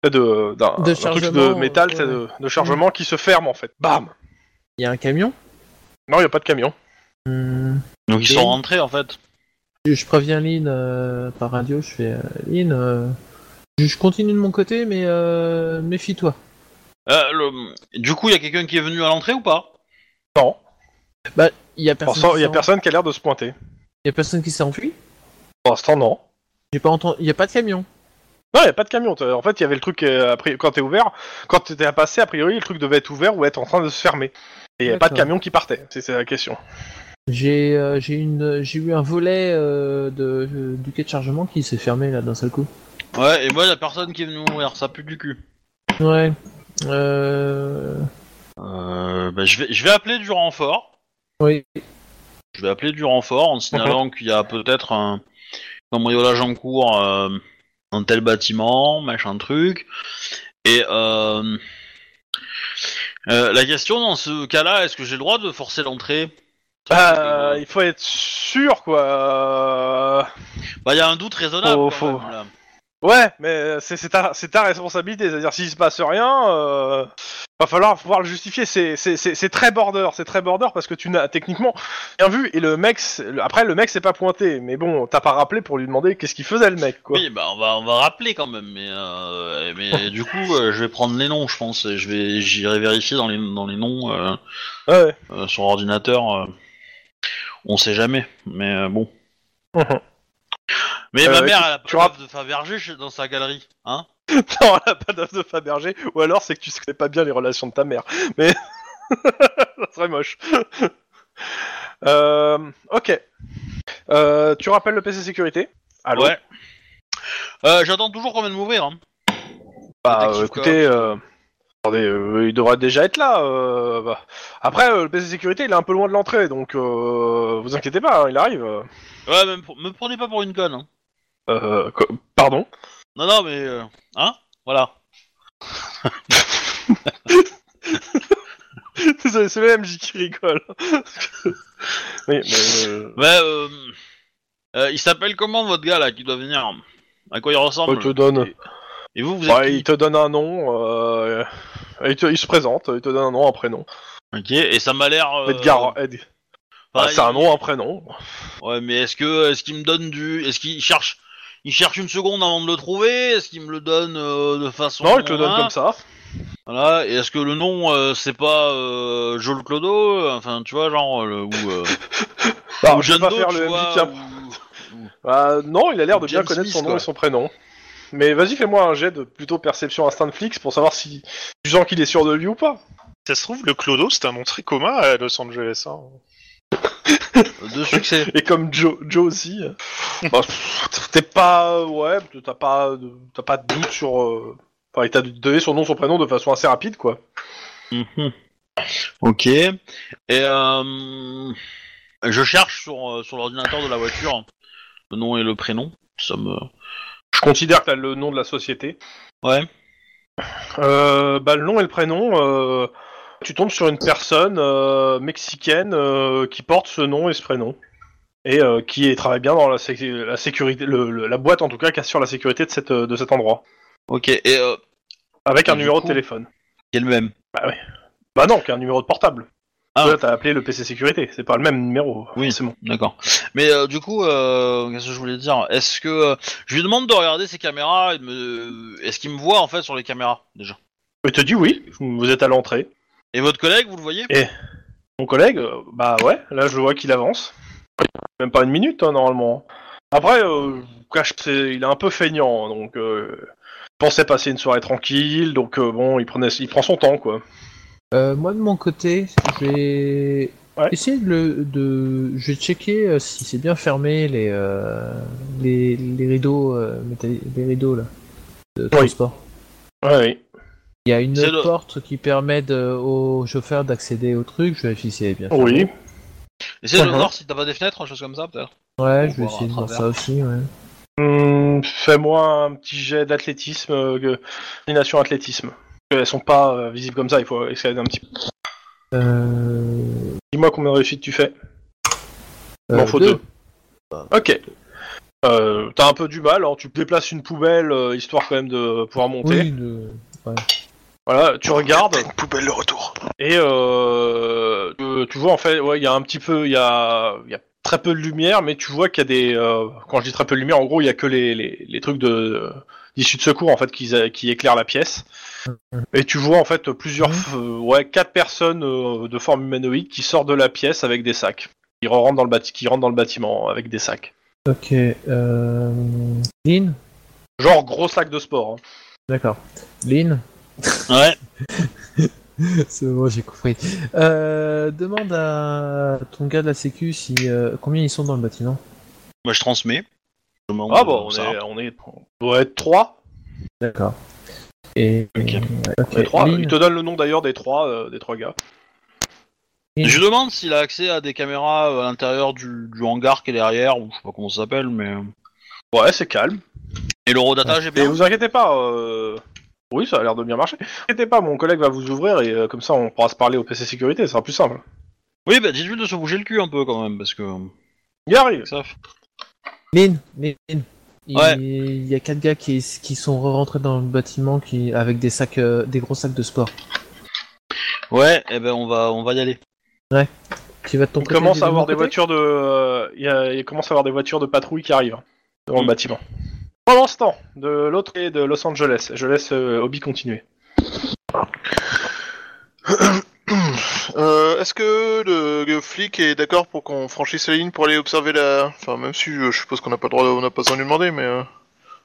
de, d'un- De d'un truc de chargement, métal, ouais. Mm. c'est de, de chargement qui se ferme en fait. Bam Il y a un camion Non, il n'y a pas de camion. Hmm. Donc ils Et- sont rentrés en fait. Je- Je préviens Lynn euh, par radio, je fais euh, Lynn, euh, je- je continue de mon côté, mais euh, méfie-toi. Euh, le- Du coup, il y a quelqu'un qui est venu à l'entrée ou pas Non. Bah, Il y a Pour personne, l'instant, qui il n'y a s'en- personne qui a l'air de se pointer. il y a personne qui s'est enfui Pour l'instant, non. J'ai pas entendu. Il y a pas de camion. Non, il a pas de camion. t'as- En fait, il y avait le truc euh, a pri- quand t'es ouvert, quand t'étais à passer, a priori, le truc devait être ouvert ou être en train de se fermer. Et il y a pas de D'accord. camion qui partait. C'est c'est la question. J'ai euh, j'ai une j'ai eu un volet euh, de euh, du quai de chargement qui s'est fermé là d'un seul coup. Ouais, et moi, la personne qui est venue ouvrir, ça pue du cul. Ouais. Euh... Euh, bah, je, vais, je vais appeler du renfort. Oui. Je vais appeler du renfort en signalant qu'il y a peut-être un cambriolage en cours euh, dans tel bâtiment, machin truc. Et euh, euh, la question dans ce cas-là, est-ce que j'ai le droit de forcer l'entrée Ah, Euh, il faut être sûr, quoi. Euh, Bah, il y a un doute raisonnable. Faut- quand même, faut- là. Ouais, mais c'est c'est ta, c'est ta responsabilité. C'est-à-dire, s'il se passe rien, euh, va falloir pouvoir le justifier. C'est- C'est c'est- c'est très border, c'est très border parce que tu n'as techniquement rien vu. Et le mec, c'est- le- après, le mec s'est pas pointé. Mais bon, t'as pas rappelé pour lui demander qu'est-ce qu'il faisait, le mec, quoi. Oui, bah, on va, on va rappeler quand même. Mais, euh, mais du coup, euh, je vais prendre les noms, je pense. et Je vais, j'irai vérifier dans les, dans les noms euh, Ouais. euh, sur ordinateur. euh, on sait jamais. Mais euh, bon. Mais Euh, ma mère, tu- elle a pas tu rapp- l'œuvre de Fabergé chez- dans sa galerie, hein Non, elle a pas d'œuf de Fabergé, ou alors c'est que tu sais pas bien les relations de ta mère. Mais. ça serait moche. Euh, ok. Euh, tu rappelles le PC sécurité Allô Ouais. Euh, J'attends toujours qu'on vienne m'ouvrir. Hein. Bah Détective euh, écoutez. euh, Attendez, euh, il devrait déjà être là. euh, bah. Après, euh, le PC sécurité, il est un peu loin de l'entrée, donc euh, vous inquiétez pas, hein, il arrive. euh. Ouais, mais me pr- me prenez pas pour une conne. hein. Euh, co- pardon Non, non, mais... euh, Hein Voilà. Désolé, c'est le MJ qui rigole. oui, mais, euh, Mais, euh... euh, il s'appelle comment, votre gars, là, qui doit venir À quoi Oh, il ressemble on Oh, te donne. Et vous, vous êtes Ouais, qui il te donne un nom, euh, et il, te- il se présente, il te donne un nom, un prénom. Ok, et ça m'a l'air... euh, bah, Edgar, Ed- pareil. Ah, c'est un nom, un prénom. Ouais, mais est-ce que est-ce qu'il me donne du... Est-ce qu'il cherche... Il cherche une seconde avant de le trouver Est-ce qu'il me le donne euh, de façon... Non, il te le donne hein comme ça. Voilà, et est-ce que le nom, euh, c'est pas euh, Joel Clodo euh, Enfin, tu vois, genre, euh, le- ou, euh, Alors, ou je vais John Bah, pas faire Doe, Bah, tu le vois, MJ qui a- ou- Bah, non, il a l'air de bien James connaître son Smith, nom quoi. et son prénom. Mais vas-y, fais-moi un jet de plutôt perception instinct de flics pour savoir si tu sens qu'il est sûr de lui ou pas. Ça se trouve, le clodo, c'est un nom très commun à Los Angeles. hein. euh, De succès. Et comme Joe, Joe aussi. euh, bah, pff, T'es pas. euh, Ouais, t'as pas, de- t'as pas de doute sur. euh, Enfin, il t'a donné son nom, son prénom de façon assez rapide, quoi. Mhm. Ok. Et euh, je cherche sur, euh, sur l'ordinateur de la voiture le nom et le prénom. Ça me... Je considère que t'as le nom de la société. Ouais. Euh, bah, le nom et le prénom. euh, tu tombes sur une personne euh, mexicaine euh, qui porte ce nom et ce prénom. Et euh, qui est- travaille bien dans la, sé- la sécurité, le- le- la boîte en tout cas, qui assure la sécurité de, cette, de cet endroit. Ok. Et euh, Avec Et un du numéro coup- de téléphone. qui est le même. Bah non, qu'un numéro de portable. Ah. Là, t'as appelé le PC sécurité, c'est pas le même numéro. Oui. c'est bon. D'accord. Mais euh, du coup, euh, qu'est-ce que je voulais dire Est-ce que euh, je lui demande de regarder ses caméras et de me... Est-ce qu'il me voit en fait sur les caméras déjà Il te dit oui, vous êtes à l'entrée. Et votre collègue, vous le voyez Mon collègue, euh, bah ouais, là je le vois qu'il avance. Même pas une minute, hein, normalement. Après, euh, je vous cache, c'est- il est un peu feignant, donc euh, il pensait passer une soirée tranquille, donc euh, bon, il, prenait, il prend son temps, quoi. Euh, moi de mon côté, j'ai Ouais. essayé de, le- de, je vais checker euh, si c'est bien fermé les euh, les, les rideaux euh, métalli- les rideaux là de transport. Ouais, oui. Il y a une C'est le- porte qui permet de- au chauffeur d'accéder au truc. Je vais vérifier si elle est bien. fermée. Oui. Essayez de Mhm. voir si t'as pas des fenêtres, des choses comme ça peut-être. Ouais, Pour je vais voir à essayer de voir travers. ça aussi. Ouais. Hum, Fais-moi un petit jet d'athlétisme, euh, que- coordination athlétisme. Elles sont pas euh, visibles comme ça, il faut escalader un petit peu. Euh... Dis-moi combien de réussites tu fais. Il euh, m'en faut deux. Ok. Euh, T'as un peu du mal, hein, tu déplaces une poubelle euh, histoire quand même de pouvoir monter. Oui, deux. Voilà, tu regardes Poubelle le retour. et euh, tu- tu vois en fait, ouais, il y a un petit peu, il y a, il y a très peu de lumière, mais tu vois qu'il y a des, euh, quand je dis très peu de lumière, en gros il y a que les, les, les trucs de d'issue de secours en fait qui, qui éclairent la pièce. Et tu vois en fait plusieurs, euh, ouais, quatre personnes euh, de forme humanoïde qui sortent de la pièce avec des sacs. Ils rentrent dans le bâti- qui rentrent dans le bâtiment avec des sacs. Ok. Euh... Lynn, Genre gros sac de sport. hein. d'accord. Lynn, Ouais. C'est bon, j'ai compris. Euh, demande à ton gars de la sécu si euh, combien ils sont dans le bâtiment. Moi je transmets. Je m'en- Ah bon, on ça. est, on est, on doit être trois. D'accord. Et Ok. et- ok, Les trois. Lynn, Il te donne le nom d'ailleurs des trois, euh, des trois gars. Je demande s'il a accès à des caméras euh, à l'intérieur du, du hangar qui est derrière, ou je sais pas comment ça s'appelle, mais. euh. Ouais, c'est calme. Et l'eurodatage est Et bien vous inquiétez pas. euh, Oui, ça a l'air de bien marcher. Vous inquiétez pas, mon collègue va vous ouvrir et euh, comme ça on pourra se parler au PC sécurité, ça sera plus simple. Oui, bah dites-lui de se bouger le cul un peu quand même, parce que. euh, Il arrive. Ça... Lynn, Lynn, Lynn. Il Ouais. il y a quatre gars qui, qui sont rentrés dans le bâtiment qui, avec des sacs, euh, des gros sacs de sport. Ouais, et ben on va, on va y aller. Tu vas de ton Il côté, commence à de mon avoir des côté voitures de, euh, il, y a- il commence à avoir des voitures de patrouille qui arrivent hein, devant Mm. le bâtiment. Pendant ce temps, de l'autre et de Los Angeles, je laisse euh, Obi continuer. Euh, Est-ce que le, le flic est d'accord pour qu'on franchisse la ligne pour aller observer la. Enfin, même si euh, je suppose qu'on n'a pas le droit, on n'a pas besoin de lui demander, mais. euh,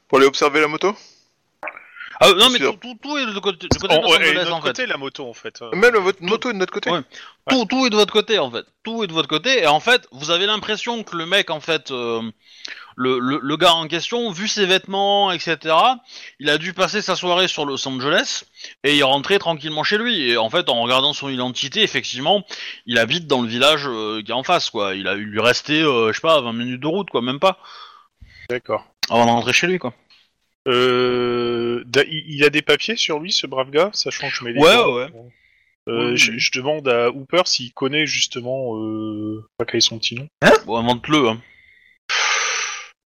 Pour aller observer la moto Ah, non, mais sûr. tout, tout, tout est de côté, du côté de En- Los Oh, et de Angeles, notre en fait. côté, la moto, en fait. euh. Même votre moto est de notre côté Ouais. Tout, tout est de votre côté, en fait. Tout est de votre côté, et en fait, vous avez l'impression que le mec, en fait, euh, le, le, le gars en question, vu ses vêtements, etc., il a dû passer sa soirée sur Los Angeles, et il rentrait tranquillement chez lui. Et en fait, en regardant son identité, effectivement, il habite dans le village euh, qui est en face, quoi. Il a il lui restait, euh, je sais pas, 20 minutes de route, quoi, même pas, D'accord. avant de rentrer chez lui, quoi. Euh, da- il il a des papiers sur lui, ce brave gars, sachant que je mets les Ouais, doigts. ouais. Euh, Oui, je, oui. je demande à Hooper s'il connaît justement. Euh... je sais Pas quel est son petit nom. Bon, invente-le, hein.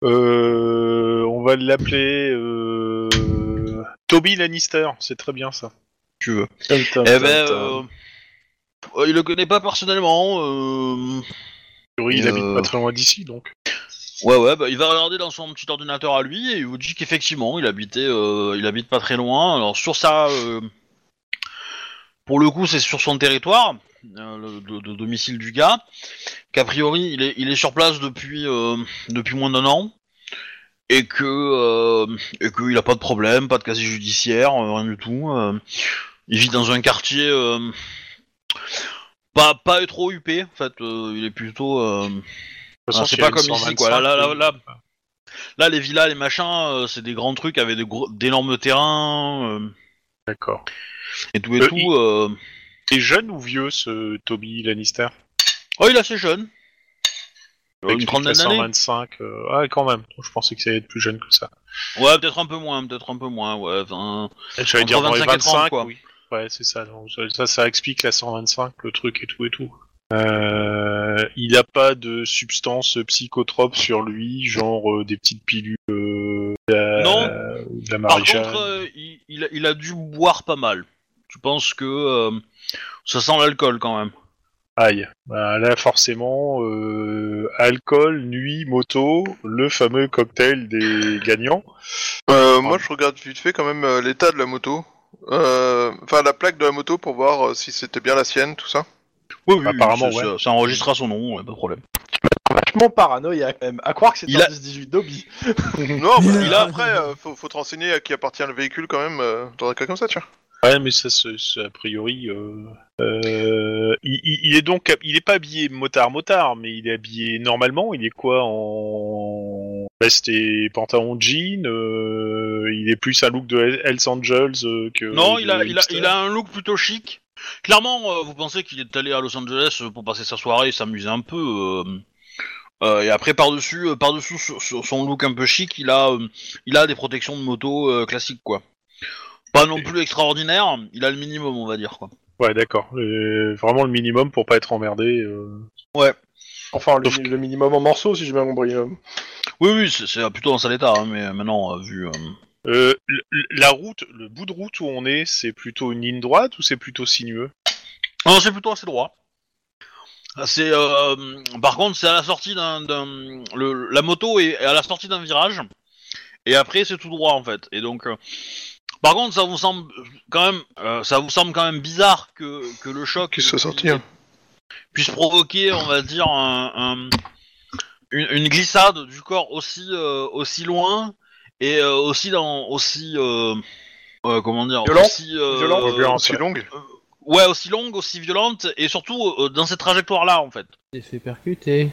Euh, on va l'appeler. Euh... Toby Lannister, c'est très bien ça. tu veux. Tum, tum, Eh tum, ben, tum. euh, euh, il le connaît pas personnellement. euh, A priori, il Et, habite euh, pas très loin d'ici, donc. Ouais, ouais, bah, il va regarder dans son petit ordinateur à lui et il vous dit qu'effectivement, il habitait, euh, il habite pas très loin. Alors sur ça, euh, pour le coup, c'est sur son territoire, euh, le, de, de domicile du gars. Qu'a priori, il est, il est sur place depuis, euh, depuis moins d'un an et que, euh, et qu'il a pas de problème, pas de casier judiciaire, euh, rien du tout. euh. il vit dans un quartier. euh, pas, pas trop UP, en fait, euh, il est plutôt... euh, De toute ah, façon, c'est s'il y pas a comme une euh, ici, quoi. Là, 125, là, là, oui. là, là, les villas, les machins, euh, c'est des grands trucs avec de gros- d'énormes terrains euh, D'accord. et tout et Euh, tout. il- euh. Et jeune ou vieux ce Toby Lannister Oh, il est assez jeune. Euh, Avec Une trentaine d'années. 125. euh, Ah, quand même. Je pensais que ça allait être plus jeune que ça. Ouais, peut-être un peu moins, peut-être un peu moins. Ouais, enfin, J'allais Entre dire dans les 25 et 30, 25, quoi. oui. Ouais, c'est ça, donc ça. ça, ça explique la 125, le truc et tout et tout. Euh, il a pas de substance psychotrope sur lui, genre euh, des petites pilules euh, de la, Non. de Par la maréchale. contre, euh, il, il a- il a dû boire pas mal. Tu penses que euh, ça sent l'alcool quand même. Aïe. Bah, là, forcément, euh, alcool, nuit, moto, le fameux cocktail des gagnants. Euh, moi, je regarde vite fait quand même euh, l'état de la moto. Euh, Enfin, la plaque de la moto pour voir euh, si c'était bien la sienne, tout ça. Oui, oui, Apparemment, c'est- ouais. c'est- Ça enregistrera son nom, ouais, pas de problème. Vachement paranoïaque, même. À croire que c'est Il un a- 10-18 Dobby. non, bah, Il a- après, euh, faut, faut te renseigner à qui appartient le véhicule quand même, euh, dans un cas comme ça, tiens. Ouais, mais ça, c'est c'est a priori. euh, euh, il, il- il est donc, il est pas habillé motard motard, mais il est habillé normalement. Il est quoi en veste et pantalon jean. euh, il est plus un look de Hell- Hells Angels euh, que. Non, de il a, il, a, hipster. il a un look plutôt chic. Clairement, euh, vous pensez qu'il est allé à Los Angeles euh, pour passer sa soirée et s'amuser un peu. euh, euh, et après, par-dessus, euh, par-dessous sur- sur son look un peu chic, il a, euh, il a des protections de moto euh, classiques, quoi. Pas non plus extraordinaire, il a le minimum, on va dire, quoi. Ouais, d'accord. Euh, Vraiment le minimum pour pas être emmerdé. euh. Enfin, le, Sauf le minimum en morceaux, si j'ai bien compris. euh. Oui, oui, c'est- c'est plutôt dans sale état, hein, mais euh, maintenant, euh, vu... euh, Euh, l- l- la route, le bout de route où on est, c'est plutôt une ligne droite ou c'est plutôt sinueux Non, c'est plutôt assez droit. C'est, euh, par contre, c'est à la sortie d'un, d'un- le- la moto est à la sortie d'un virage, et après c'est tout droit en fait. Et donc, euh, par contre, ça vous semble quand même, euh, ça vous semble quand même bizarre que, que le choc Qu'il soit sorti, hein. puisse provoquer, on va dire, un- un- une, une glissade du corps aussi euh, aussi loin et euh, aussi dans aussi euh, euh, comment dire Violent. aussi euh, Violent. Aussi ouais. longue. Ouais, aussi longue, aussi violente, et surtout euh, dans cette trajectoire-là, en fait. Il s'est fait percuter.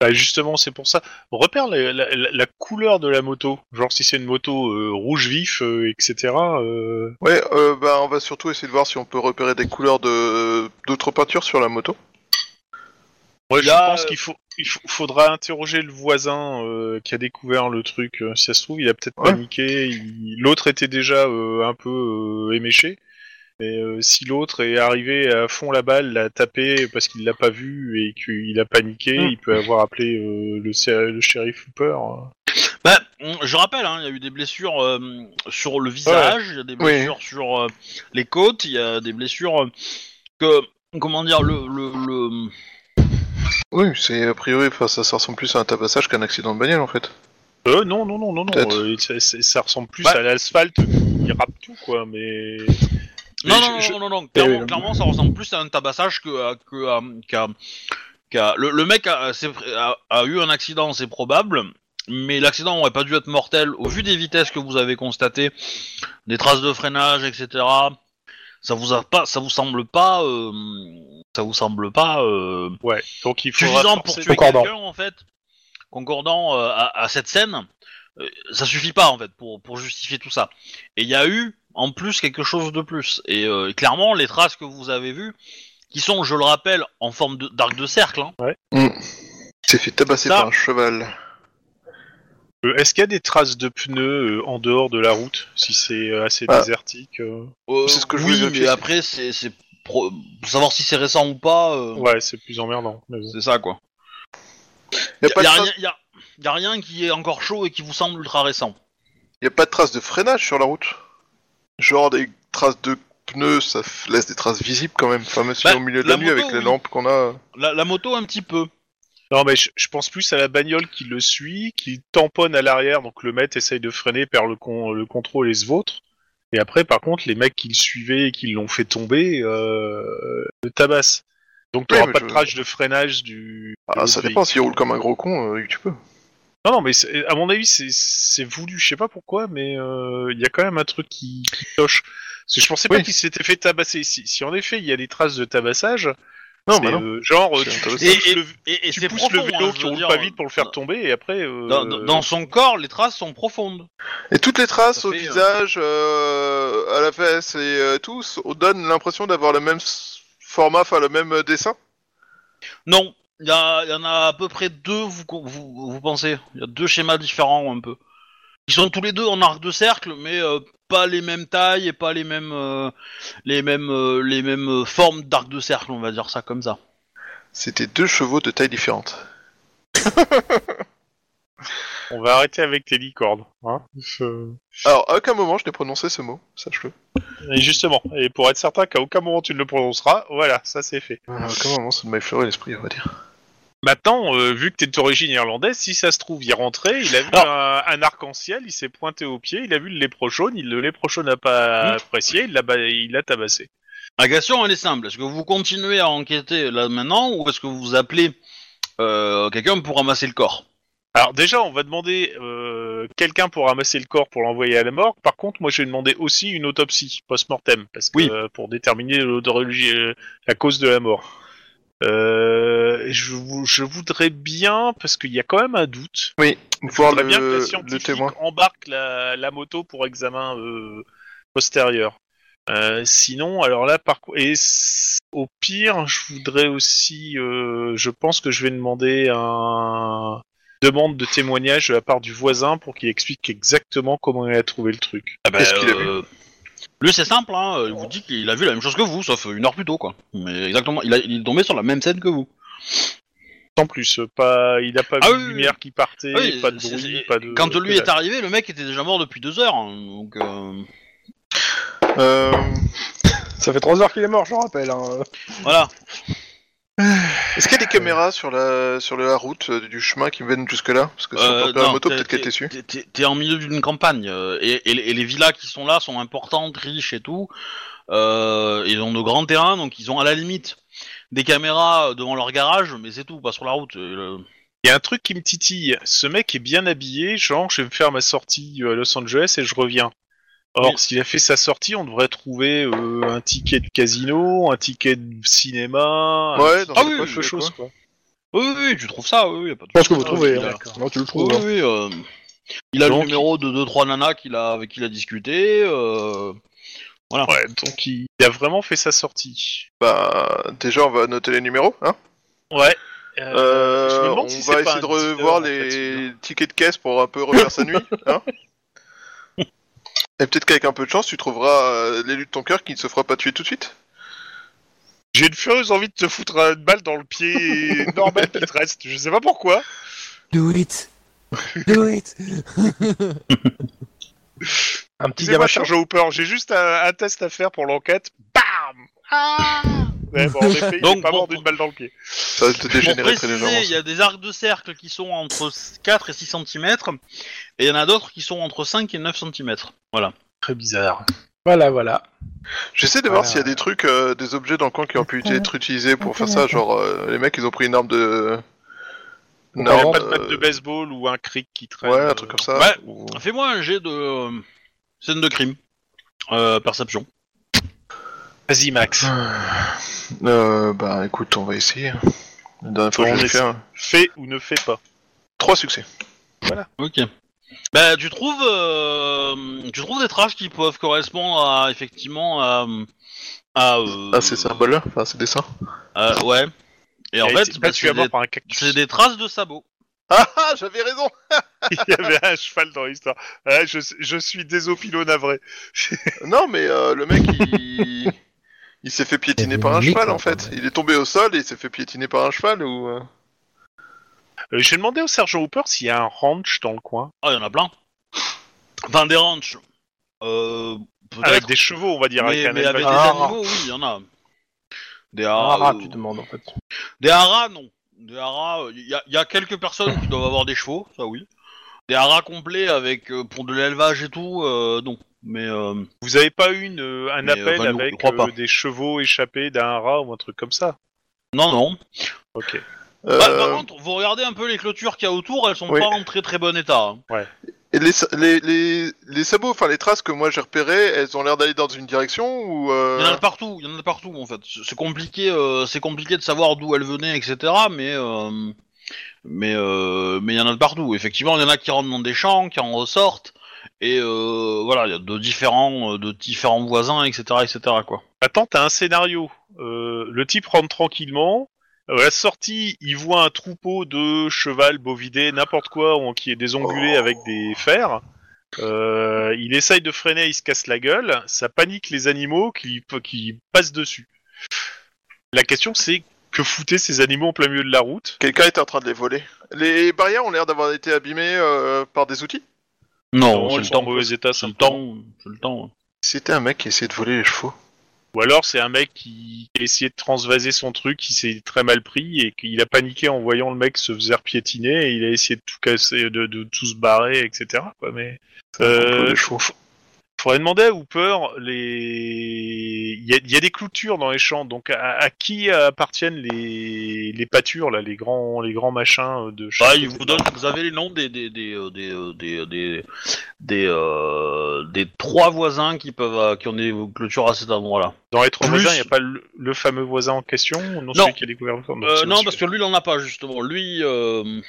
Bah justement, c'est pour ça. Repère la, la- la- la couleur de la moto. Genre si c'est une moto euh, rouge vif, euh, etc. euh, Ouais, euh, bah, on va surtout essayer de voir si on peut repérer des couleurs de d'autres peintures sur la moto. Moi, je Là, pense euh, qu'il faut, il faut- faudra interroger le voisin euh, qui a découvert le truc. Euh, Si ça se trouve, il a peut-être Ouais. paniqué. il- L'autre était déjà euh, un peu euh, éméché. Mais euh, si l'autre est arrivé à fond la balle, l'a tapé parce qu'il l'a pas vu et qu'il a paniqué, Mm. il peut avoir appelé euh, le, sé- le shérif Hooper. hein. Bah, on- je rappelle, hein, il y a eu des blessures euh, sur le visage, il y a des blessures sur euh, les côtes, il y a des blessures euh, que, comment dire, le, le, le- Oui, c'est a priori, enfin, ça, ça ressemble plus à un tabassage qu'un accident de bagnole en fait. Euh, non, non, non, non, non. Peut-être. euh, ça, ça- ça ressemble plus Ouais. à l'asphalte. Il rappe tout, quoi, mais. Non, Mais non, je- non, non, non, Eh oui, clairement, non. clairement, ça ressemble plus à un tabassage que à- que à- qu'à... qu'à- le, le mec a, c'est- a- a eu un accident, c'est probable, mais l'accident aurait pas dû être mortel au vu des vitesses que vous avez constatées, des traces de freinage, etc. Ça vous a pas, ça vous semble pas, euh, ça vous semble pas euh, Ouais, donc il faudra. suffisant pour forcer- tuer Concordant. quelqu'un en fait, concordant euh, à, à cette scène, euh, ça suffit pas en fait pour, pour justifier tout ça. Et il y a eu en plus quelque chose de plus. Et euh, clairement, les traces que vous avez vues, qui sont, je le rappelle, en forme de- d'arc de, cercle, hein, S'est fait tabasser Ça. par un cheval. Euh, Est-ce qu'il y a des traces de pneus euh, en dehors de la route, si c'est euh, assez Ah. désertique euh euh, C'est ce que je oui, voulais mais dire. après, c'est c'est pro- pour savoir si c'est récent ou pas. euh, Ouais, c'est plus emmerdant. mais bon. C'est ça quoi. Y a, Il pas y de a, trace- rien- y a- y a rien qui est encore chaud et qui vous semble ultra récent. y a pas de traces de freinage sur la route. Genre des traces de pneus, ça f- laisse des traces visibles quand même. Enfin, même si Bah, au milieu de la la, nuit moto, avec les oui. lampes qu'on a. La, la moto un petit peu. Non, mais je, je pense plus à la bagnole qui le suit, qui tamponne à l'arrière, donc le maître essaye de freiner, perd le, con- le contrôle et se vautre. Et après, par contre, les mecs qui le suivaient et qui l'ont fait tomber, euh, le tabassent. Donc tu Oui, n'auras mais pas de je- trace de freinage du. de Ah, ça l'autre dépend, véhicule. s'il roule comme un gros con, euh, tu peux. Non, non, mais c'est- à mon avis, c'est- c'est voulu. Je sais pas pourquoi, mais euh, il y a quand même un truc qui, qui cloche. Parce que je pensais pas Oui. qu'il s'était fait tabasser. Si, si en effet il y a des traces de tabassage, Non, C'est, bah non. euh, genre, C'est tu, intéressant. tu pousses Et- le, Et, et tu c'est pousses profond, le hein, vélo je qui veux roule dire, pas vite euh, pour le faire tomber, et après... euh, Dans, dans- dans son corps, les traces sont profondes. Et toutes les traces Ça au fait, euh, visage, euh, à la fesse et euh, tous, on donne l'impression d'avoir le même s- format, enfin le même euh, dessin. Non, il y, a- il y en a à peu près deux, vous, vous, vous pensez. Il y a deux schémas différents un peu. Ils sont tous les deux en arc de cercle, mais euh, pas les mêmes tailles et pas les mêmes, euh, les mêmes, euh, les mêmes euh, formes d'arc de cercle, on va dire ça comme ça. C'était deux chevaux de taille différente. On va arrêter avec tes licornes. Hein Je- Alors, à aucun moment je n'ai prononcé ce mot, sache-le. Et justement, et pour être certain qu'à aucun moment tu ne le prononceras, voilà, ça c'est fait. À aucun moment ça ne m'a effleuré l'esprit, Euh, on va dire. Maintenant, euh, vu que t'es d'origine irlandaise, si ça se trouve, il est rentré, il a vu un, un arc-en-ciel, il s'est pointé au pied, il a vu le lépreux jaune, il, le lépreux jaune n'a pas apprécié, il l'a ba- il l'a tabassé. La question, elle est simple. Est-ce que vous continuez à enquêter là maintenant ou est-ce que vous appelez euh, quelqu'un pour ramasser le corps Alors déjà, on va demander euh, quelqu'un pour ramasser le corps pour l'envoyer à la mort. Par contre, moi, je vais demander aussi une autopsie post-mortem, parce que Oui. euh, pour déterminer l'odorologie- euh, la cause de la mort. Euh, je, vou- je voudrais bien, parce qu'il y a quand même un doute. Voir voudrais le, bien que la le scientifique témoin. embarque la, la moto pour examen euh, postérieur. Euh, sinon, alors là, par co- et s- au pire, je voudrais aussi, euh, je pense que je vais demander un demande de témoignage de la part du voisin pour qu'il explique exactement comment il a trouvé le truc. Qu'est-ce qu'il a vu Euh, Lui, c'est simple. Hein, il vous dit qu'il a vu la même chose que vous, sauf une heure plus tôt, quoi. Mais exactement, il, a- il est tombé sur la même scène que vous. Sans plus, euh, pas, il n'a pas Ah oui, vu de oui, Ah lumière qui partait, Oui, pas de c'est- bruit, c'est- pas de. Quand que lui est dalle. arrivé, le mec était déjà mort depuis deux heures. hein, donc, euh, Euh, Ça fait trois heures qu'il est mort, je rappelle. hein. voilà. Est-ce qu'il y a des caméras sur la sur la route euh, du chemin qui mène jusque là Parce que si Euh, on perd la non, moto, t'es- peut-être qu'elle était dessus. t'es- t'es- T'es en milieu d'une campagne euh, et, et- et les villas qui sont là sont importantes, riches et tout. Euh, ils ont de grands terrains, donc ils ont à la limite des caméras devant leur garage, mais c'est tout, pas sur la route. euh, le- Il y a un truc qui me titille. Ce mec est bien habillé, genre je vais me faire ma sortie euh, à Los Angeles et je reviens. Or, Oui. s'il a fait sa sortie, on devrait trouver euh, un ticket de casino, un ticket de cinéma, un Ouais, dans Ah sa oui, poche, je quelque sais chose quoi. quoi. Oui, oui, oui, tu trouves ça, oui, oui, y a pas de Je pense que vous Ah, trouvez. oui, hein. Non, tu le Oui, trouves. Oh. hein. oui, euh, il a Donc- le numéro de 2-3 nanas qu'il a, avec qui il a discuté. euh, Ouais, donc il, il a vraiment fait sa sortie. Bah, déjà, on va noter les numéros, hein Ouais. Euh, je me on demande si c'est va pas essayer un de visiteur, revoir en fait, les celui-là. tickets de caisse pour un peu refaire sa nuit. Hein Et peut-être qu'avec un peu de chance, tu trouveras euh, l'élu de ton cœur qui ne se fera pas tuer tout de suite. J'ai une furieuse envie de te foutre une balle dans le pied normal qui te reste. Je sais pas pourquoi. Do it Do it Un petit Excusez-moi, gabacho. Serge Hooper, j'ai juste un, un test à faire pour l'enquête. Bam ah Ouais, bon, en effet, il Donc, est pas bon, mort d'une balle dans le pied. Ça va te Pour dégénérer très préciser, légèrement. il y a des arcs de cercle qui sont entre 4 et 6 cm, et il y en a d'autres qui sont entre 5 et 9 cm. Voilà. Très bizarre. Voilà, voilà. J'essaie de voir Ah. s'il y a des trucs, euh, des objets dans le camp qui ont pu être utilisés pour faire ça. Genre, euh, les mecs, ils ont pris une arme de. Une Il n'y a arme, pas de batte de euh, euh, baseball ou un cric qui traîne. Ouais, un truc comme ça. Ouais. Euh, ou- Fais-moi un jet de euh, scène de crime. Euh, perception. Vas-y, Max. Euh, bah, écoute, on va essayer. La dernière fois, On j'en ai essaie. fait un. Fais ou ne fais pas. Trois succès. Ok. Bah, tu trouves, euh, tu trouves des traces qui peuvent correspondre à effectivement à, à, euh, Ah, c'est ça, là Enfin, c'est dessin. à- ouais. Et en Il a fait, été bah, battu c'est à mort des, par un cactus. c'est des traces de sabots. Ah, ah, j'avais raison Il y avait un cheval dans l'histoire. Ah, je, je suis désopilo navré. Non, mais euh, le mec, il, il s'est fait piétiner Il y a des par un limites, cheval, hein, en fait. quand Il est tombé au sol et il s'est fait piétiner par un cheval, ou... euh, Euh, J'ai demandé au sergent Hooper s'il y a un ranch dans le coin. Ah, il y en a plein. Enfin, des ranchs. Euh, Avec peut-être. des chevaux, on va dire. mais, avec un mais avec des élevage. Ah. animaux, oui, il y en a. Des Ah, Oh. haras, euh, tu demandes en fait. des haras, non. Des haras, euh, il y, a- y a quelques personnes qui doivent avoir des chevaux, ça oui. Des haras complets avec euh, pour de l'élevage et tout, euh, non. Mais euh, Vous avez pas eu une, euh, un Mais, euh, appel Van Gogh, je avec crois pas. euh, des chevaux échappés d'un rat ou un truc comme ça non, non. Ok. Euh, Bah, par contre, vous regardez un peu les clôtures qu'il y a autour, elles sont Oui. pas en très très bon état. hein. et les, sa- les, les, les sabots, enfin les traces que moi j'ai repérées, elles ont l'air d'aller dans une direction ou. Il euh, y en a de partout, il y en a de partout en fait. C'est c'est compliqué, euh, c'est compliqué de savoir d'où elles venaient, etc. Mais euh, mais euh, mais il y en a de partout. Effectivement, il y en a qui rentrent dans des champs, qui en ressortent, et euh, voilà, il y a de différents euh, de différents voisins, etc., etc. Quoi. Attends, t'as un scénario. Euh, le type rentre tranquillement. Euh, à la sortie, il voit un troupeau de cheval, bovidés, n'importe quoi, ou- qui est désongulé avec des fers. Euh, il essaye de freiner, il se casse la gueule. Ça panique les animaux qui, qui passent dessus. La question, c'est que foutaient ces animaux en plein milieu de la route Quelqu'un était en train de les voler. Les barrières ont l'air d'avoir été abîmées euh, par des outils. Non, elles Euh, c'est le sont en temps, mauvais état, c'est le simplement. temps, c'est le temps. C'était un mec qui essayait de voler les chevaux. Ou alors c'est un mec qui a essayé de transvaser son truc, qui s'est très mal pris et qu'il a paniqué en voyant le mec se faire piétiner et il a essayé de tout casser, de, de tout se barrer, etc. Quoi, mais complot euh, de f- faudrait demander à Hooper les. Il y, a- il y a des clôtures dans les champs, donc à, à qui appartiennent les, les pâtures là, les grands, les grands machins de. chaque Bah, il côté. vous donne, vous avez les noms des des des euh, des euh, des des, des, euh, des trois voisins qui peuvent euh, qui ont des clôtures à cet endroit-là. Dans les trois plus- voisins, il n'y a pas le, le fameux voisin en question, non, Non. celui qui a découvert le camp. Euh, c'est non, monsieur. parce que lui, il en a pas, justement. Lui, euh,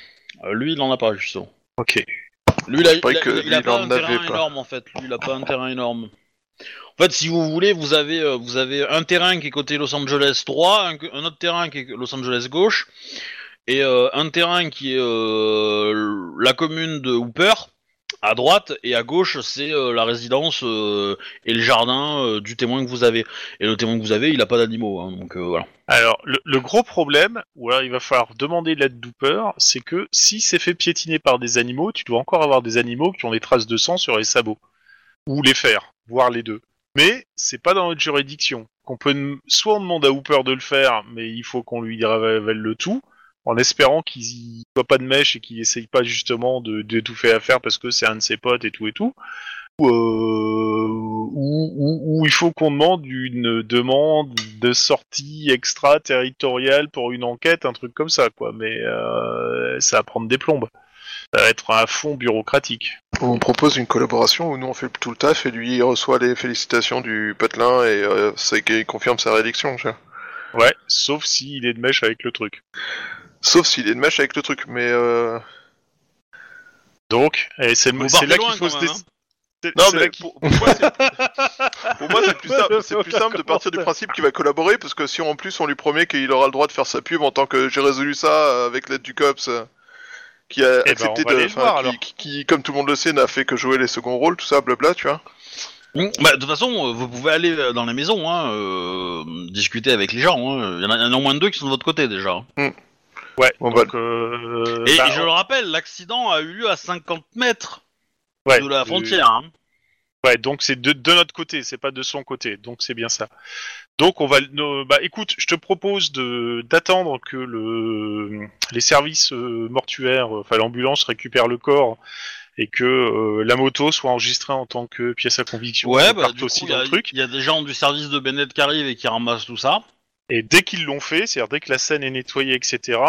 euh, lui il en a pas, justement. Ok. Lui, il a, Je croyais il a- que il a- il a lui, il pas en un avait terrain pas. énorme, en fait. Lui, il a pas un terrain énorme. En fait, si vous voulez, vous avez, euh, vous avez un terrain qui est côté Los Angeles 3, un, un autre terrain qui est Los Angeles gauche, et euh, un terrain qui est euh, la commune de Hooper, à droite, et à gauche, c'est euh, la résidence euh, et le jardin euh, du témoin que vous avez. Et le témoin que vous avez, il a pas d'animaux, hein, donc euh, voilà. Alors, le, le gros problème, ou alors il va falloir demander l'aide d'Hooper, c'est que si c'est fait piétiner par des animaux, tu dois encore avoir des animaux qui ont des traces de sang sur les sabots. Ou les fers, voire les deux. Mais c'est pas dans notre juridiction. Qu'on peut dem- soit on demande à Hooper de le faire, mais il faut qu'on lui révèle le tout, en espérant qu'il y soit pas de mèche et qu'il essaye pas justement de, de tout faire à faire parce que c'est un de ses potes et tout et tout. Ou, euh, ou- ou- ou il faut qu'on demande une demande de sortie extraterritoriale pour une enquête, un truc comme ça, quoi. Mais euh, ça va prendre des plombes. Ça va être un fond bureaucratique. On propose une collaboration où nous on fait tout le taf et lui il reçoit les félicitations du patelin et euh, c'est qu'il confirme sa réélection. tu vois. Ouais, sauf s'il est de mèche avec le truc. Sauf s'il est de mèche avec le truc, mais euh, Donc, et c'est Vous le- c'est partez là loin, qu'il faut quand se même, hein. dé- c'est- Non, c'est là mais qu'il- pour, pour moi, c'est pour moi, c'est plus simple, c'est plus simple de partir du principe qu'il va collaborer, parce que si en plus on lui promet qu'il aura le droit de faire sa pub en tant que j'ai résolu ça euh, avec l'aide du COPS, euh, qui a ben, accepté on va aller de. le voir, enfin, qui, alors. qui- qui, comme tout le monde le sait, n'a fait que jouer les seconds rôles, tout ça, blabla, tu vois. Mm. Bah, de toute façon, euh, vous pouvez aller euh, dans les maisons, hein, euh, discuter avec les gens. hein. Il y en a, il y en a au moins deux qui sont de votre côté déjà. hein. Ouais, Bon, donc, euh, Et, bah, et je le rappelle, l'accident a eu lieu à 50 mètres ouais, de la du- frontière. hein. Ouais, donc c'est de, de notre côté, c'est pas de son côté, donc c'est bien ça. Donc on va, no- bah écoute, je te propose de d'attendre que le les services euh, mortuaires, euh, enfin l'ambulance récupère le corps et que euh, la moto soit enregistrée en tant que pièce à conviction. Ouais, Ils bah, partent du coup, aussi il y dans a- le truc. il y, a des gens du service de Bennett qui arrivent et qui ramassent tout ça. Et dès qu'ils l'ont fait, c'est-à-dire dès que la scène est nettoyée, etc.,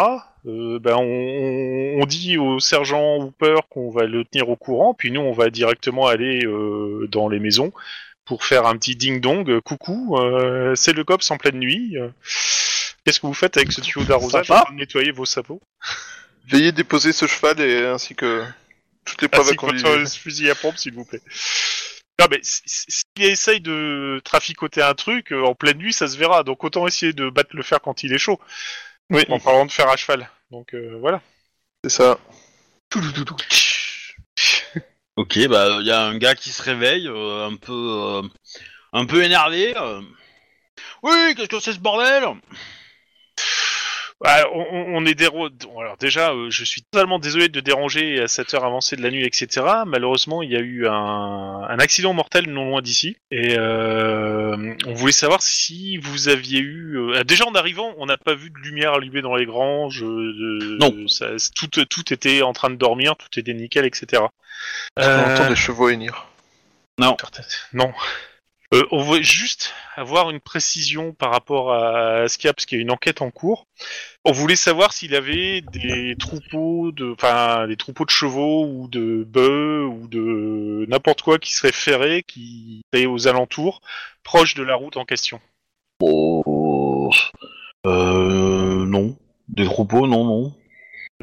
euh, ben on, on dit au sergent Hooper qu'on va le tenir au courant, puis nous on va directement aller euh, dans les maisons pour faire un petit ding-dong, euh, coucou, euh, c'est le cops en pleine nuit. euh, Qu'est-ce que vous faites avec ce tuyau d'arrosage Sympa. pour nettoyer vos sabots Veillez déposer ce cheval et ainsi que toutes les preuves à Ainsi que qu'on lui- votre fusil à pompe, s'il vous plaît. Non mais s- s- s'il essaye de traficoter un truc, euh, en pleine nuit ça se verra, donc autant essayer de battre le fer quand il est chaud, Oui, en parlant de fer à cheval. Donc euh, voilà. c'est ça. Ok, bah il y a un gars qui se réveille, euh, un peu, euh, un peu énervé. euh. Oui, qu'est-ce que c'est ce bordel Ouais, Bah, on, on- on est des ro- Alors déjà, euh, je suis totalement désolé de déranger à cette heure avancée de la nuit, etc. Malheureusement, il y a eu un, un accident mortel non loin d'ici. Et euh, on voulait savoir si vous aviez eu... euh, ah, Déjà en arrivant, on n'a pas vu de lumière allumée dans les granges. euh, de- Non. ça- tout, tout était en train de dormir, tout était nickel, etc. On Euh, entend des chevaux hennir. non. Euh, on voulait juste avoir une précision par rapport à ce qu'il y a, parce qu'il y a une enquête en cours. On voulait savoir s'il avait des troupeaux de, enfin, des troupeaux de chevaux ou de bœufs ou de n'importe quoi qui serait ferré, qui est aux alentours, proche de la route en question. Bon. Oh. Euh. Non. Des troupeaux, non, non.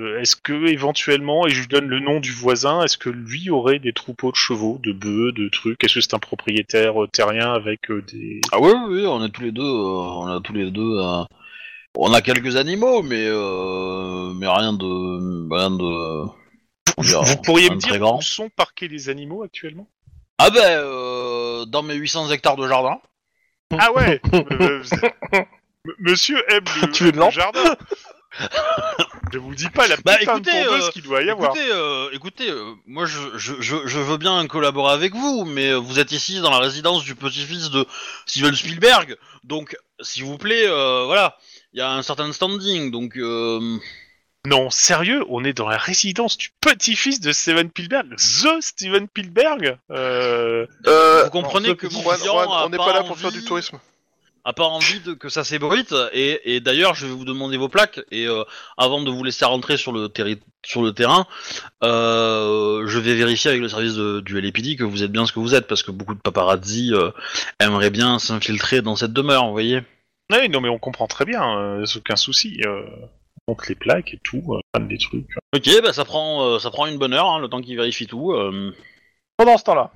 Euh, Est-ce que éventuellement, et je lui donne le nom du voisin, est-ce que lui aurait des troupeaux de chevaux, de bœufs, de trucs Est-ce que c'est un propriétaire euh, terrien avec euh, des... Ah oui, oui, oui, on est tous les deux. euh, on a tous les deux. euh, on a quelques animaux, mais euh, mais rien de rien de. Vous, pourriez un me Oh, très dire grand. où sont parqués les animaux actuellement Ah ben euh, dans mes 800 hectares de jardin. Ah ouais euh, vous- M- Monsieur aime le, Tu veux de le l'ambre jardin Je vous dis pas la Bah, putain écoutez, de pondeuse euh, qu'il doit y avoir. Écoutez, euh, écoutez, euh, moi je, je, je, je veux bien collaborer avec vous, mais euh, vous êtes ici dans la résidence du petit-fils de Steven Spielberg, donc s'il vous plaît, euh, voilà, il y a un certain standing, donc euh, Non, sérieux, on est dans la résidence du petit-fils de Steven Spielberg The Steven Spielberg euh... Euh, vous comprenez que mon Juan, client Juan, a on n'est pas pas là pour envie- faire du tourisme. a pas envie de, que ça s'ébruite, et, et d'ailleurs je vais vous demander vos plaques, et euh, avant de vous laisser rentrer sur le, terri- sur le terrain, euh, je vais vérifier avec le service de- du LAPD que vous êtes bien ce que vous êtes, parce que beaucoup de paparazzi euh, aimeraient bien s'infiltrer dans cette demeure, vous voyez ouais, non mais on comprend très bien, euh, c'est aucun souci. Euh... on Monte les plaques et tout, euh, prenne des trucs. Ok, bah ça prend, euh, ça prend une bonne heure, hein, le temps qu'il vérifie tout. euh. Pendant ce temps-là.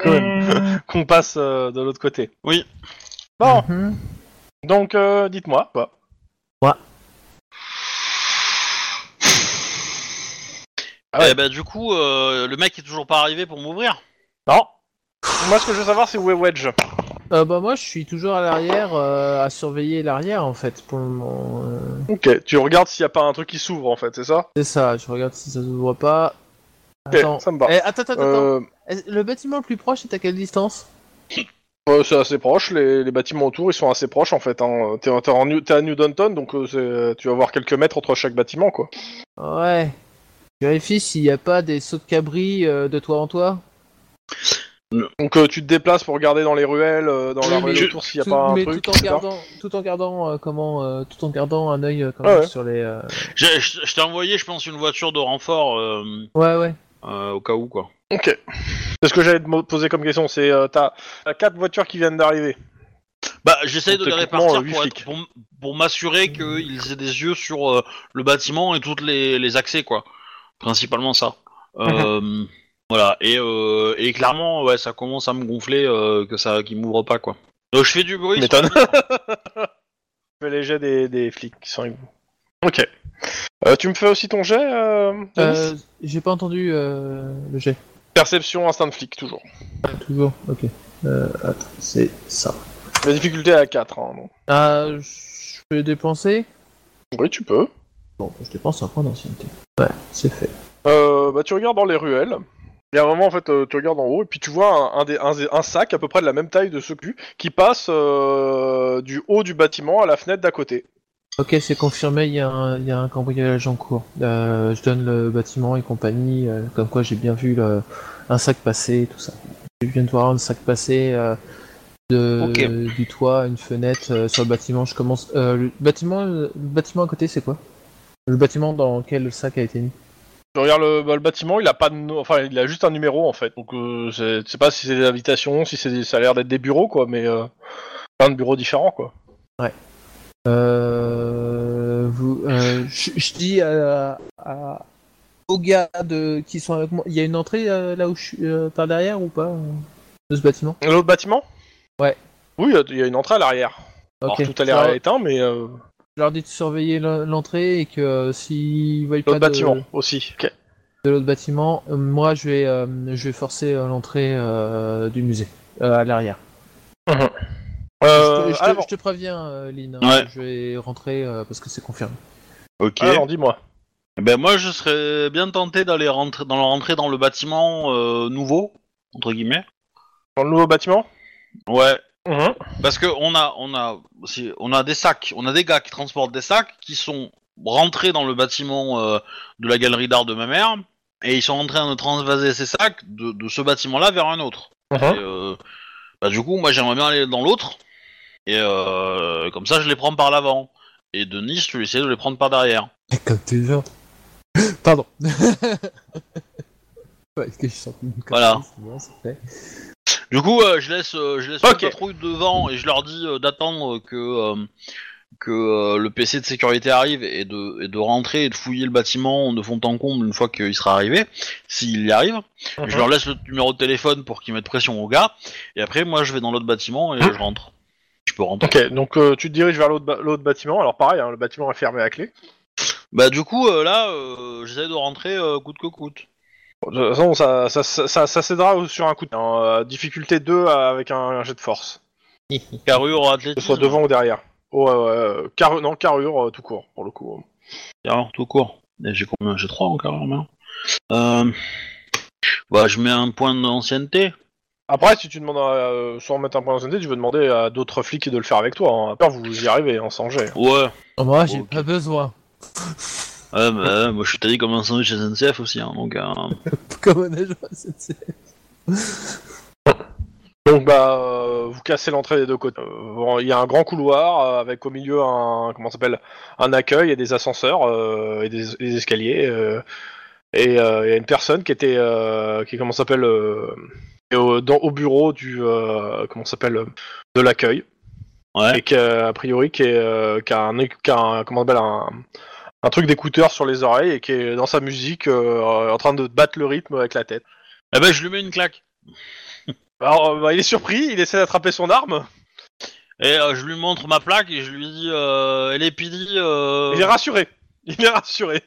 Quand même. Qu'on passe euh, de l'autre côté. Oui. Bon, Mhm. donc euh, dites-moi. quoi. Ah ouais. Eh bah, du coup, euh, le mec est toujours pas arrivé pour m'ouvrir. Non. Moi, ce que je veux savoir, c'est où est Wedge. Euh, bah moi je suis toujours à l'arrière euh, à surveiller l'arrière en fait pour le moment. euh. Ok, tu regardes s'il n'y a pas un truc qui s'ouvre en fait, c'est ça C'est ça, je regarde si ça se voit pas. Ok, Attends. ça me va. Eh, attends, attends, attends. Euh, Est-ce- Le bâtiment le plus proche est à quelle distance euh, c'est assez proche, les, les bâtiments autour ils sont assez proches en fait. Hein. T'es t'es en New- t'es à New Downton, donc euh, c'est- tu vas voir quelques mètres entre chaque bâtiment quoi. Ouais. Je Vérifie s'il n'y a pas des sauts de cabri euh, de toi en toi. Donc euh, tu te déplaces pour regarder dans les ruelles, euh, dans la Oui, mais ruelle je- autour s'il n'y a tout, pas un mais truc. tout en etc. gardant, tout en gardant euh, comment, euh, tout en gardant un œil euh, quand Ah même ouais. sur les. euh, J'ai- Je je t'ai envoyé, je pense, une voiture de renfort euh, Ouais, ouais. euh, au cas où, quoi. Ok. C'est ce que j'allais te mo- poser comme question, c'est euh, t'as t'as quatre voitures qui viennent d'arriver. Bah, j'essaye de les Techniquement, répartir euh, huit pour, être- flics. pour, m- pour m'assurer qu'ils aient des yeux sur euh, le bâtiment et toutes les, les accès, quoi. Principalement ça. Euh, voilà. Et, euh, et clairement, ouais, ça commence à me gonfler euh, que ça, qu'ils m'ouvrent pas, quoi. Euh, je fais du bruit. sur- M'étonne. Je fais les jets des, des flics qui sont avec vous. Ok. Euh, tu me fais aussi ton jet, euh, Denis Euh, J'ai pas entendu euh, le jet. Perception instinct de flic, toujours. Toujours. Ok. Euh, attends, c'est ça. La difficulté est à 4. Hein, donc. Ah, je peux dépenser. Oui, tu peux. Bon, je dépense un point d'ancienneté. Ouais, c'est fait. Euh, bah, tu regardes dans les ruelles. Il y a un moment, en fait, euh, tu regardes en haut et puis tu vois un, un des- un des- un sac à peu près de la même taille de ce cul qui passe euh, du haut du bâtiment à la fenêtre d'à côté. Ok, c'est confirmé, il y, a un- il y a un cambriolage en cours. Euh, je donne le bâtiment et compagnie, euh, comme quoi j'ai bien vu le- un sac passer et tout ça. Je viens de voir un sac passer euh, de, Ok. du toit à une fenêtre euh, sur le bâtiment. Je commence. euh, le, bâtiment, le bâtiment à côté, c'est quoi Le bâtiment dans lequel le sac a été mis. Tu regardes le, bah, le bâtiment, il a pas de no- enfin il a juste un numéro en fait. Donc euh, c'est- je sais pas si c'est des habitations, si c'est des- ça a l'air d'être des bureaux quoi, mais euh, plein de bureaux différents quoi. Euh, vous, euh, je je dis à, à- aux gars de, qui sont avec moi, il y a une entrée euh, là où je suis, euh, par derrière ou pas euh, De ce bâtiment L'autre bâtiment Ouais. Oui, il y a- il y a une entrée à l'arrière. Ok. Alors tout a l'air Ça- éteint, mais euh, Je leur dis de surveiller l'en- l'entrée et que euh, s'ils voient pas l'autre de, bâtiment aussi. Euh, Ok. de l'autre bâtiment, euh, moi je vais, euh, je vais forcer euh, l'entrée euh, du musée euh, à l'arrière. Euh, je, te- je te- alors, je te préviens, euh, Lynn, hein, Ouais. je vais rentrer euh, parce que c'est confirmé. Ok. alors, dis-moi. Ben moi, je serais bien tenté d'aller rentrer, dans rentrer dans le bâtiment euh, nouveau entre guillemets. Dans le nouveau bâtiment Ouais. Mhm. Parce que on a, on a, si- on a des sacs, on a des gars qui transportent des sacs qui sont rentrés dans le bâtiment euh, de la galerie d'art de ma mère et ils sont en train de transvaser ces sacs de, de ce bâtiment-là vers un autre. Mhm. Et, euh, euh, bah, du coup, moi j'aimerais bien aller dans l'autre. Et euh, comme ça, je les prends par l'avant. Et Denis, tu essaies de les prendre par derrière. Comme toujours. Pardon. Ouais, est-ce que je suis sorti d'une Voilà. connerie, c'est bon, c'est fait. Du coup, euh, je laisse, euh, je laisse la Ok. patrouille devant et je leur dis euh, d'attendre que, euh, que euh, le PC de sécurité arrive et de, et de rentrer et de fouiller le bâtiment de fond en comble une fois qu'il sera arrivé, s'il y arrive. Mhm. Je leur laisse le numéro de téléphone pour qu'ils mettent pression au gars. Et après, moi, je vais dans l'autre bâtiment Mhm. et je rentre. Je peux rentrer. Ok, donc euh, tu te diriges vers l'autre ba- l'autre bâtiment. Alors pareil, hein, le bâtiment est fermé à clé. Bah du coup, euh, là, euh, j'essaie de rentrer euh, coûte que coûte. Bon, De toute façon, ça, ça, ça, ça, ça cédera au- sur un coup de hein, euh, difficulté 2 avec un, un jet de force. Carrure, Que ce athlétisme. soit devant ou derrière. Oh, euh, euh, carru- non, carrure euh, tout court, pour le coup. Carrure tout court. Et J'ai combien J'ai 3 en carrure maintenant. hein. Euh... Bah je mets un point d'ancienneté. Après, si tu demandes à, euh, sans mettre un point d'ancienneté, tu veux demander à d'autres flics de le faire avec toi. hein. Après, vous y arrivez, hein, sans jet. Ouais. Oh, moi, j'ai Ok. pas besoin. Ouais, bah, ouais, moi je suis taillé comme un sandwich chez SNCF aussi, hein, donc... euh, Comme un agent SNCF. Donc, bah, euh, vous cassez l'entrée des deux côtés. Euh, bon, Il y a un grand couloir euh, avec au milieu un comment ça s'appelle un accueil et des ascenseurs euh, et des, des escaliers. euh, et euh, il y a une personne qui était euh, qui comment ça s'appelle euh, qui est au, dans- au bureau du euh, comment ça s'appelle euh, de l'accueil. Ouais. et qui a, a priori qui, est, euh, qui a un, qui a un- comment on appelle, un, un truc d'écouteur sur les oreilles et qui est dans sa musique euh, en train de battre le rythme avec la tête. Eh ben je lui mets une claque. Alors euh, bah, il est surpris, il essaie d'attraper son arme, Et euh, je lui montre ma plaque et je lui dis... Euh, LAPD, euh, il est rassuré. Il est rassuré.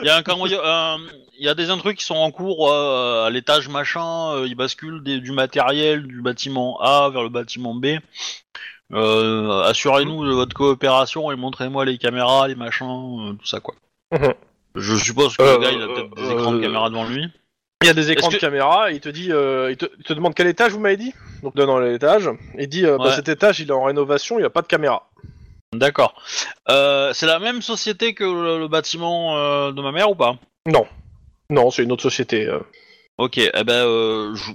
il y a un cambriolage... Il y a des intrus qui sont en cours euh, à l'étage machin, euh, ils basculent des- du matériel du bâtiment A vers le bâtiment B. Euh, Assurez-nous de votre coopération et montrez-moi les caméras, les machins, euh, tout ça quoi. Mhm. Je suppose que Euh, le gars il a peut-être des euh, écrans de euh, caméra devant lui. Il y a des écrans Est-ce de que- caméra, il te dit, euh, il, te, il te demande quel étage vous m'avez dit Donc donne l'étage, il dit euh, bah, Ouais. cet étage il est en rénovation, il n'y a pas de caméra. D'accord. Euh, c'est la même société que le, le bâtiment euh, de ma mère ou pas Non, c'est une autre société. euh. Ok, eh ben, euh, je,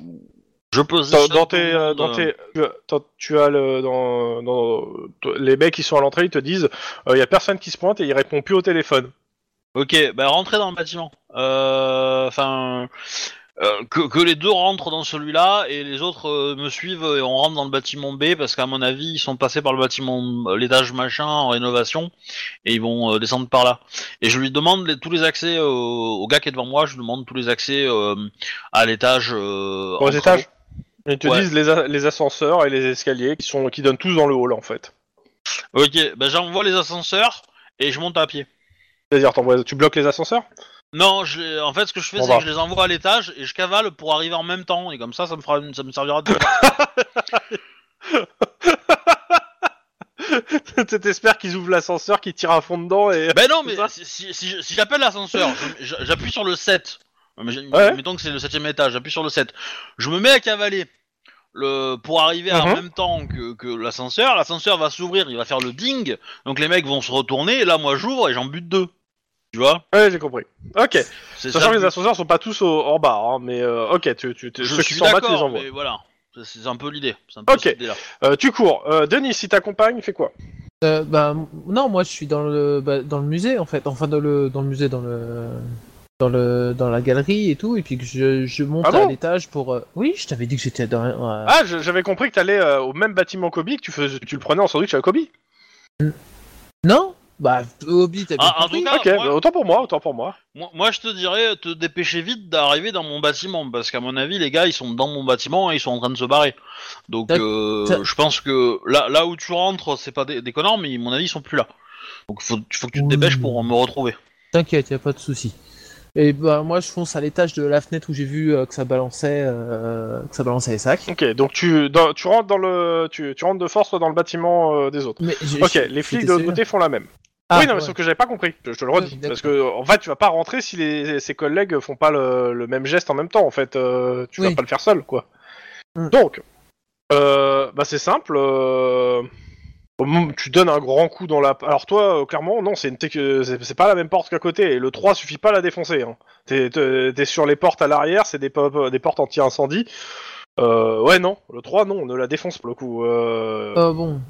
je Dans, positionne dans tout tes, le euh, monde, dans euh, tes- tu as- t'as- tu as le, dans, dans- t- les mecs qui sont à l'entrée, ils te disent, il y a personne qui se pointe et il répond plus au téléphone. Ok, ben rentrez dans le bâtiment. Euh, Enfin, euh, que, que les deux rentrent dans celui-là et les autres euh, me suivent et on rentre dans le bâtiment B parce qu'à mon avis ils sont passés par le bâtiment l'étage machin en rénovation et ils vont euh, descendre par là. Et je lui demande les- tous les accès euh, au gars qui est devant moi. Je lui demande tous les accès euh, à l'étage. euh, Aux en étages. Ils te Ouais. disent les, a- les ascenseurs et les escaliers qui sont qui donnent tous dans le hall en fait. Ok, bah j'envoie les ascenseurs et je monte à pied. C'est-à-dire t'envoies- tu bloques les ascenseurs Non, je les- en fait, ce que je fais, Bon, c'est bah. que je les envoie à l'étage et je cavale pour arriver en même temps. Et comme ça, ça me, fera une- ça me servira de. Tu t'espères qu'ils ouvrent l'ascenseur, qu'ils tirent à fond dedans et ben non, mais C'est ça si, si- si je- si j'appelle l'ascenseur, je- je- j'appuie sur le 7. Mais j'ai- Ouais. Mettons que c'est le 7ème étage, j'appuie sur le 7. Je me mets à cavaler le... pour arriver en Mhm. même temps que, que l'ascenseur. L'ascenseur va s'ouvrir, il va faire le ding. Donc les mecs vont se retourner. Et là, moi, j'ouvre et j'en bute deux. Tu vois ouais j'ai compris. Ok. C'est Sachant ça que le les ascenseurs sont pas tous au- en bas, hein, mais euh, ok tu, tu, tu- but. ceux Je qui suis sont en bas tu les d'accord, envoies. mais voilà. C'est- C'est un peu l'idée. C'est un peu Ok. cette idée-là. Euh, tu cours. Euh, Denis, si t'accompagnes, fais quoi Euh, bah, m- non, moi je suis dans le bah, dans le musée en fait, enfin dans le dans le musée dans le dans le dans la galerie et tout, et puis que je, je monte Ah bon à l'étage pour. euh, Oui, je t'avais dit que j'étais dans. euh, Ah je- j'avais compris que t'allais euh, au même bâtiment qu'Obi, que tu faisais, tu le prenais en sandwich à Kobe. Non, bah Obi, t'as bien Ah, en compris. tout cas, ok. moi- bah, autant pour moi, autant pour moi. Moi, moi, je te dirais, te dépêcher vite d'arriver dans mon bâtiment, parce qu'à mon avis, les gars, ils sont dans mon bâtiment et ils sont en train de se barrer. Donc, D'ac- euh, t'as- je pense que là, là où tu rentres, c'est pas dé- déconnant, mais à mon avis, ils sont plus là. Donc, faut, faut que tu te Oui. dépêches pour me retrouver. T'inquiète, y a pas de souci. Et bah moi je fonce à l'étage de la fenêtre où j'ai vu euh, que ça balançait euh, que ça balançait les sacs. Ok donc tu dans- tu rentres dans le tu, tu rentres de force dans le bâtiment euh, des autres. Mais j'ai- Ok j'ai- les flics j'étais de l'autre sûr. côté font la même. Ah, oui, non, mais ouais. sauf que j'avais pas compris. Je, je te le redis. Ouais, parce que, en fait, tu vas pas rentrer si les, ses collègues font pas le, le même geste en même temps. En fait, Euh, tu vas Oui. pas le faire seul, quoi. Mm. Donc, euh, bah, c'est simple. euh, au moment où tu donnes un grand coup dans la. Alors, toi, euh, clairement, non, c'est une tec- euh, c'est c'est pas la même porte qu'à côté. Et le 3 suffit pas à la défoncer. Hein. T'es- T'es t'es sur les portes à l'arrière, c'est des, po- des portes anti-incendie. Euh, ouais, non, le 3, non, ne la défonce pour le coup. Euh, Ah bon.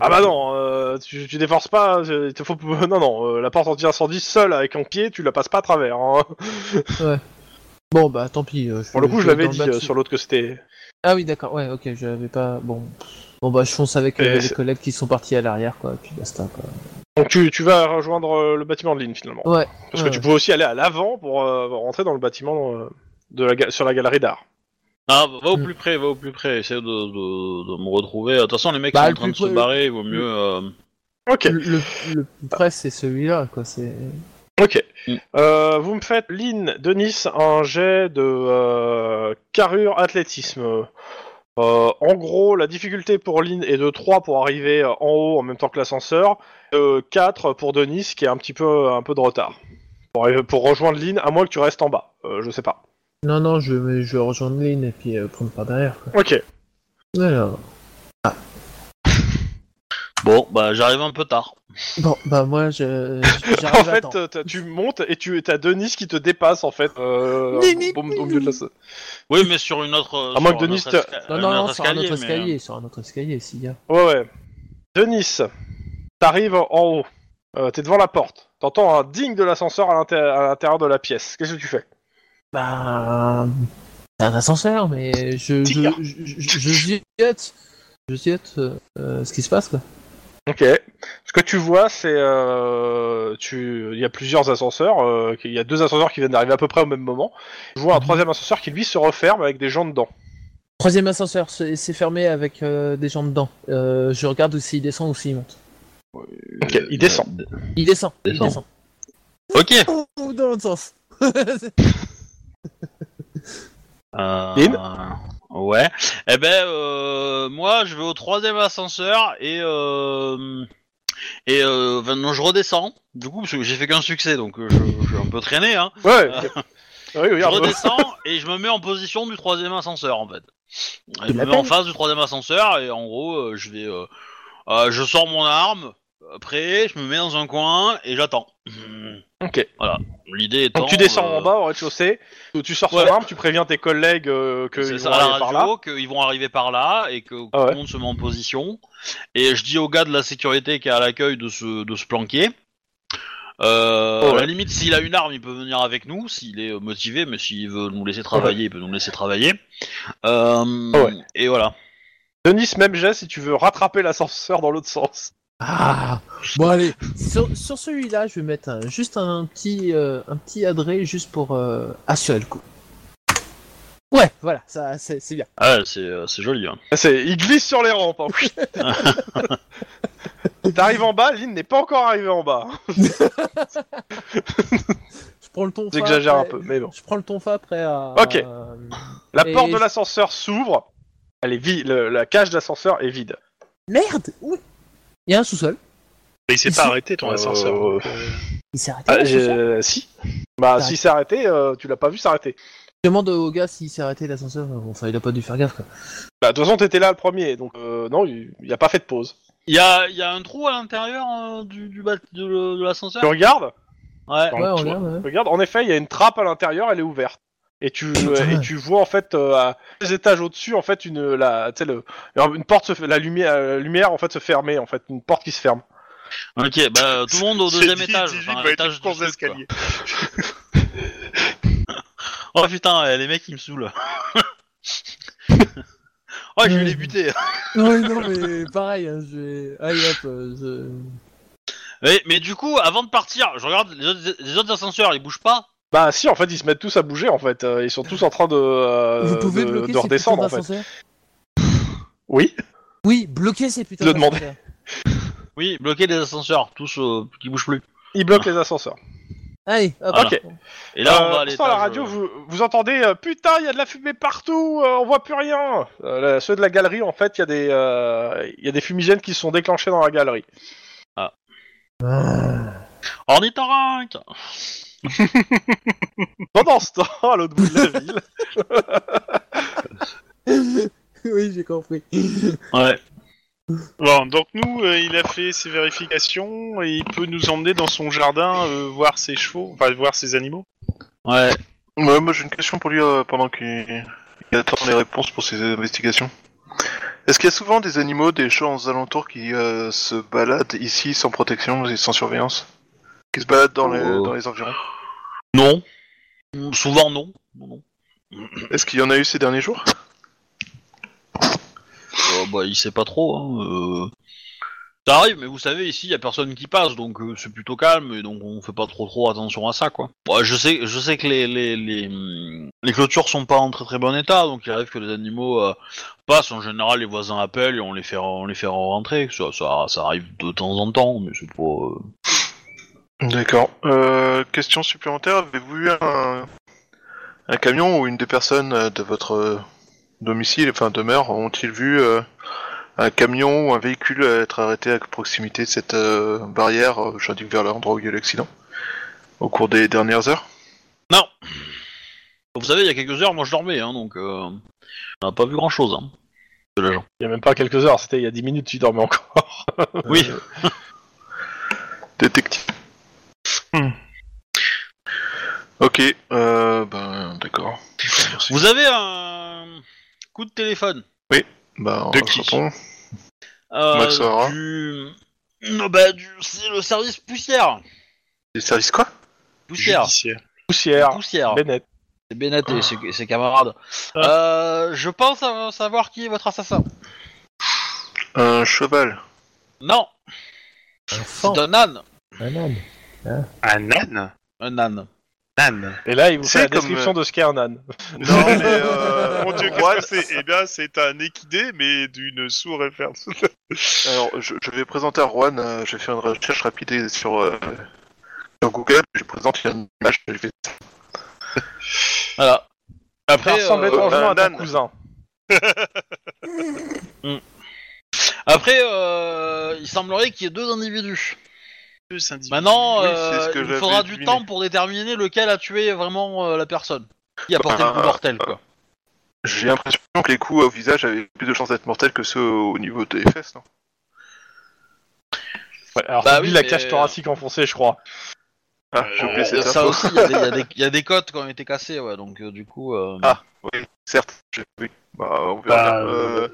Ah bah non, euh, tu, tu déforces pas, euh, il faut... non, non, euh, la porte anti-incendie seule avec un pied, tu la passes pas à travers. hein. Bon, bah tant pis. euh, Pour le coup, je vais l'avais dans dit bac- euh, sur l'autre que c'était. Ah oui, d'accord, ouais, ok, je l'avais pas. Bon. Bon, bah je fonce avec euh, Et les c'est- collègues qui sont partis à l'arrière, quoi, et puis basta, quoi. Donc tu, tu vas rejoindre euh, le bâtiment de ligne finalement. Ouais. Parce ouais, que tu ouais. pouvais aussi aller à l'avant pour euh, rentrer dans le bâtiment euh, de la, ga- sur la galerie d'art. Ah, va- va au Hmm. plus près, va au plus près, essaye de, de- de me retrouver. De toute façon, les mecs Bah, sont en le train de plus se près- barrer, il vaut mieux. euh, Ok, Le, le- le plus près, c'est celui-là, quoi. C'est. ok. Mm. Euh, vous me faites, Lynn, Denis, un jet de euh, carrure athlétisme. Euh, en gros, la difficulté pour Lynn est de 3 pour arriver euh, en haut en même temps que l'ascenseur, euh, 4 pour Denis qui est un petit peu, un peu de retard. Pour, arriver- pour rejoindre Lynn, à moins que tu restes en bas, Euh, je sais pas. Non, non, je vais, je vais rejoindre Lynn et puis euh, prendre par derrière, quoi. Ok, Alors. Bon, bah, j'arrive un peu tard. Bon, bah moi, je. j'arrive en à fait, euh, temps. t'as- tu montes et tu as Denis qui te dépasse en fait euh, Mimi, au, au milieu de la, Oui, mais sur une autre. euh, À moins sur que un Denis autre te- esca- Non, non, un non, autre sur un autre mais, euh, escalier, sur un autre escalier, s'il y a. Ouais, ouais. Denis, t'arrives en haut. Euh, T'es devant la porte. T'entends un ding de l'ascenseur à l'inté- à l'intérieur de la pièce. Qu'est-ce que tu fais Bah. C'est un ascenseur, mais je. Je, Tire. je, je, je ziote. Je ziote euh, euh, ce qui se passe, quoi. Ok. Ce que tu vois, c'est euh, tu. Il y a plusieurs ascenseurs. euh, qu'il- Il y a deux ascenseurs qui viennent d'arriver à peu près au même moment. Je vois un Mhm. troisième ascenseur qui lui se referme avec des gens dedans. Troisième ascenseur, c'est c'est fermé avec euh, des gens dedans. Euh, je regarde ou s'il descend ou s'il monte. euh, Ok, il descend. Il descend, il Descend. descend. Ok. Ouh, ouh, dans l'autre sens. Euh, Lynn Ouais. Eh ben, euh, moi, je vais au troisième ascenseur et euh, et euh, enfin, non, je redescends. Du coup, parce que j'ai fait qu'un succès, donc euh, je, je suis un peu traîné. Hein. Ouais. Ah oui, Je regarde. redescends et je me mets en position du troisième ascenseur, en fait. Je Il me mets l'appelle en face du troisième ascenseur et en gros, euh, je vais, euh, euh, je sors mon arme. Après, je me mets dans un coin et j'attends. Ok. Voilà. L'idée étant. Donc tu descends euh, en bas au rez-de-chaussée. Tu sors ton Ouais. arme. Tu préviens tes collègues euh, que C'est ils ça, vont à la arriver par là. radio, qu'ils vont arriver par là et que Ah tout ouais. le monde se met en position. Et je dis au gars de la sécurité qui est à l'accueil de se, de se planquer. Euh, Oh ouais. À la limite, s'il a une arme, il peut venir avec nous, s'il est euh, motivé, mais s'il veut nous laisser travailler, il peut nous laisser travailler. Euh, Oh ouais. Et voilà. Denis, même geste si tu veux rattraper l'ascenseur dans l'autre sens. Ah Bon allez, sur, sur celui-là, je vais mettre un- juste un petit, euh, un petit adré juste pour euh, assurer le coup. Ouais, voilà, ça c'est c'est bien. Ah, ouais, c'est euh, c'est joli. hein. Ah, C'est, il glisse sur les rampes. hein. T'arrives en bas, Lynn n'est pas encore arrivé en bas. Je prends le ton. J'exagère un peu, mais bon. Je prends le ton fa prêt à. Ok. euh, La Et porte de je- l'ascenseur s'ouvre. Elle est vide. le- la cage d'ascenseur est vide. Merde. Oui. Il y a un sous-sol. Mais il s'est Ici. pas arrêté ton Euh, ascenseur. euh, Il s'est arrêté. Ah, le j'ai- sous-sol si. Bah, T'as- si s'est arrêté, euh, tu l'as pas vu s'arrêter. Je demande au gars s'il s'est arrêté l'ascenseur. Bon, enfin, il a pas dû faire gaffe. Quoi. Bah, de toute façon, t'étais là le premier, donc euh, non, il il a pas fait de pause. Il y a, il y a un trou à l'intérieur euh, du, du, bat- de, le- de l'ascenseur Tu regardes, Ouais. Dans Ouais, le on toit. regarde. ouais. regarde. En effet, il y a une trappe à l'intérieur, elle est ouverte. Et tu, Putain. et tu vois en fait euh, à des étages au-dessus en fait une la tu sais, le- une porte se fait- la lumière la lumière en fait se fermer en fait une porte qui se ferme. Ok, bah tout le monde au C'est bah, deuxième dit, étage. Digit enfin, va être étage une course du truc, quoi. d'escalier. Oh putain, euh, les mecs ils me saoulent. oh, je vais les buter. Ouais, non, mais pareil, hein, je vais. Allez hop, euh, je- Mais, mais du coup, avant de partir, je regarde les autres, les autres ascenseurs, ils bougent pas. Bah si en fait ils se mettent tous à bouger en fait Euh, ils sont tous en train de euh, Vous pouvez de, bloquer de ces putains redescendre en fait. d'ascenseurs Oui. Oui, bloquer ces putains Je demandais. d'ascenseurs. Oui, bloquer les ascenseurs, tous euh, qui bougent plus. Ils bloquent les ascenseurs. Allez, hop. Voilà. Ok. Et là, Euh, on va à sans l'étage. la radio euh, vous, vous entendez euh, putain il y a de la fumée partout euh, on voit plus rien. Euh, la- ceux de la galerie en fait il y a des euh, il y a des fumigènes qui se sont déclenchés dans la galerie. Ornithorynque Pendant ce temps à l'autre bout de la ville. oui, j'ai compris. Ouais. Bon, donc nous, euh, il a fait ses vérifications et il peut nous emmener dans son jardin euh, voir ses chevaux, enfin voir ses animaux. Ouais. Ouais, moi j'ai une question pour lui euh, pendant qu'il Il attend les réponses pour ses investigations. Est-ce qu'il y a souvent des animaux, des chats aux alentours qui euh, se baladent ici sans protection et sans surveillance Qui se baladent dans, les, Oh. dans les environs Non. Souvent non. Non, non. Est-ce qu'il y en a eu ces derniers jours Euh, bah, il sait pas trop. hein, euh. Ça arrive, mais vous savez, ici, il y a personne qui passe, donc euh, c'est plutôt calme, et donc on fait pas trop trop attention à ça, quoi. Ouais, je sais, je sais que les les, les, hum, les clôtures sont pas en très très bon état, donc il arrive que les animaux euh, passent. En général, les voisins appellent et on les fait on les fait rentrer. Ça, ça, ça arrive de temps en temps, mais c'est pas. euh, D'accord. Euh, question supplémentaire, avez-vous eu un, un camion ou une des personnes euh, de votre euh, domicile, enfin demeure, ont-ils vu euh, un camion ou un véhicule être arrêté à proximité de cette euh, barrière, euh, j'indique vers l'endroit où il y a eu l'accident, au cours des dernières heures Non. Vous savez, il y a quelques heures, moi je dormais, hein, donc euh, on n'a pas vu grand chose. Hein, de la journée. Il y a même pas quelques heures, c'était il y a 10 minutes, tu dormais encore. Oui. Détective. Ok, euh, ben d'accord. Merci. Vous avez un coup de téléphone. Ben, De on qui répond. Euh, Max O'Hara. du... Non, bah, du... C'est le service poussière. Des services quoi Poussière. Judiciaire. Poussière, Poussière. Bennett. C'est Bennett Ah. et ses, et ses camarades. Euh, je pense sa- savoir qui est votre assassin. Un cheval. Non, Un fan, c'est un âne. un âne. Un âne Un âne. Âne. Et là, il vous C'est fait la comme, description euh, de ce qu'est un âne. Non mais euh, Oh Mon dieu, droite. qu'est-ce que c'est Eh bien, c'est un équidé, mais d'une sous-référence. Alors, je, je vais présenter à Juan, euh, je vais faire une recherche rapide et sur, euh, sur Google, je présente une image, je fais ça. Voilà. Ça Après, ressemble euh, étrangement un à ton âne. cousin. après euh, il semblerait qu'il y ait deux individus. Maintenant, Oui, euh, c'est ce que il j'avais faudra du deviné. temps pour déterminer lequel a tué vraiment euh, la personne. Qui a porté le coup Ah, mortel, quoi. J'ai l'impression que les coups au visage avaient plus de chances d'être mortels que ceux au niveau des fesses, non Ouais, alors, Bah lui, oui, la mais- cache thoracique enfoncée, je crois. Ah, j'ai oublié Il y a cette ça info. aussi, il y, a des- il y a des- il y a des cotes qui ont été cassées, ouais, donc euh, du coup... euh, Ah. Oui, certes, j'ai- oui. Bah, on verra Bah, bien. euh, Euh,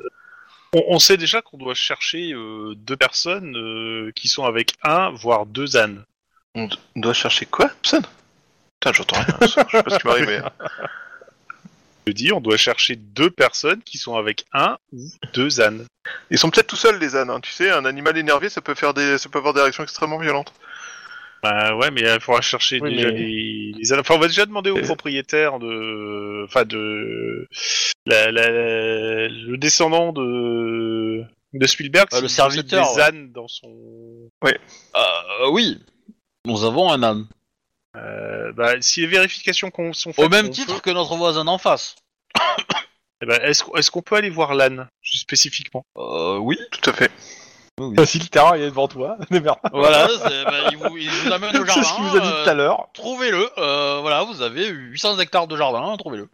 On, on sait déjà qu'on doit chercher euh, deux personnes euh, qui sont avec un, voire deux ânes. On d- doit chercher quoi, Pson Putain, j'entends rien, je sais pas ce qui m'arrive, mais... Je dis, on doit chercher deux personnes qui sont avec un ou deux ânes. Ils sont peut-être tout seuls, les ânes, hein. tu sais, un animal énervé, ça peut, faire des... ça peut avoir des réactions extrêmement violentes. Bah ouais, mais il faudra chercher Oui, déjà mais- les, les ânes. Enfin, on va déjà demander Euh. au propriétaire de, enfin de, la- la- la- le descendant de de Spielberg, Bah, Ah, le s'il possède serviteur, des ouais. ânes dans son. euh, oui, nous avons un âne. Euh, bah, si les vérifications qu'on sont faites, Au même on titre peut- que notre voisin d'en face. eh ben, est-ce qu'on- est-ce qu'on peut aller voir l'âne spécifiquement? Euh, oui. Tout à fait. Si le terrain il est devant toi, démerde. Voilà, c'est- bah, il, vous, il vous amène au jardin. C'est ce qu'il vous a dit tout à euh, l'heure. Trouvez-le, euh, voilà, vous avez 800 hectares de jardin, hein, trouvez-le.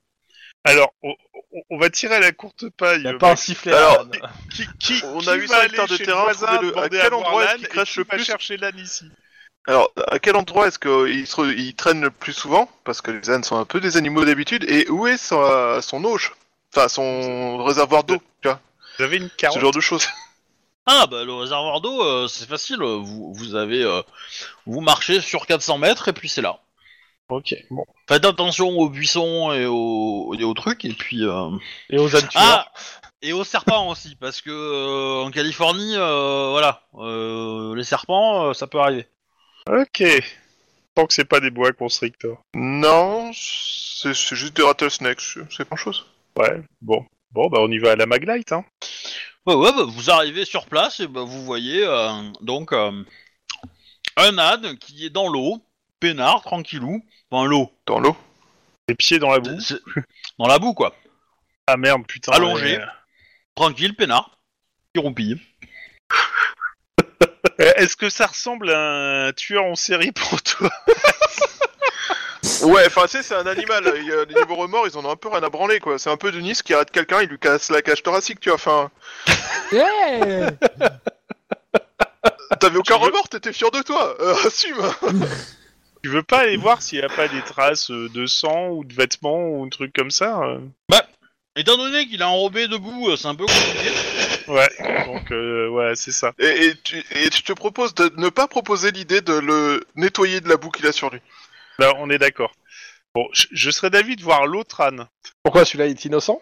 Alors, on, on- on va tirer à la courte paille. Il n'y a euh, pas un sifflet. alors, à l'âne. Qui, qui, On qui a eu va ça, aller hectares de chez terrain, le voisin, trouvez-le. À demander quel voir endroit est-ce l'âne qu'il et crache qui le va plus chercher l'âne ici Alors, à quel endroit est-ce qu'ils se... ils traînent le plus souvent Parce que les ânes sont un peu des animaux d'habitude. Et où est son, son auge Enfin, son réservoir d'eau, tu vois Vous avez une Ce carotte genre de choses. Ah, bah le réservoir d'eau, euh, c'est facile, euh, vous, vous avez... euh, vous marchez sur 400 mètres et puis c'est là. Ok, bon. Faites attention aux buissons et aux, et aux trucs, et puis... euh, Et aux ânes tueurs. Ah Et aux serpents aussi, parce que euh, en Californie, euh, voilà, euh, les serpents, euh, ça peut arriver. Ok. Tant que c'est pas des bois constricteurs. Non, c'est c'est juste des rattlesnakes, c'est- c'est pas grand-chose. Ouais, bon. Bon, bah on y va à la maglite, hein. Ouais, ouais, bah, vous arrivez sur place et bah, vous voyez euh, donc euh, un âne qui est dans l'eau, peinard, tranquillou, enfin l'eau, Dans l'eau Les pieds dans la boue. c'est- c'est- dans la boue quoi, Ah merde, putain. Allongé. ouais. tranquille, peinard, qui roupille. Euh, Est-ce que ça ressemble à un tueur en série pour toi Ouais, enfin, tu sais, c'est un animal. Il y a des niveaux remords, ils en ont un peu rien à branler, quoi. C'est un peu de Nice qui arrête quelqu'un, il lui casse la cage thoracique, tu vois. Enfin, Ouais t'avais aucun remords, t'étais fier de toi. Euh, assume Tu veux pas aller voir s'il y a pas des traces euh, de sang ou de vêtements ou un truc comme ça euh Bah, Étant donné qu'il est enrobé debout, euh, c'est un peu compliqué. Ouais, donc euh, ouais, c'est ça. Et, et tu, et je te propose de ne pas proposer l'idée de le nettoyer de la boue qu'il a sur lui. Là, Bah, on est d'accord. Bon, je, je serais d'avis de voir l'autre âne. Pourquoi celui-là est innocent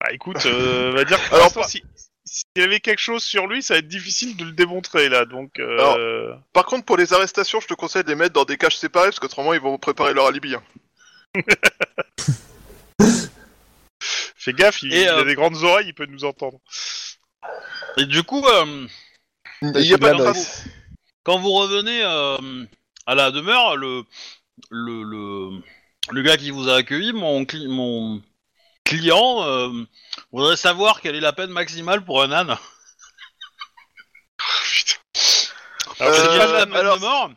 Bah écoute, euh, on va dire que Alors, Alors, pas- si s'il y avait quelque chose sur lui, ça va être difficile de le démontrer là, donc. euh, Par contre, pour les arrestations, je te conseille de les mettre dans des caches séparées parce qu'autrement, ils vont préparer leur alibi. hein. Fais gaffe, il, Et, il a euh, des grandes oreilles, il peut nous entendre. Et du coup, euh, Il y a pas de de race. quand vous revenez euh, à la demeure, le, le, le, le gars qui vous a accueilli, mon, cli- mon client, euh, voudrait savoir quelle est la peine maximale pour un Ah, âne. Euh, Alors, Parce qu'il a la peine alors- de mort.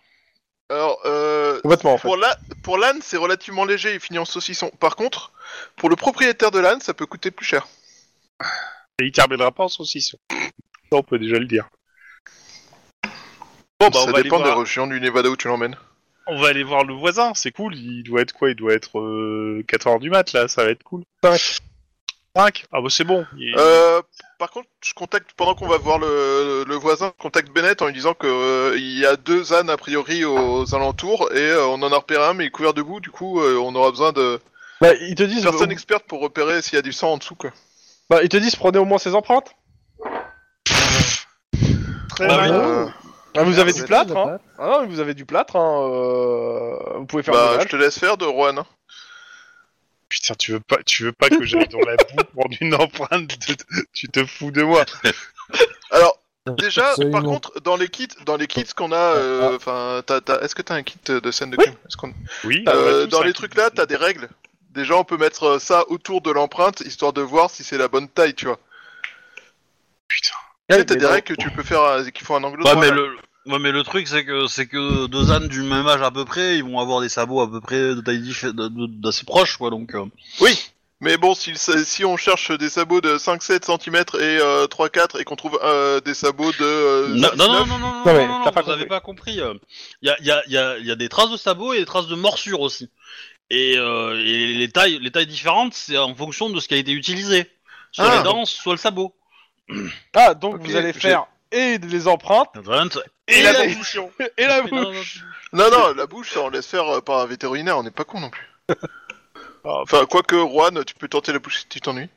Alors, euh, Complètement, en fait. pour la- pour l'âne, c'est relativement léger, il finit en saucisson. Par contre, pour le propriétaire de l'âne, ça peut coûter plus cher. Et il terminera pas en saucisson. Ça, on peut déjà le dire. Bon, bah, on ça va aller dépend des voir. régions du Nevada où tu l'emmènes. On va aller voir le voisin, c'est cool. Il doit être quoi Il doit être 4h du mat là, ça va être cool. 5 Ah bah c'est bon. Il- Euh, par contre, je contacte pendant qu'on va voir le, le voisin, je contacte Bennett en lui disant que euh, il y a deux ânes a priori aux alentours et euh, on en a repéré un mais il est couvert de boue. Du coup, euh, on aura besoin de Bah, ils te disent, personnes expertes pour repérer s'il y a du sang en dessous. Quoi. bah, ils te disent prenez au moins ses empreintes. Très bah, bien. Euh, Ah, vous avez vous du êtes- plâtre, hein. Ah non, mais vous avez du plâtre, hein. euh, Vous pouvez faire bah, du je te laisse faire de Rouen. hein. Putain, tu veux pas, tu veux pas que j'aille dans la boue prendre une empreinte de- Tu te fous de moi. Alors. Déjà, par Absolument. contre, dans les kits, dans les kits qu'on a, Ah. euh, enfin, t'as- t'as- est-ce que t'as un kit de scène de crime Est-ce qu'on- Oui. Ah, bah, Euh, on a tous dans un les kit. trucs là, t'as des règles. Déjà, on peut mettre euh, ça autour de l'empreinte histoire de voir si c'est la bonne taille, tu vois. Putain. Tu Ouais, sais, T'as mais des non. règles que tu peux faire, euh, qui font un angle Ouais, droit. mais là. le, ouais, mais le truc, c'est que, c'est que deux ânes du même âge à peu près, ils vont avoir des sabots à peu près de taille diffé- de- de- d'assez proche, quoi, donc. euh. Mais bon, si, le- si on cherche des sabots de 5-7 cm et euh, 3-4 et qu'on trouve euh, des sabots de. euh, Non, non, 19, non, non, non, non, mais non, t'as non, pas vous avez compris. pas compris. euh, Il y a, y, a, y, a, y a des traces de sabots et des traces de morsures aussi. Et, euh, et les, tailles, les tailles différentes, c'est en fonction de ce qui a été utilisé. Soit Ah. les dents, soit le sabot. Ah, donc Ok, vous allez j'ai- faire et les empreintes Et, Et la, la munition. et la Mais bouche. non, non, non, non, la bouche, ça, on laisse faire euh, par un vétérinaire, on n'est pas con non plus. enfin, quoique, Juan, tu peux tenter la bouche si tu t'ennuies.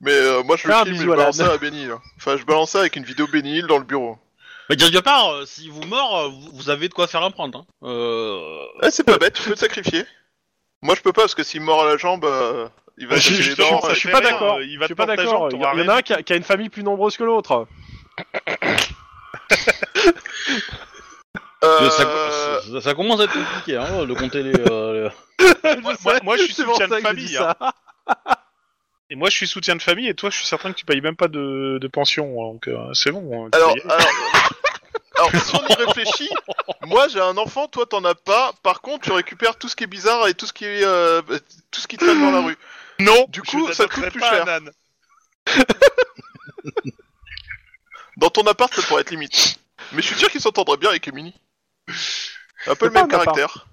Mais euh, moi, je le Ah, filme et je bisous à balance l'âne. ça à Benny. là. Enfin, je balance ça avec une vidéo Benny Hill dans le bureau. Mais quelque part, euh, si vous mord, euh, vous, vous avez de quoi faire l'empreinte. Hein. Euh... Ah, c'est pas bête, tu peux te sacrifier. Moi, je peux pas, parce que s'il mord à la jambe, euh, il va Ah, Je- chercher je- les je- dents. je- euh, Je suis Mais pas rien, d'accord. euh, il Il va va te pas porter la d'accord. jambe, Il y t'auras en a un qui a, qui a une famille plus nombreuse que l'autre. euh, Ça, ça- ça commence à être compliqué hein, de compter les. euh, Moi, moi- moi, je suis C'est pour soutien ça de que j'ai dit famille. hein. ça. Et moi, je suis soutien de famille, et toi, je suis certain que tu payes même pas de, de pension, hein, donc euh, c'est bon. hein, tu Alors, payes. alors, alors, si on y réfléchit, moi j'ai un enfant, toi t'en as pas. Par contre, tu récupères tout ce qui est bizarre et tout ce qui est, euh, tout ce qui traîne dans la rue. non, du je coup, ça n'adopterai coûte plus pas cher. un âne. Dans ton appart, ça pourrait être limite. Mais je suis sûr qu'il s'entendrait bien avec Emily. Un peu le pas même un appart. caractère.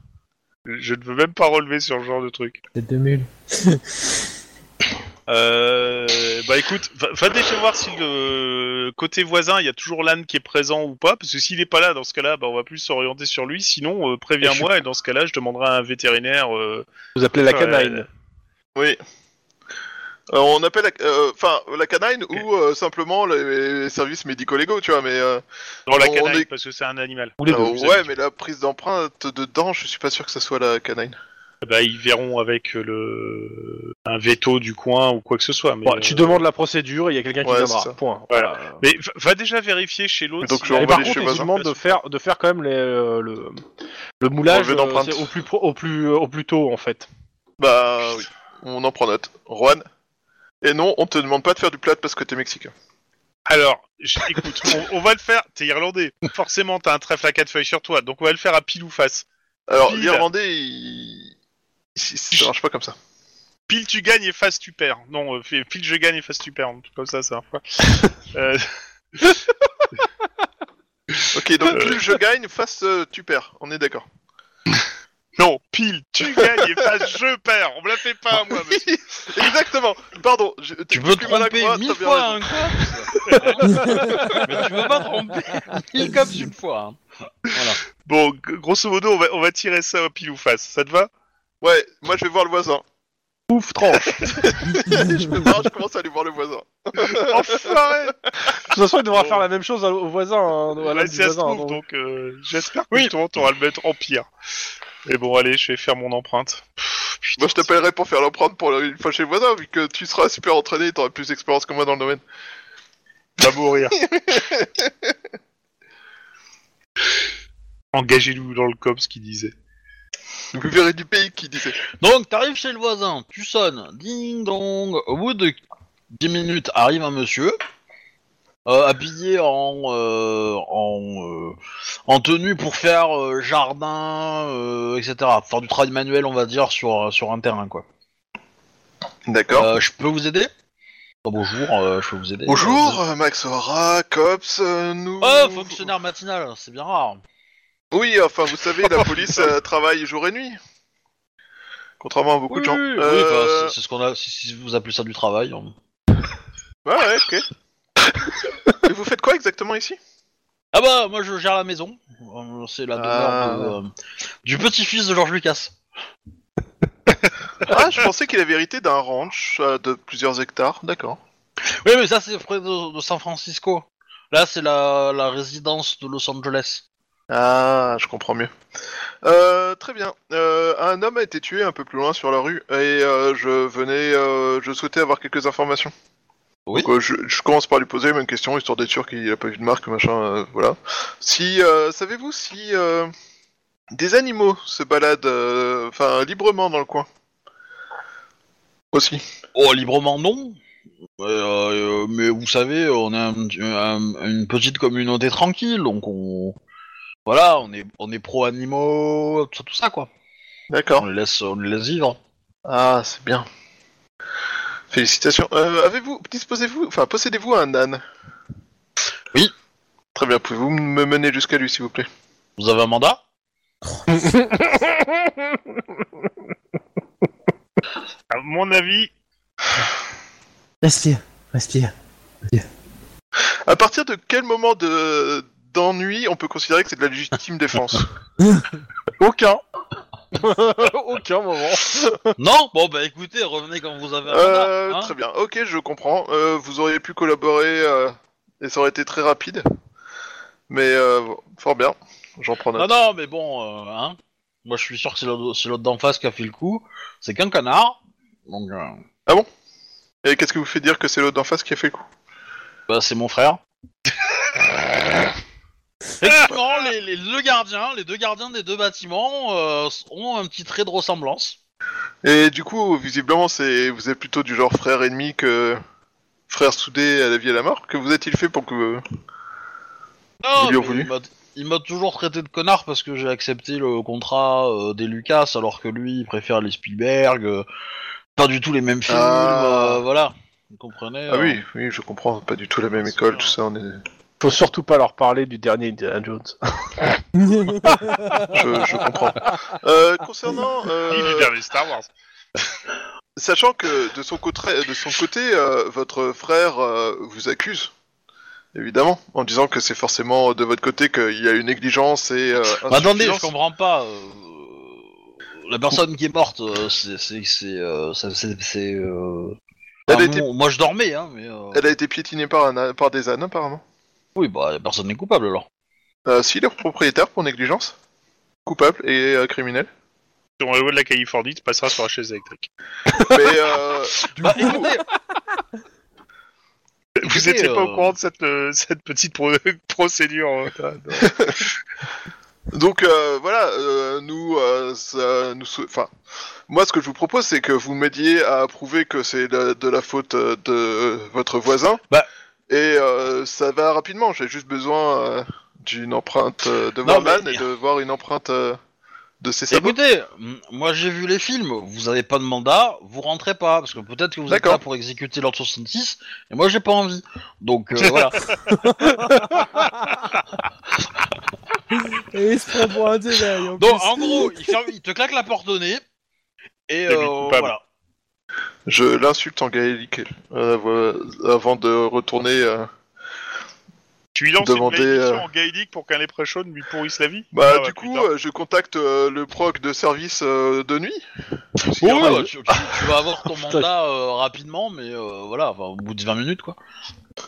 Je ne veux même pas relever sur le genre de truc. Tête de mule. Euh, bah écoute, va, va déjà voir si le côté voisin, il y a toujours l'âne qui est présent ou pas, parce que s'il est pas là, dans ce cas-là, bah, on va plus s'orienter sur lui. Sinon, euh, préviens-moi, et dans ce cas-là, je demanderai à un vétérinaire. euh, Vous appelez la Ouais. canine. Oui. Alors, on appelle, la- euh, enfin, la canine ou euh, simplement les, les services médico-légaux, tu vois. Mais euh, dans la On canaille, est- parce que c'est un animal. Ou les euh, deux. vous ouais, mais la prise d'empreinte dedans, je suis pas sûr que ça soit la canine. Bah, ils verront avec le un veto du coin ou quoi que ce soit. Mais, Bon, Tu euh, demandes la procédure et il y a quelqu'un qui Ouais, viendra. c'est ça. Point. Voilà. mais va- va déjà vérifier chez l'autre. Donc, s'il je a- On Et va par aller contre, chez ils le vous voisin. demandent de faire, de faire quand même les, euh, le, le moulage Relevé euh, d'empreinte. c'est au plus, pro- au, plus, euh, au plus tôt, en fait. Bah oui, on en prend note. Juan. Et non, on te demande pas de faire du plat parce que t'es mexicain. Alors, j- écoute, on, on va le faire. T'es irlandais. Forcément, t'as un trèfle à quatre feuilles sur toi, donc on va le faire à pile ou face. Alors, Pile. l'irlandais, il... il- ça marche pas comme ça. Pile, tu gagnes et face, tu perds. Non, euh, fi- pile, je gagne et face, tu perds. Un truc Comme ça, c'est un fois. Euh, Ok, donc plus je gagne, face euh, tu perds. On est d'accord. Non, pile, tu gagnes et face, je perds. On me la fait pas, moi, monsieur. Exactement. Pardon. je- Tu peux te plus mal à tromper croire, mille t'as bien fois raison. un cops, mais tu peux pas tromper mille cops une fois. hein. Voilà. Bon, g- grosso modo, on va, on va tirer ça pile ou face. Ça te va Ouais, moi je vais voir le voisin. Ouf, tranche. je me barre, je commence à aller voir le voisin. Enfoiré De toute façon, il devra Bon. faire la même chose à- au voisin. hein, à Ouais, l'homme du ça se voisin, trouve, donc. donc euh, j'espère que Oui. toi, t'auras le mettre en pire. Mais bon, allez, je vais faire mon empreinte. Pff, putain, Moi je t'appellerai pour faire l'empreinte pour la- une fois chez le voisin, vu que tu seras super entraîné et t'auras plus d'expérience que moi dans le domaine. tu vas mourir. Engagez-nous dans le COPS qui disait. Vous verrez du pays qui disait. Donc, t'arrives chez le voisin, tu sonnes, ding dong. Au bout de 10 minutes, arrive un monsieur, euh, habillé en, euh, en, euh, en tenue pour faire euh, jardin, euh, etc. Faire du travail manuel, on va dire, sur, sur un terrain, quoi. D'accord. Euh, je peux vous aider Oh, Bonjour, euh, je peux vous aider. Bonjour, euh, Max O'Hara, Cops, euh, nous. Euh, Oh, fonctionnaire matinal, c'est bien rare. Oui, enfin, vous savez, la police euh, travaille jour et nuit. Contrairement à beaucoup de gens. oui, Euh, bah, c'est- c'est ce qu'on a. Si, si vous appelez ça du travail. hein. on- Ouais, Euh, ouais, ok. Et vous faites quoi exactement ici Ah bah, moi je gère la maison. Euh, C'est la Ah. demeure de, euh, du petit-fils de George Lucas. Ah, je pensais qu'il avait hérité d'un ranch euh, de plusieurs hectares, d'accord. Oui, mais ça c'est près de, de San Francisco. Là, c'est la, la résidence de Los Angeles. Ah, je comprends mieux. Euh, très bien. Euh, un homme a été tué un peu plus loin sur la rue et euh, je venais, euh, je souhaitais avoir quelques informations. Oui. Donc, euh, je, je commence par lui poser la même question histoire d'être sûr qu'il a pas eu de marque, machin, euh, voilà. Si, euh, savez-vous si euh, des animaux se baladent, euh, enfin librement dans le coin Aussi. Oh, librement non. Euh, euh, mais vous savez, on est un- un- une petite communauté tranquille, donc on voilà, on est on est pro animaux, tout ça, tout ça quoi. D'accord. On les laisse, on les laisse vivre. Ah, c'est bien. Félicitations. Euh, avez-vous, disposez-vous, enfin, possédez-vous un âne Oui. Très bien, pouvez-vous me mener jusqu'à lui, s'il vous plaît Vous avez un mandat À mon avis, Respire, respire. À partir de quel moment de d'ennui on peut considérer que c'est de la légitime défense Aucun. Aucun moment. Non. Bon bah écoutez, revenez quand vous avez un euh, mandat. hein. Très bien, ok, je comprends. Euh, vous auriez pu collaborer euh, et ça aurait été très rapide. Mais euh, fort bien, j'en prends Non note. non, mais bon, euh, hein. Moi je suis sûr que c'est l'autre c'est l'autre d'en face qui a fait le coup. C'est qu'un canard. Donc euh, Ah. Et qu'est-ce qui vous fait dire que c'est l'autre d'en face qui a fait le coup Bah, c'est mon frère. Effectivement, les, les deux gardiens, les deux gardiens des deux bâtiments euh, ont un petit trait de ressemblance. Et du coup, visiblement, c'est vous êtes plutôt du genre frère ennemi que frère soudé à la vie et à la mort. Que vous a-t-il fait pour que Non, Vous lui en mais voulez il m'a- il m'a toujours traité de connard parce que j'ai accepté le contrat euh, des Lucas alors que lui, il préfère les Spielberg, euh, pas du tout les mêmes films, Ah. euh, voilà. Vous comprenez Ah euh, oui, oui, je comprends. Pas du tout la même C'est école, sûr. tout ça. On est... Faut surtout pas leur parler du dernier Indiana Jones. je, je comprends. Euh, concernant euh, il est bien les Star Wars. Sachant que de son côté, de son côté euh, votre frère euh, vous accuse, évidemment, en disant que c'est forcément de votre côté qu'il y a une négligence et. euh, Bah, attendez, je insuffisance. comprends pas. euh, la personne qui est morte, euh, c'est. c'est- c'est, euh, ça- c'est- c'est, euh, Elle enfin, a été- bon, Moi, je dormais, hein, mais. euh, Elle a été piétinée par, un, âne- par des ânes, apparemment. Oui, bah personne n'est coupable alors. Euh, si, le propriétaire pour négligence, coupable et euh, criminel. Si on est loin de la Californie, tu passeras sur la chaise électrique. Mais euh, Bah, écoutez, Vous Écoutez, n'étiez pas euh, au courant de cette, euh, cette petite pro- procédure. euh. donc euh, voilà, euh, nous, euh, ça- nous, sou- enfin, moi, ce que je vous propose, c'est que vous m'aidiez à prouver que c'est de, de la faute euh, de votre voisin. Bah. Et euh, ça va rapidement. J'ai juste besoin euh, d'une empreinte euh, de voir Non, mais- l'âne et de voir une empreinte euh, de ses sabots. écoutez, m- moi j'ai vu les films, vous avez pas de mandat, vous rentrez pas, parce que peut-être que vous êtes D'accord. là pour exécuter l'ordre 66, et moi j'ai pas envie. Donc euh, voilà. Et il se prend pour un délai. en Donc plus. en gros, il, ferme- il te claque la porte au nez et lui euh, coupable. voilà. Je l'insulte en gaélique euh, vo- avant de retourner. euh, Tu lui lances Demandez, une malédiction euh, en gaélique pour qu'un lépre chaude lui pourrisse la vie Bah, Ah ouais, du coup, putain. euh, je contacte euh, le proc de service euh, de nuit. S'il y en Ouais, a. ouais, tu, tu- tu vas avoir ton mandat euh, rapidement, mais euh, voilà, enfin, au bout de 20 minutes quoi.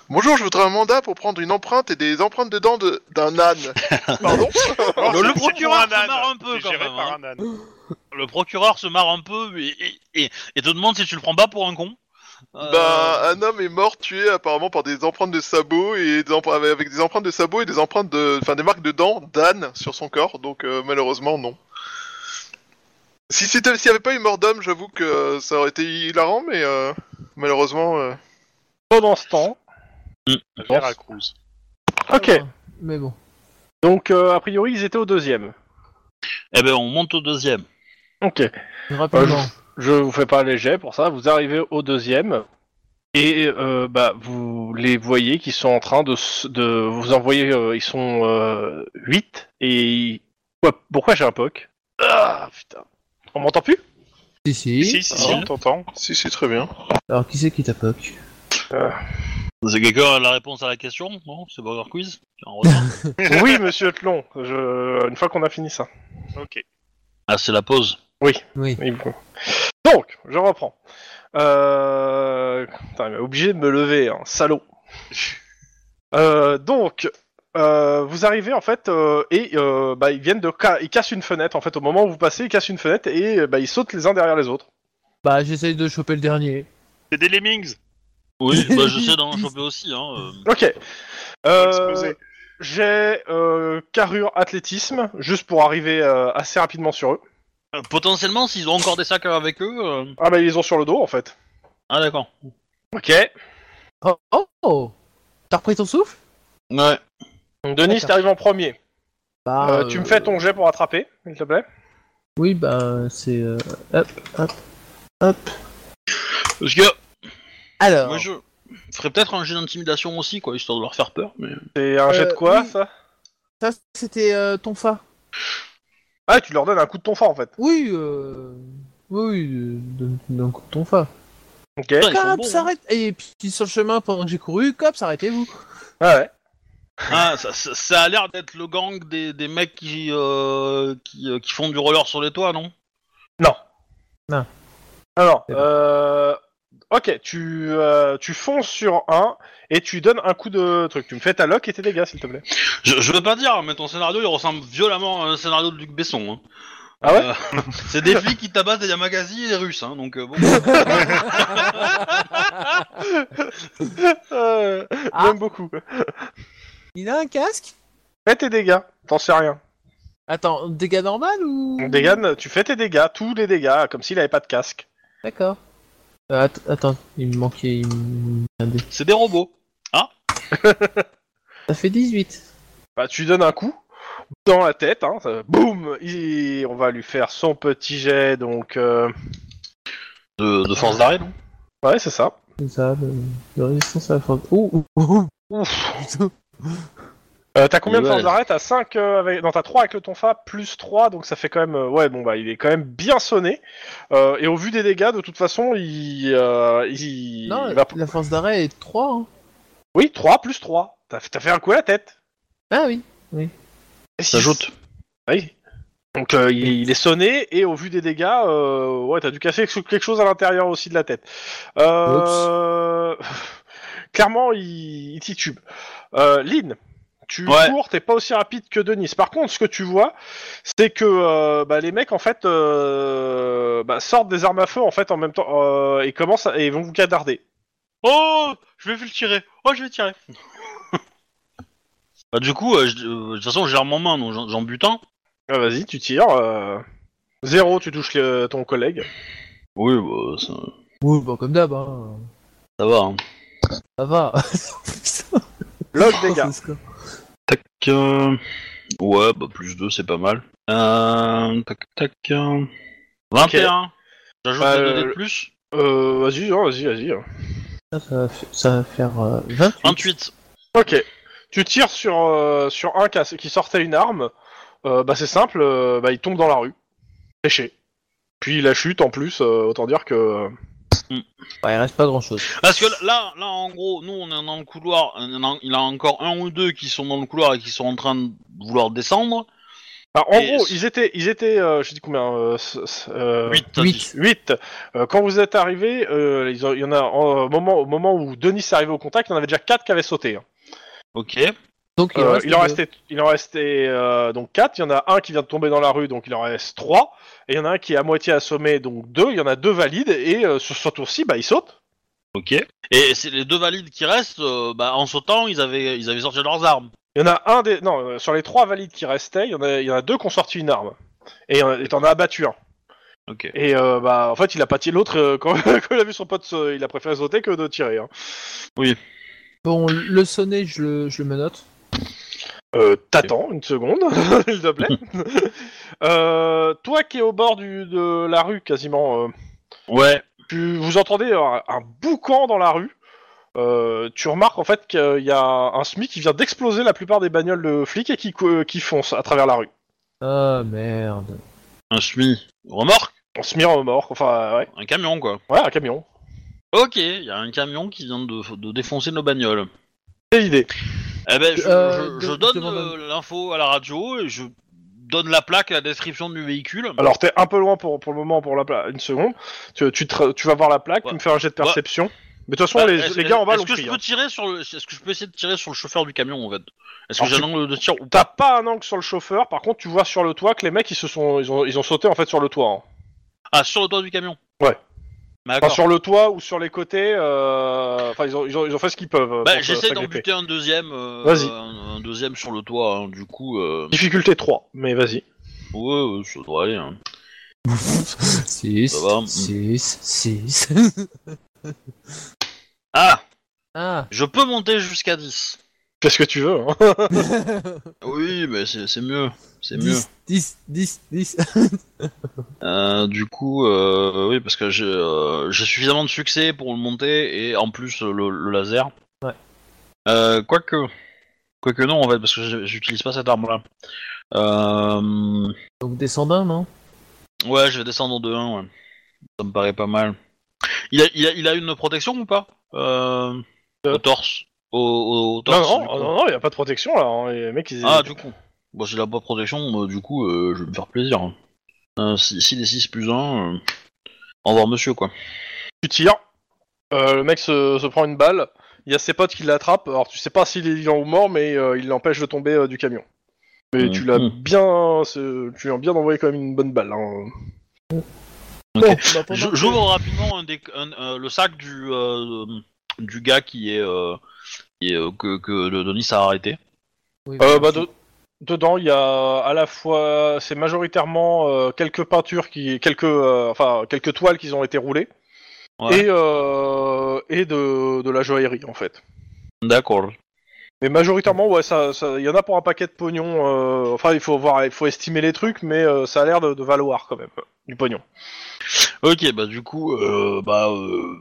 Bonjour, je voudrais un mandat pour prendre une empreinte et des empreintes dedans de- d'un âne. Pardon euh, Alors, le c'est procureur pour se âne. marre un peu, C'est quand géré même, par hein. un âne. Le procureur se marre un peu et, et- et- et te demande si tu le prends pas pour un con. Euh, Bah, un homme est mort tué apparemment par des empreintes de sabots et des empr- avec des empreintes de sabots et des empreintes de, enfin des marques de dents d'âne sur son corps. Donc euh, malheureusement non. Si c'était, s'il n'y avait pas eu mort d'homme, j'avoue que euh, ça aurait été hilarant, mais euh, malheureusement. euh, Pendant ce temps, Veracruz. ok. Mais bon. Donc euh, a priori ils étaient au deuxième. Eh ben on monte au deuxième. Ok. Rapidement. Je vous fais pas les jets pour ça. Vous arrivez au deuxième et euh, bah vous les voyez qui sont en train de s- de vous envoyer. euh, ils sont euh, 8 et ils- Quoi- pourquoi j'ai un poc Ah putain. On m'entend plus Si, si. Si, si, si, on t'entend. Si c'est très bien. Alors, qui c'est qui tapoque C'est quelqu'un a la réponse à la question Non C'est Burger Quiz En retard Oui, monsieur Tlon. Je... Une fois qu'on a fini ça. Ok. Ah c'est la pause. Oui. Oui, bon. Donc, je reprends. Euh... Putain, il est obligé de me lever, hein, salaud. Euh, donc, euh, vous arrivez en fait euh, et euh, bah, ils viennent de ca- ils cassent une fenêtre en fait au moment où vous passez, ils cassent une fenêtre et euh, bah, ils sautent les uns derrière les autres. Bah, j'essaye de choper le dernier. C'est des lemmings. Oui, bah j'essaie d'en choper aussi. Hein. euh. Ok. Faut Euh, exploser. J'ai euh, carrure athlétisme juste pour arriver euh, assez rapidement sur eux. Euh, Potentiellement, s'ils ont encore des sacs avec eux. euh, Ah bah ils les ont sur le dos en fait. Ah d'accord. Ok. Oh, oh, oh. T'as repris ton souffle Ouais. Denis, D'accord. t'arrives en premier. Bah, Ah, Euh, Tu me fais ton jet pour attraper, s'il te plaît. Oui, bah, c'est. euh, Hop, hop, hop. Parce que Alors. moi je ferais peut-être un jeu d'intimidation aussi, quoi, histoire de leur faire peur. Mais... C'est un jet de Euh, quoi oui. ça Ça, c'était euh, ton fa. Ah, tu leur donnes un coup de ton fort en fait. Oui, euh... oui, euh, donne- donne un coup de ton fa. Ok. Putain, ils sont Cop, bons, hein. s'arrête Et puis sur le chemin, pendant que j'ai couru, cop, s'arrêtez-vous Ah ouais. Ah, ça, ça- ça a l'air d'être le gang des, des mecs qui, euh, qui, euh, qui font du roller sur les toits, non Alors, C'est bon. euh... ok, tu, euh, tu fonces sur un et tu donnes un coup de truc. Tu me fais ta lock et tes dégâts, s'il te plaît. je, je veux pas dire, mais ton scénario il ressemble violemment à un scénario de Luc Besson. hein. Ah ouais Euh, C'est des flics qui tabassent des Yamagasi et des Russes, hein, donc euh, bon. Euh, Ah. J'aime beaucoup. Il a un casque Fais tes dégâts, t'en sais rien. Attends, dégâts normal ou Dégane, tu fais tes dégâts, tous les dégâts, comme s'il avait pas de casque. D'accord. Euh, att- attends, il me manquait il me- un dé. C'est des robots. Ça fait 18. Bah, tu donnes un coup dans la tête, hein, ça- boum il- On va lui faire son petit jet, donc... euh, De, de force d'arrêt, non Ouais, c'est ça. C'est ça, de, de résistance à la force. Oh, oh, oh, Ouf. putain. Euh, t'as combien de Ouais. forces d'arrêt T'as 5 avec... Non, t'as 3 avec le tonfa, plus 3, donc ça fait quand même... euh, Ouais, bon, bah, il est quand même bien sonné. Euh, et au vu des dégâts, de toute façon, il... euh, il... Non, il va- la force d'arrêt est 3. hein. Oui, 3 plus 3. T'as t'as fait un coup à la tête. Ah oui. Et six. T'ajoutes. Oui. Donc, euh, il, il est sonné, et au vu des dégâts, euh, ouais, t'as dû casser quelque chose à l'intérieur aussi de la tête. Euh... Clairement, il, il titube. Euh, Lynn, tu Ouais. cours, t'es pas aussi rapide que Denis. Par contre, ce que tu vois, c'est que euh, bah, les mecs en fait euh, bah, sortent des armes à feu en fait en même temps euh, et commencent à- et vont vous cadarder. Oh, je vais le tirer. Oh, je vais tirer. bah du coup, euh, je- euh, de toute façon, j'ai l'arme en main, donc j'en- j'en bute un. Ah, Vas-y, tu tires. euh, Zéro, tu touches le- ton collègue. Oui, bah, ça, Oui, bon, comme d'hab, hein. ça va. hein. Ça va. Log Oh, dégâts. ce score. Tac. euh, Ouais, bah plus 2, c'est pas mal. Euh... Tac, tac. euh, 21. J'ajoute Bah, les deux euh, dés de plus. Euh, hein. vas-y, hein, vas-y, vas-y. Ça, ça va f- ça va faire euh, 28. 28. Ok. tu tires sur, euh, sur un qui, a- qui sortait une arme, euh, bah c'est simple, euh, bah, il tombe dans la rue, séché. Puis la chute en plus, euh, autant dire que. euh, Bah, il reste pas grand chose. Parce que là, là, en gros, nous, on est dans le couloir. Il y en a- il y en a encore un ou deux qui sont dans le couloir et qui sont en train de vouloir descendre. bah, en Et- gros, ils étaient, ils étaient, euh, je dis combien, euh, s- s- euh, Huit, t'as dit. 8. 8. Euh, quand vous êtes arrivé, euh, ils ont- il y en a en- au moment, au moment où Denis est arrivé au contact, il y en avait déjà 4 qui avaient sauté. hein. Ok. Donc il, Euh, reste il en deux. restait, il en restait euh, donc 4. Il y en a un qui vient de tomber dans la rue, donc il en reste 3. Et il y en a un qui est à moitié assommé, donc 2. Il y en a deux valides et euh, sur ce tour-ci, bah, il saute. Ok. Et c'est les deux valides qui restent, euh, bah, en sautant, ils avaient, ils avaient sorti leurs armes. Il y en a un des, non, euh, sur les 3 valides qui restaient, il y en a, il y en a deux qui ont sorti une arme. Et euh, et t'en as abattu un. Ok. Et euh, bah, en fait, il a pâti l'autre euh, quand, quand il a vu son pote, se- il a préféré sauter que de tirer. hein. Bon, le sonnet, je le, je le menote. Euh, t'attends une seconde, s'il te plaît. Euh, toi qui es au bord du, de la rue quasiment, euh, Ouais. tu, vous entendez un, un boucan dans la rue. Euh, tu remarques en fait qu'il y a un SMI qui vient d'exploser la plupart des bagnoles de flics et qui, cou- qui fonce à travers la rue. Ah merde. Un SMI. Remorque. Un SMI en mort, enfin ouais, Un camion, quoi. ouais un camion. Ok. Il y a un camion qui vient de, de défoncer nos bagnoles. C'est l'idée. Eh ben, je, Euh, je- je de- donne demande un- euh, l'info à la radio et je donne la plaque et la description du véhicule. Alors t'es un peu loin pour, pour le moment pour la pla- une seconde. Tu, tu, te- tu vas voir la plaque, Ouais. tu me fais un jet de Ouais. perception. Mais de toute façon Bah, les, est-ce- les gars en bas l'ont Est-ce que pris. je hein. peux tirer sur le, est-ce que je peux essayer de tirer sur le chauffeur du camion en fait Est-ce que Alors, j'ai tu- un angle de tir ou T'as pas un angle sur le chauffeur, par contre tu vois sur le toit que les mecs ils se sont ils ont, ils ont sauté en fait sur le toit. hein. Ah, sur le toit du camion. Ouais. Bah, Enfin D'accord. sur le toit ou sur les côtés, euh, enfin ils ont, ils, ont, ils ont fait ce qu'ils peuvent. euh, Bah, pour se- j'essaie d'en s'agripper. buter un deuxième. euh, Vas-y. Un, un deuxième sur le toit. hein, du coup, euh... Difficulté 3, mais vas-y. ouais, ouais, ça doit aller. hein. 6, Ça va. hmm. 6, 6. Ah, ah je peux monter jusqu'à 10. Fais ce que tu veux. hein. Oui, mais c'est c'est mieux. C'est mieux. 10, 10, 10, 10. Euh, du coup, euh, oui, parce que j'ai euh, j'ai suffisamment de succès pour le monter et en plus euh, le, le laser. Ouais. Euh, quoique. Quoique non, en fait, parce que j'ai- j'utilise pas cette arme-là. Euh, Donc descendant, non ouais, je vais descendre de 1, ouais. Ça me paraît pas mal. Il a, il a, il a une protection ou pas euh, Au torse Au, au- au Non, torse du non, coup. non, non, il y a pas de protection là. hein. Les mecs ils. Ah, du coup. Bon, s'il a pas de protection, euh, du coup, euh, je vais me faire plaisir. Euh, si, si les 6 plus 1, au revoir monsieur, quoi. Tu tires, euh, le mec se, se prend une balle, il y a ses potes qui l'attrapent, alors tu sais pas s'il est vivant ou mort, mais euh, il l'empêche de tomber euh, du camion. Mais tu l'as Mhm. bien, c'est- tu lui as bien envoyé quand même une bonne balle. hein. Ok. Bon, bah, pendant Je- que- J'ouvre rapidement un des- un- euh, le sac du, euh, du gars qui est, euh, qui est, euh, que, que le Denis a arrêté. Oui, Euh, bah, bah, de- Dedans, il y a à la fois, c'est majoritairement euh, quelques peintures qui, quelques, euh, enfin quelques toiles qui ont été roulées Ouais. et euh, et de, de la joaillerie en fait. D'accord. Mais majoritairement, ouais, ça, ça- il y en a pour un paquet de pognon. euh, enfin, il faut voir, il faut estimer les trucs, mais euh, ça a l'air de, de valoir quand même euh, du pognon. Ok, bah du coup, euh, bah, euh,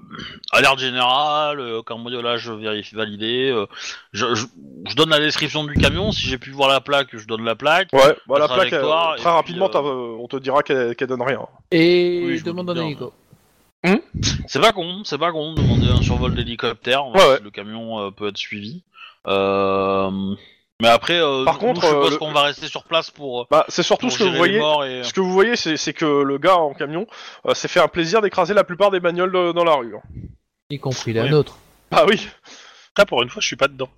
alerte générale, euh, cambriolage vérifié, validé. euh, je, je- je donne la description du camion. Si j'ai pu voir la plaque, je donne la plaque. Ouais, bah, la Notre plaque, euh, trajectoire, et très puis, rapidement, euh, t'as- euh, on te dira qu'elle qu'elle donne rien. Et Oui, je je demande me un doute bien. hélico. C'est pas con, c'est pas con. Demander un survol d'hélicoptère, on Ouais, sait ouais. si le camion euh, peut être suivi. Euh, mais après, euh, Par nous, contre, je suppose euh, le- qu'on va rester sur place pour, euh, Bah, c'est surtout pour ce que vous gérer voyez. les morts et... Ce que vous voyez, c'est c'est que le gars en camion euh, s'est fait un plaisir d'écraser la plupart des bagnoles euh, dans la rue. hein. Y compris la Oui. nôtre. Bah oui. Là, pour une fois, je suis pas dedans.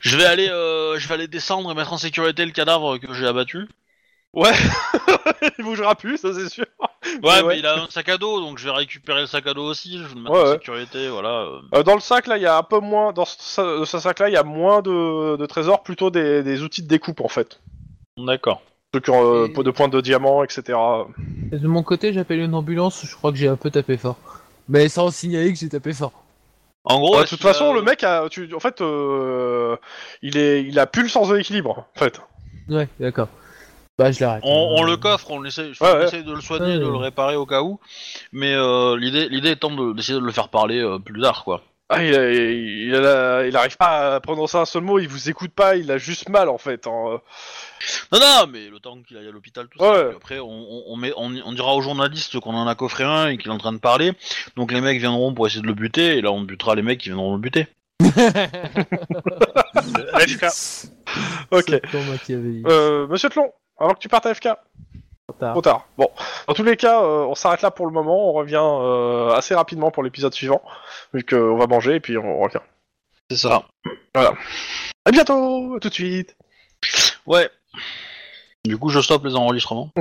Je vais aller, euh, je vais aller descendre et mettre en sécurité le cadavre que j'ai abattu. il bougera plus, ça c'est sûr. Ouais, mais, ouais. il a un sac à dos, donc je vais récupérer le sac à dos aussi. Je vais le mettre Ouais, en ouais. sécurité, voilà. euh. Euh, dans le sac là, il y a un peu moins. Dans ce, sa- de ce sac là, il y a moins de, de trésors, plutôt des, des outils de découpe en fait. D'accord. Ceux qui ont euh, Et- de pointe de diamant, Bah, etc. Et De mon côté, j'appelle une ambulance, je crois que j'ai un peu tapé fort. Mais sans signaler que j'ai tapé fort. En gros, Ouais, euh, de est-ce toute qu'il a- façon, le mec a. tu- en fait, euh, il est, il a plus le sens de l'équilibre en fait. Ouais, d'accord. Bah, je l'arrête. On, on Euh, le coffre, on essaie, Ouais, ouais. de le soigner, Ouais. de le réparer au cas où. Mais euh, l'idée, l'idée étant de- d'essayer de, le faire parler euh, plus tard, quoi. Ah, il, a- il, il a- il arrive pas à prononcer un seul mot, il vous écoute pas, il a juste mal en fait. hein. Non, non, mais le temps qu'il aille à l'hôpital, tout ça. Ouais. puis après, on, on, on met, on, on dira aux journalistes qu'on en a coffré un et qu'il est en train de parler. Donc les mecs viendront pour essayer de le buter, et là on butera les mecs qui viendront le buter. AFK. Ok. C'est pour moi qui avait dit. Euh, Monsieur Tlon, avant que tu partes à FK. Trop tard. Trop tard. Bon, dans tous les cas, euh, on s'arrête là pour le moment. On revient euh, assez rapidement pour l'épisode suivant, vu qu'on va manger et puis on revient. C'est ça. À bientôt, à tout de suite. Ouais. Du coup, je stoppe les enregistrements.